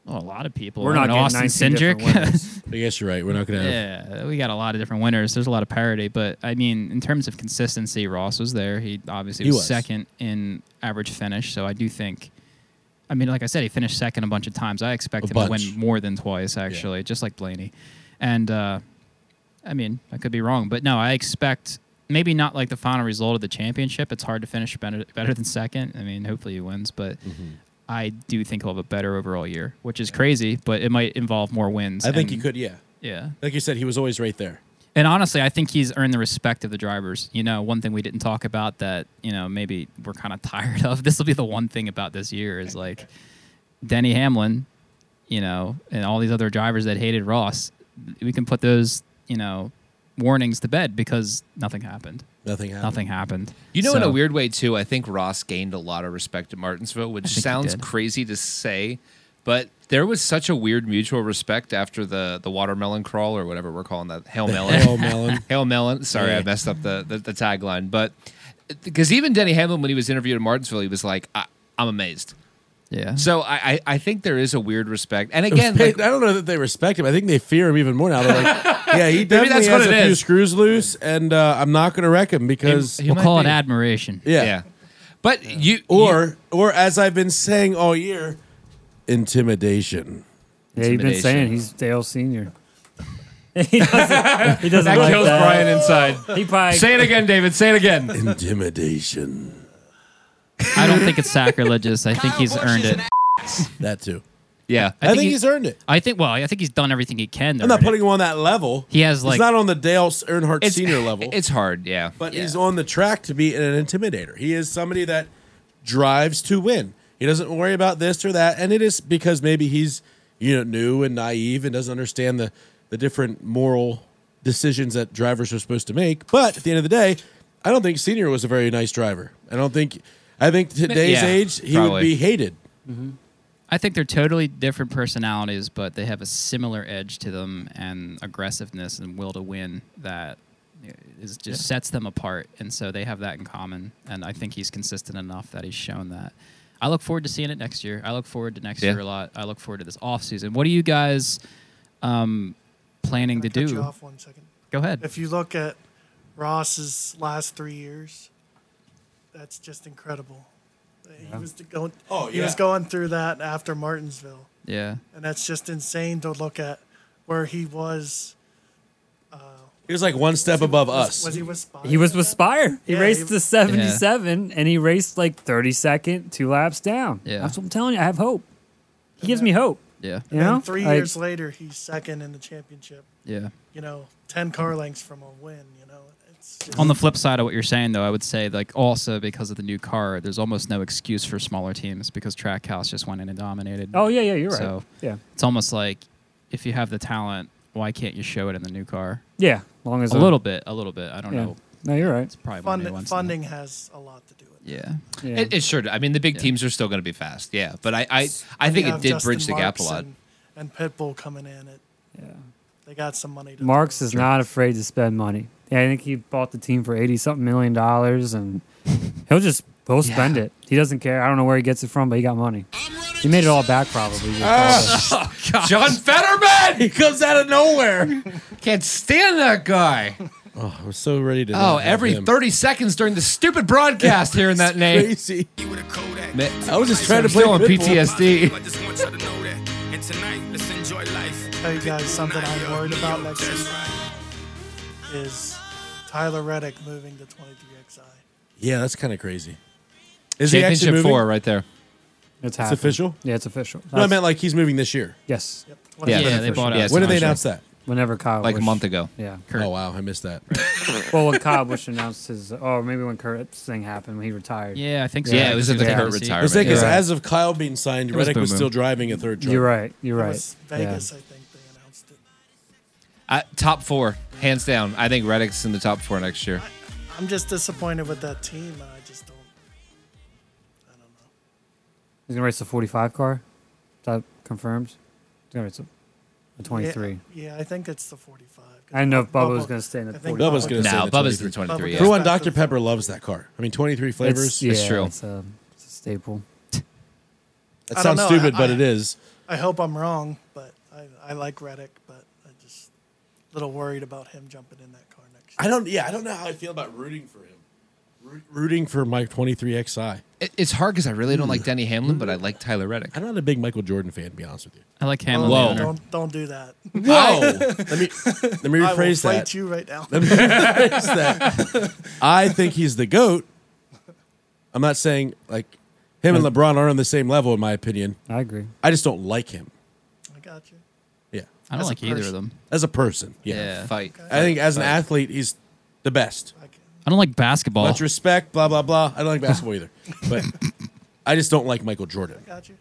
S3: Well, a lot of people.
S4: We're not
S3: And
S4: getting
S3: Austin
S4: 19 different
S3: Cindric.
S4: winners.
S1: I guess you're right. We're not going to have.
S3: yeah, we got a lot of different winners. There's a lot of parity, but I mean, in terms of consistency, Ross was there. He obviously
S1: He
S3: was,
S1: was.
S3: second in average finish, so I do think. I mean, like I said, he finished second a bunch of times. I
S1: A
S3: expect him to
S1: bunch.
S3: win more than twice, actually, just like Blaney. And uh, I mean, I could be wrong, but no, I expect maybe not like the final result of the championship. It's hard to finish better, better than second. I mean, hopefully he wins, but
S1: Mm-hmm.
S3: I do think he'll have a better overall year, which is crazy, but it might involve more wins.
S1: I think
S3: and-
S1: he could. Yeah,
S3: Yeah.
S1: like you said, he was always right there.
S3: And honestly, I think he's earned the respect of the drivers. You know, one thing we didn't talk about that, you know, maybe we're *laughs* kind of tired of. This will be the one thing about this year is like Denny Hamlin, you know, and all these other drivers that hated Ross, we can put those, you know, warnings to bed because nothing happened.
S1: Nothing happened. *laughs*
S3: Nothing happened.
S2: You know, in a
S3: So-
S2: weird way too, I think Ross gained a lot of respect at Martinsville, which
S3: think he
S2: sounds
S3: did.
S2: crazy to say, but there was such a weird mutual respect after the the watermelon crawl or whatever we're calling that hail melon.
S1: Hail melon.
S2: *laughs*
S3: *laughs*
S2: Hail Melon. Sorry, I
S1: Yeah.
S2: messed up the, the, the tagline. But because even Denny Hamlin, when he was interviewed at Martinsville, he was like, I, I'm amazed.
S3: Yeah.
S2: So I, I, I think there is a weird respect. And again,
S1: Hey,
S2: like,
S1: I don't know that they respect him. I think they fear him even more now. They're
S3: *laughs*
S1: like, yeah, he definitely has
S2: that's what
S1: a
S2: it
S1: few
S2: is.
S1: screws loose, and uh, I'm not going to wreck him because,
S2: He- he
S3: we'll
S2: might
S3: call it
S2: be.
S3: admiration.
S1: yeah.
S2: yeah. But you.
S1: Or,
S2: you-
S1: or as I've been saying all year, intimidation.
S4: Yeah, you've been
S2: Intimidation.
S4: saying he's Dale Senior. *laughs* he doesn't. He doesn't
S2: that
S4: like
S2: kills
S4: that.
S2: Brian inside.
S4: He probably
S2: Say it again, David. Say it again.
S1: Intimidation.
S3: I don't think it's sacrilegious. I think he's earned it.
S1: That too.
S2: Yeah.
S1: I,
S3: think
S1: think,
S3: he-
S1: he's earned it.
S3: I think. Well, I think he's done everything he can. to
S1: I'm not
S3: earn it.
S1: putting him on that level.
S3: He has, like-
S1: He's not on the Dale Earnhardt
S2: *laughs*
S1: Senior level.
S2: It's hard, yeah.
S1: but
S2: yeah.
S1: he's on the track to be an intimidator. He is somebody that drives to win. He doesn't worry about this or that, and it is because maybe he's you know new and naive and doesn't understand the the different moral decisions that drivers are supposed to make. But at the end of the day, I don't think Senior was a very nice driver. I don't think. I think today's
S2: Yeah,
S1: age he
S2: probably.
S1: would be hated.
S3: I think they're totally different personalities, but they have a similar edge to them and aggressiveness and will to win that is just sets them apart. And so they have that in common. And I think he's consistent enough that he's shown that. I look forward to seeing it next year. I look forward to next
S2: Yeah.
S3: year a lot. I look forward to this off season. What are you guys um, planning to
S8: Cut you
S3: do?
S8: off one second.
S3: Go ahead.
S8: If you look at Ross's last three years, that's just incredible. He was going.
S1: Oh,
S8: he was
S1: yeah.
S8: going through that after Martinsville,
S3: Yeah.
S8: and that's just insane to look at where he was.
S1: He was like one step above
S8: was,
S1: us.
S8: Was he with Spire?
S4: He was with Spire. He
S8: Yeah,
S4: raced
S8: he-
S4: to 77 and he raced like 32nd, two laps down.
S3: Yeah.
S4: That's what I'm telling you. I have hope. He gives me hope.
S3: Yeah.
S4: You
S8: And
S4: know?
S8: then three
S4: Like,
S8: years later, he's second in the championship.
S3: Yeah.
S8: You know, ten car lengths from a win. You know, it's just,
S3: On the flip side of what you're saying, though, I would say like also because of the new car, there's almost no excuse for smaller teams because Trackhouse just went in and dominated.
S4: Oh, yeah, yeah, you're right.
S3: So-
S4: yeah.
S3: It's almost like if you have the talent, why can't you show it in the new car?
S4: Yeah. Long as
S3: A little bit, a little bit. I don't
S4: Yeah.
S3: know.
S4: No, you're right.
S3: It's probably one of the
S8: fund,
S3: ones that-
S8: funding has a lot to do with. it.
S3: Yeah.
S4: Yeah.
S2: It, it sure. I mean, the big teams are still going to be fast. Yeah, but I, I, I
S8: You
S2: think it
S8: have
S2: did
S8: Justin
S2: bridge the gap
S8: Marks
S2: a lot.
S8: And, and Pitbull coming in, it,
S4: yeah.
S8: they got some money. To
S4: Marks is not afraid to spend money. Yeah, I think he bought the team for 80 something million dollars and he'll just, he'll spend it. He doesn't care. I don't know where he gets it from, but he got money. He made it all back probably. with all the-
S2: John Fetterman
S1: he comes out of nowhere.
S2: *laughs* can't stand that
S1: *laughs*
S2: guy.
S1: oh, I was so ready to.
S2: Oh,
S1: not have
S2: every
S1: him.
S2: thirty seconds during the stupid broadcast, hearing that name.
S1: Crazy.
S2: Ma-
S1: I was just trying
S2: I'm
S1: to play
S2: still on
S1: Pitbull.
S2: PTSD.
S8: tell you guys something I'm worried about next season is Tyler Reddick moving to 23XI.
S1: Yeah, that's kind of crazy. Is he actually
S2: Championship
S1: moving?
S2: four, right there.
S4: It's, happened.
S1: official?
S4: Yeah, it's official.
S1: No, I
S4: That's-
S1: meant like he's moving this year.
S4: yes.
S8: Yep.
S2: Yeah.
S3: Yeah, they
S2: Beneficial.
S3: bought out.
S2: Yes. It's
S1: when did they
S2: official.
S1: announce that?
S4: Whenever Kyle
S2: Like a
S4: Busch-
S2: month ago.
S4: Yeah.
S1: Oh wow, I missed that.
S4: Well, when Kyle Busch announced his, oh, maybe when Kurt's thing happened, when he retired.
S3: Yeah, I think so.
S2: Yeah, it was at the
S4: Yeah.
S2: Kurt
S4: It's
S2: retirement.
S1: It's like
S4: You're
S1: as-
S4: right.
S1: as of Kyle being signed,
S2: was
S1: Reddick was
S2: boom,
S1: still
S2: boom.
S1: driving a third truck.
S4: You're right. You're
S8: It
S4: right.
S8: was Vegas, I think they announced it.
S2: Uh, top four, hands down. I think Reddick's in the top four next year.
S8: I'm just disappointed with that team, and I just don't. I don't know.
S4: Yeah. He's gonna race a 45 car. Is that confirmed? He's gonna race a, a 23.
S8: Yeah, yeah, I think it's the 45.
S4: I didn't know if Bubba was gonna stay in the
S8: I think
S4: 45.
S1: Bubba's gonna
S8: Bubba-
S1: stay
S2: No,
S1: in the
S2: Bubba's
S1: 23.
S2: the twenty three.
S1: For
S2: Yeah.
S1: one, Dr Pepper loves that car. I mean, 23 flavors.
S4: It's, yeah,
S2: It's true.
S4: It's a, it's a staple.
S1: that
S8: I don't
S1: sounds
S8: know.
S1: stupid,
S8: I-
S1: but
S8: I-
S1: it is.
S8: I hope I'm wrong, but I, I like Reddick, but I just a little worried about him jumping in that car next year.
S1: I don't. Yeah, I don't know how I feel about rooting for him. Root- Rooting for my 23XI.
S2: It- It's hard because I really don't
S1: Mm.
S2: like Denny Hamlin, but I like Tyler Reddick.
S1: I'm not a big Michael Jordan fan, to be honest with you.
S3: I like Hamlin.
S2: Whoa.
S3: the owner.
S8: Don't don't do that.
S2: Whoa!
S1: let *laughs* me let me
S8: I will
S1: rephrase that.
S8: fight you right now.
S1: It's that I think he's the goat. I'm not saying like him and LeBron aren't on the same level in my opinion.
S4: I agree.
S1: I just don't like him.
S8: I got you.
S1: Yeah,
S3: I don't
S8: As a
S3: like either of
S8: person.
S3: them.
S1: as a person. Yeah,
S3: Yeah.
S2: Fight.
S1: I think as an athlete, he's the best.
S8: I can,
S3: I don't like basketball.
S1: Much respect, blah blah blah. I don't like basketball either, but I just don't like Michael Jordan.
S8: got you.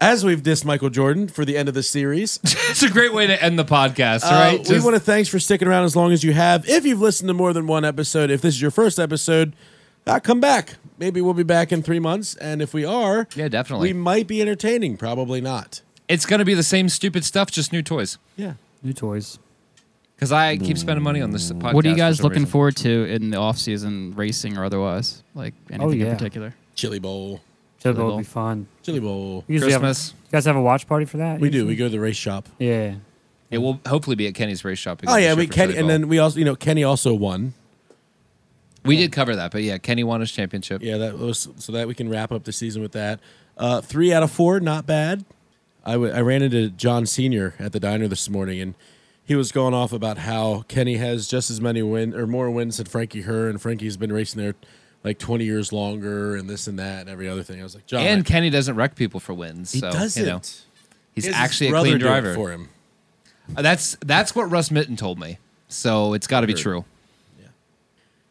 S1: as we've dissed Michael Jordan for the end of the series,
S2: it's a great way to end the podcast,
S1: Uh,
S2: right?
S1: we
S2: Just-
S1: want to thanks for sticking around as long as you have. If you've listened to more than one episode, if this is your first episode, uh, come back. Maybe we'll be back in three months, and if we are,
S2: Yeah, definitely.
S1: we might be entertaining. Probably not.
S2: it's going to be the same stupid stuff, just new toys.
S1: Yeah.
S4: New toys.
S2: Because I keep spending money on
S1: Mm.
S2: this podcast.
S3: What are you
S2: for
S3: guys
S2: some
S3: looking
S2: reason.
S3: forward to in the off season, racing or otherwise? Like
S2: Oh,
S3: anything in
S4: yeah.
S3: particular?
S1: Chili bowl.
S4: So that'll
S3: Little.
S4: be fun.
S1: Chili bowl.
S4: You usually have a-
S2: Christmas.
S4: you guys have a watch party for that?
S1: We do. We go to the race shop.
S4: Yeah.
S2: It will hopefully be at Kenny's race shop. again
S1: Oh
S2: this
S1: yeah,
S2: year
S1: we
S2: for
S1: Kenny,
S2: Philly
S1: and
S2: Bowl.
S1: then we also, you know, Kenny also won.
S2: we did cover that, but yeah, Kenny won his championship.
S1: Yeah, that was so that we can wrap up the season with that. Uh, three out of four, not bad. I wa- I ran into John Senior at the diner this morning, and he was going off about how Kenny has just as many win or more wins than Frankie Her, and Frankie's been racing there like twenty years longer, and this and that, and every other thing. I was like, John,
S2: And
S1: I-
S2: Kenny doesn't wreck people for wins.
S1: he
S2: So,
S1: doesn't.
S2: You know, he's
S1: He has his
S2: actually a
S1: brother
S2: clean
S1: do it
S2: driver. Uh,
S1: for him.
S2: That's that's what Russ Mitten told me. So it's got to be true.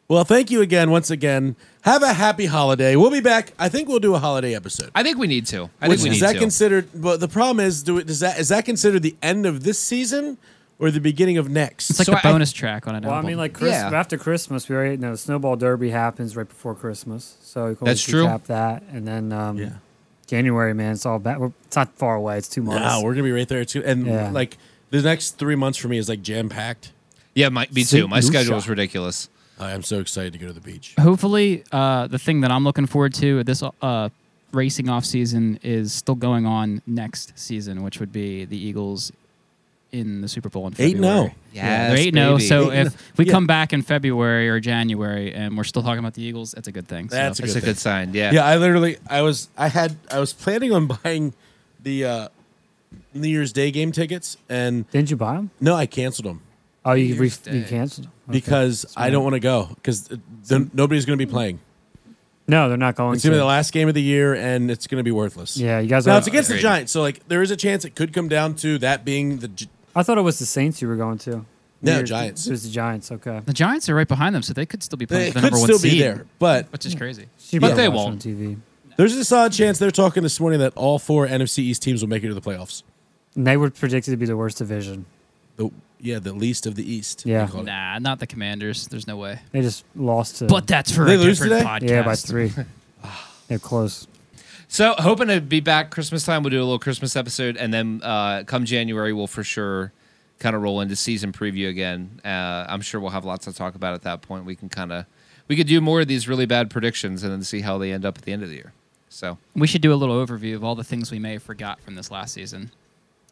S1: Well, thank you again, once again. Have a happy holiday. We'll be back. I think we'll do a holiday episode.
S2: I think we need to. I
S1: Which
S2: think we
S1: is
S2: need
S1: that
S2: to.
S1: considered? But the problem is, do it does that is that considered the end of this season or the beginning of next?
S3: It's like
S2: So
S3: the
S2: I-
S3: bonus track on an
S4: Well, I
S3: album.
S4: mean, like Christmas,
S2: Yeah.
S4: after Christmas, we already know Snowball Derby happens right before Christmas, so you can
S2: That's true.
S4: always recap that, and then um,
S1: Yeah.
S4: January, man, it's all back. We're, it's not far away. It's two months.
S1: no, we're gonna be right there too, and
S4: Yeah.
S1: like the next three months for me is like jam packed.
S2: yeah, might be
S4: Saint
S2: too. My schedule
S4: Lucia.
S2: is ridiculous.
S1: I am so excited to go to the beach.
S3: hopefully uh, the thing that I'm looking forward to this uh, racing off season is still going on next season, which would be the Eagles in the Super Bowl in
S1: Eight and
S3: February.
S1: oh.
S2: Yes,
S3: they're eight and oh,
S2: baby.
S3: So
S1: Eight and oh.
S3: if we
S1: Yeah.
S3: come back in February or January and we're still talking about the Eagles, that's a good thing. So-
S1: That's a
S2: That's
S1: Good
S2: a
S1: thing.
S2: good sign. Yeah.
S1: Yeah, I literally, I was, I had, I was planning on *laughs* buying the uh New Year's Day game tickets, and
S4: Didn't you buy them?
S1: no, I canceled them
S4: Oh, you re-
S2: Year's
S4: you
S2: Day.
S4: canceled 'em? Okay.
S1: because I don't want to go because nobody's gonna be playing.
S4: no, they're not going
S1: It's
S4: to.
S1: gonna be the last game of the year, and it's gonna be worthless.
S4: yeah, you guys.
S1: Now
S4: are,
S1: it's against the
S2: Agreed.
S1: Giants, so like there is a chance it could come down to that being the Gi-
S4: I thought it was the Saints you were going to.
S1: No,
S4: You're-
S1: Giants.
S4: It was the Giants. Okay,
S3: the Giants are right behind them, so they could still be playing
S1: they
S3: for the
S1: could
S3: number one
S1: still
S3: seed,
S1: be there. But
S3: which
S2: Hmm.
S3: is crazy.
S4: Should
S2: But
S4: be able to
S2: they
S4: watch it
S2: won't.
S4: on TV.
S1: there's a solid chance they're talking this morning that all four NFC East teams will make it to the playoffs.
S4: And they were predicted to be the worst division.
S1: The yeah, the least of the East.
S4: Yeah.
S1: they call it.
S3: Nah, not the Commanders. There's no way.
S4: They just lost to.
S3: But that's for
S1: They
S3: a
S1: lose
S3: different
S1: today?
S3: podcast.
S4: yeah, by *laughs* three. they're close.
S2: So hoping to be back Christmas time. We'll do a little Christmas episode, and then uh, come January, we'll for sure kind of roll into season preview again. Uh, I'm sure we'll have lots to talk about at that point. We can kind of we could do more of these really bad predictions, and then see how they end up at the end of the year. So
S3: We should do a little overview of all the things we may have forgot from this last season.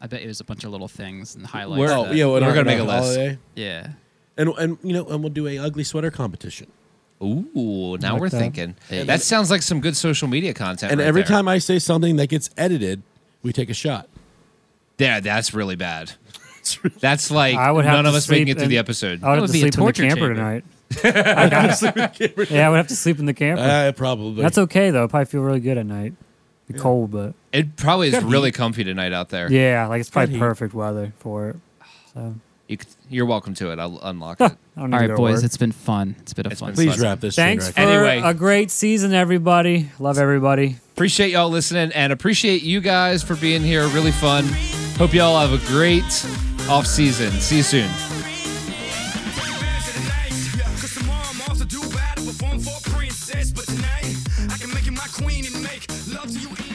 S3: I bet it was a bunch of little things and highlights.
S2: We're-
S3: that-
S1: Oh, yeah,
S2: We're gonna make a list.
S1: holiday.
S3: yeah.
S1: and and you know, and we'll do a ugly sweater competition.
S2: ooh, now
S4: Like
S2: we're
S4: that.
S2: thinking. That sounds like some good social media content.
S1: And
S2: right
S1: every
S2: there.
S1: time I say something that gets edited, we take a shot.
S2: yeah, that's really
S4: *laughs*
S2: bad. That's like
S4: I would have
S2: none
S4: to
S2: of us making
S4: sleep
S2: it through the
S4: in-
S2: episode.
S4: I
S3: That
S4: would have
S3: would
S4: to
S3: be a
S4: sleep in the
S3: torture
S4: camper
S3: chamber.
S4: tonight. *laughs* yeah, I would have to sleep in the camper.
S1: Uh, probably.
S4: That's okay though. I probably feel really good at night. Be cold, but
S2: It probably is really comfy tonight out there.
S4: yeah, like it's probably
S1: heat.
S4: perfect weather for it. *laughs*
S2: You c- you're welcome to it. I'll unlock
S4: *laughs*
S2: it.
S4: I don't need
S3: All
S4: to
S3: right,
S4: go to
S3: boys,
S4: work.
S3: it's been fun. It's been a
S2: It's
S3: fun.
S2: been
S1: Please
S2: fun.
S1: wrap this. train
S4: Thanks
S1: wreck
S4: for
S1: up.
S2: Anyway.
S4: a great season, everybody. Love everybody.
S2: Appreciate y'all listening and appreciate you guys for being here. Really fun. Hope y'all have a great off season. See you soon.
S9: Cause tomorrow I'm off to do battle, perform for a princess. But tonight, I can make you my queen and make love to you.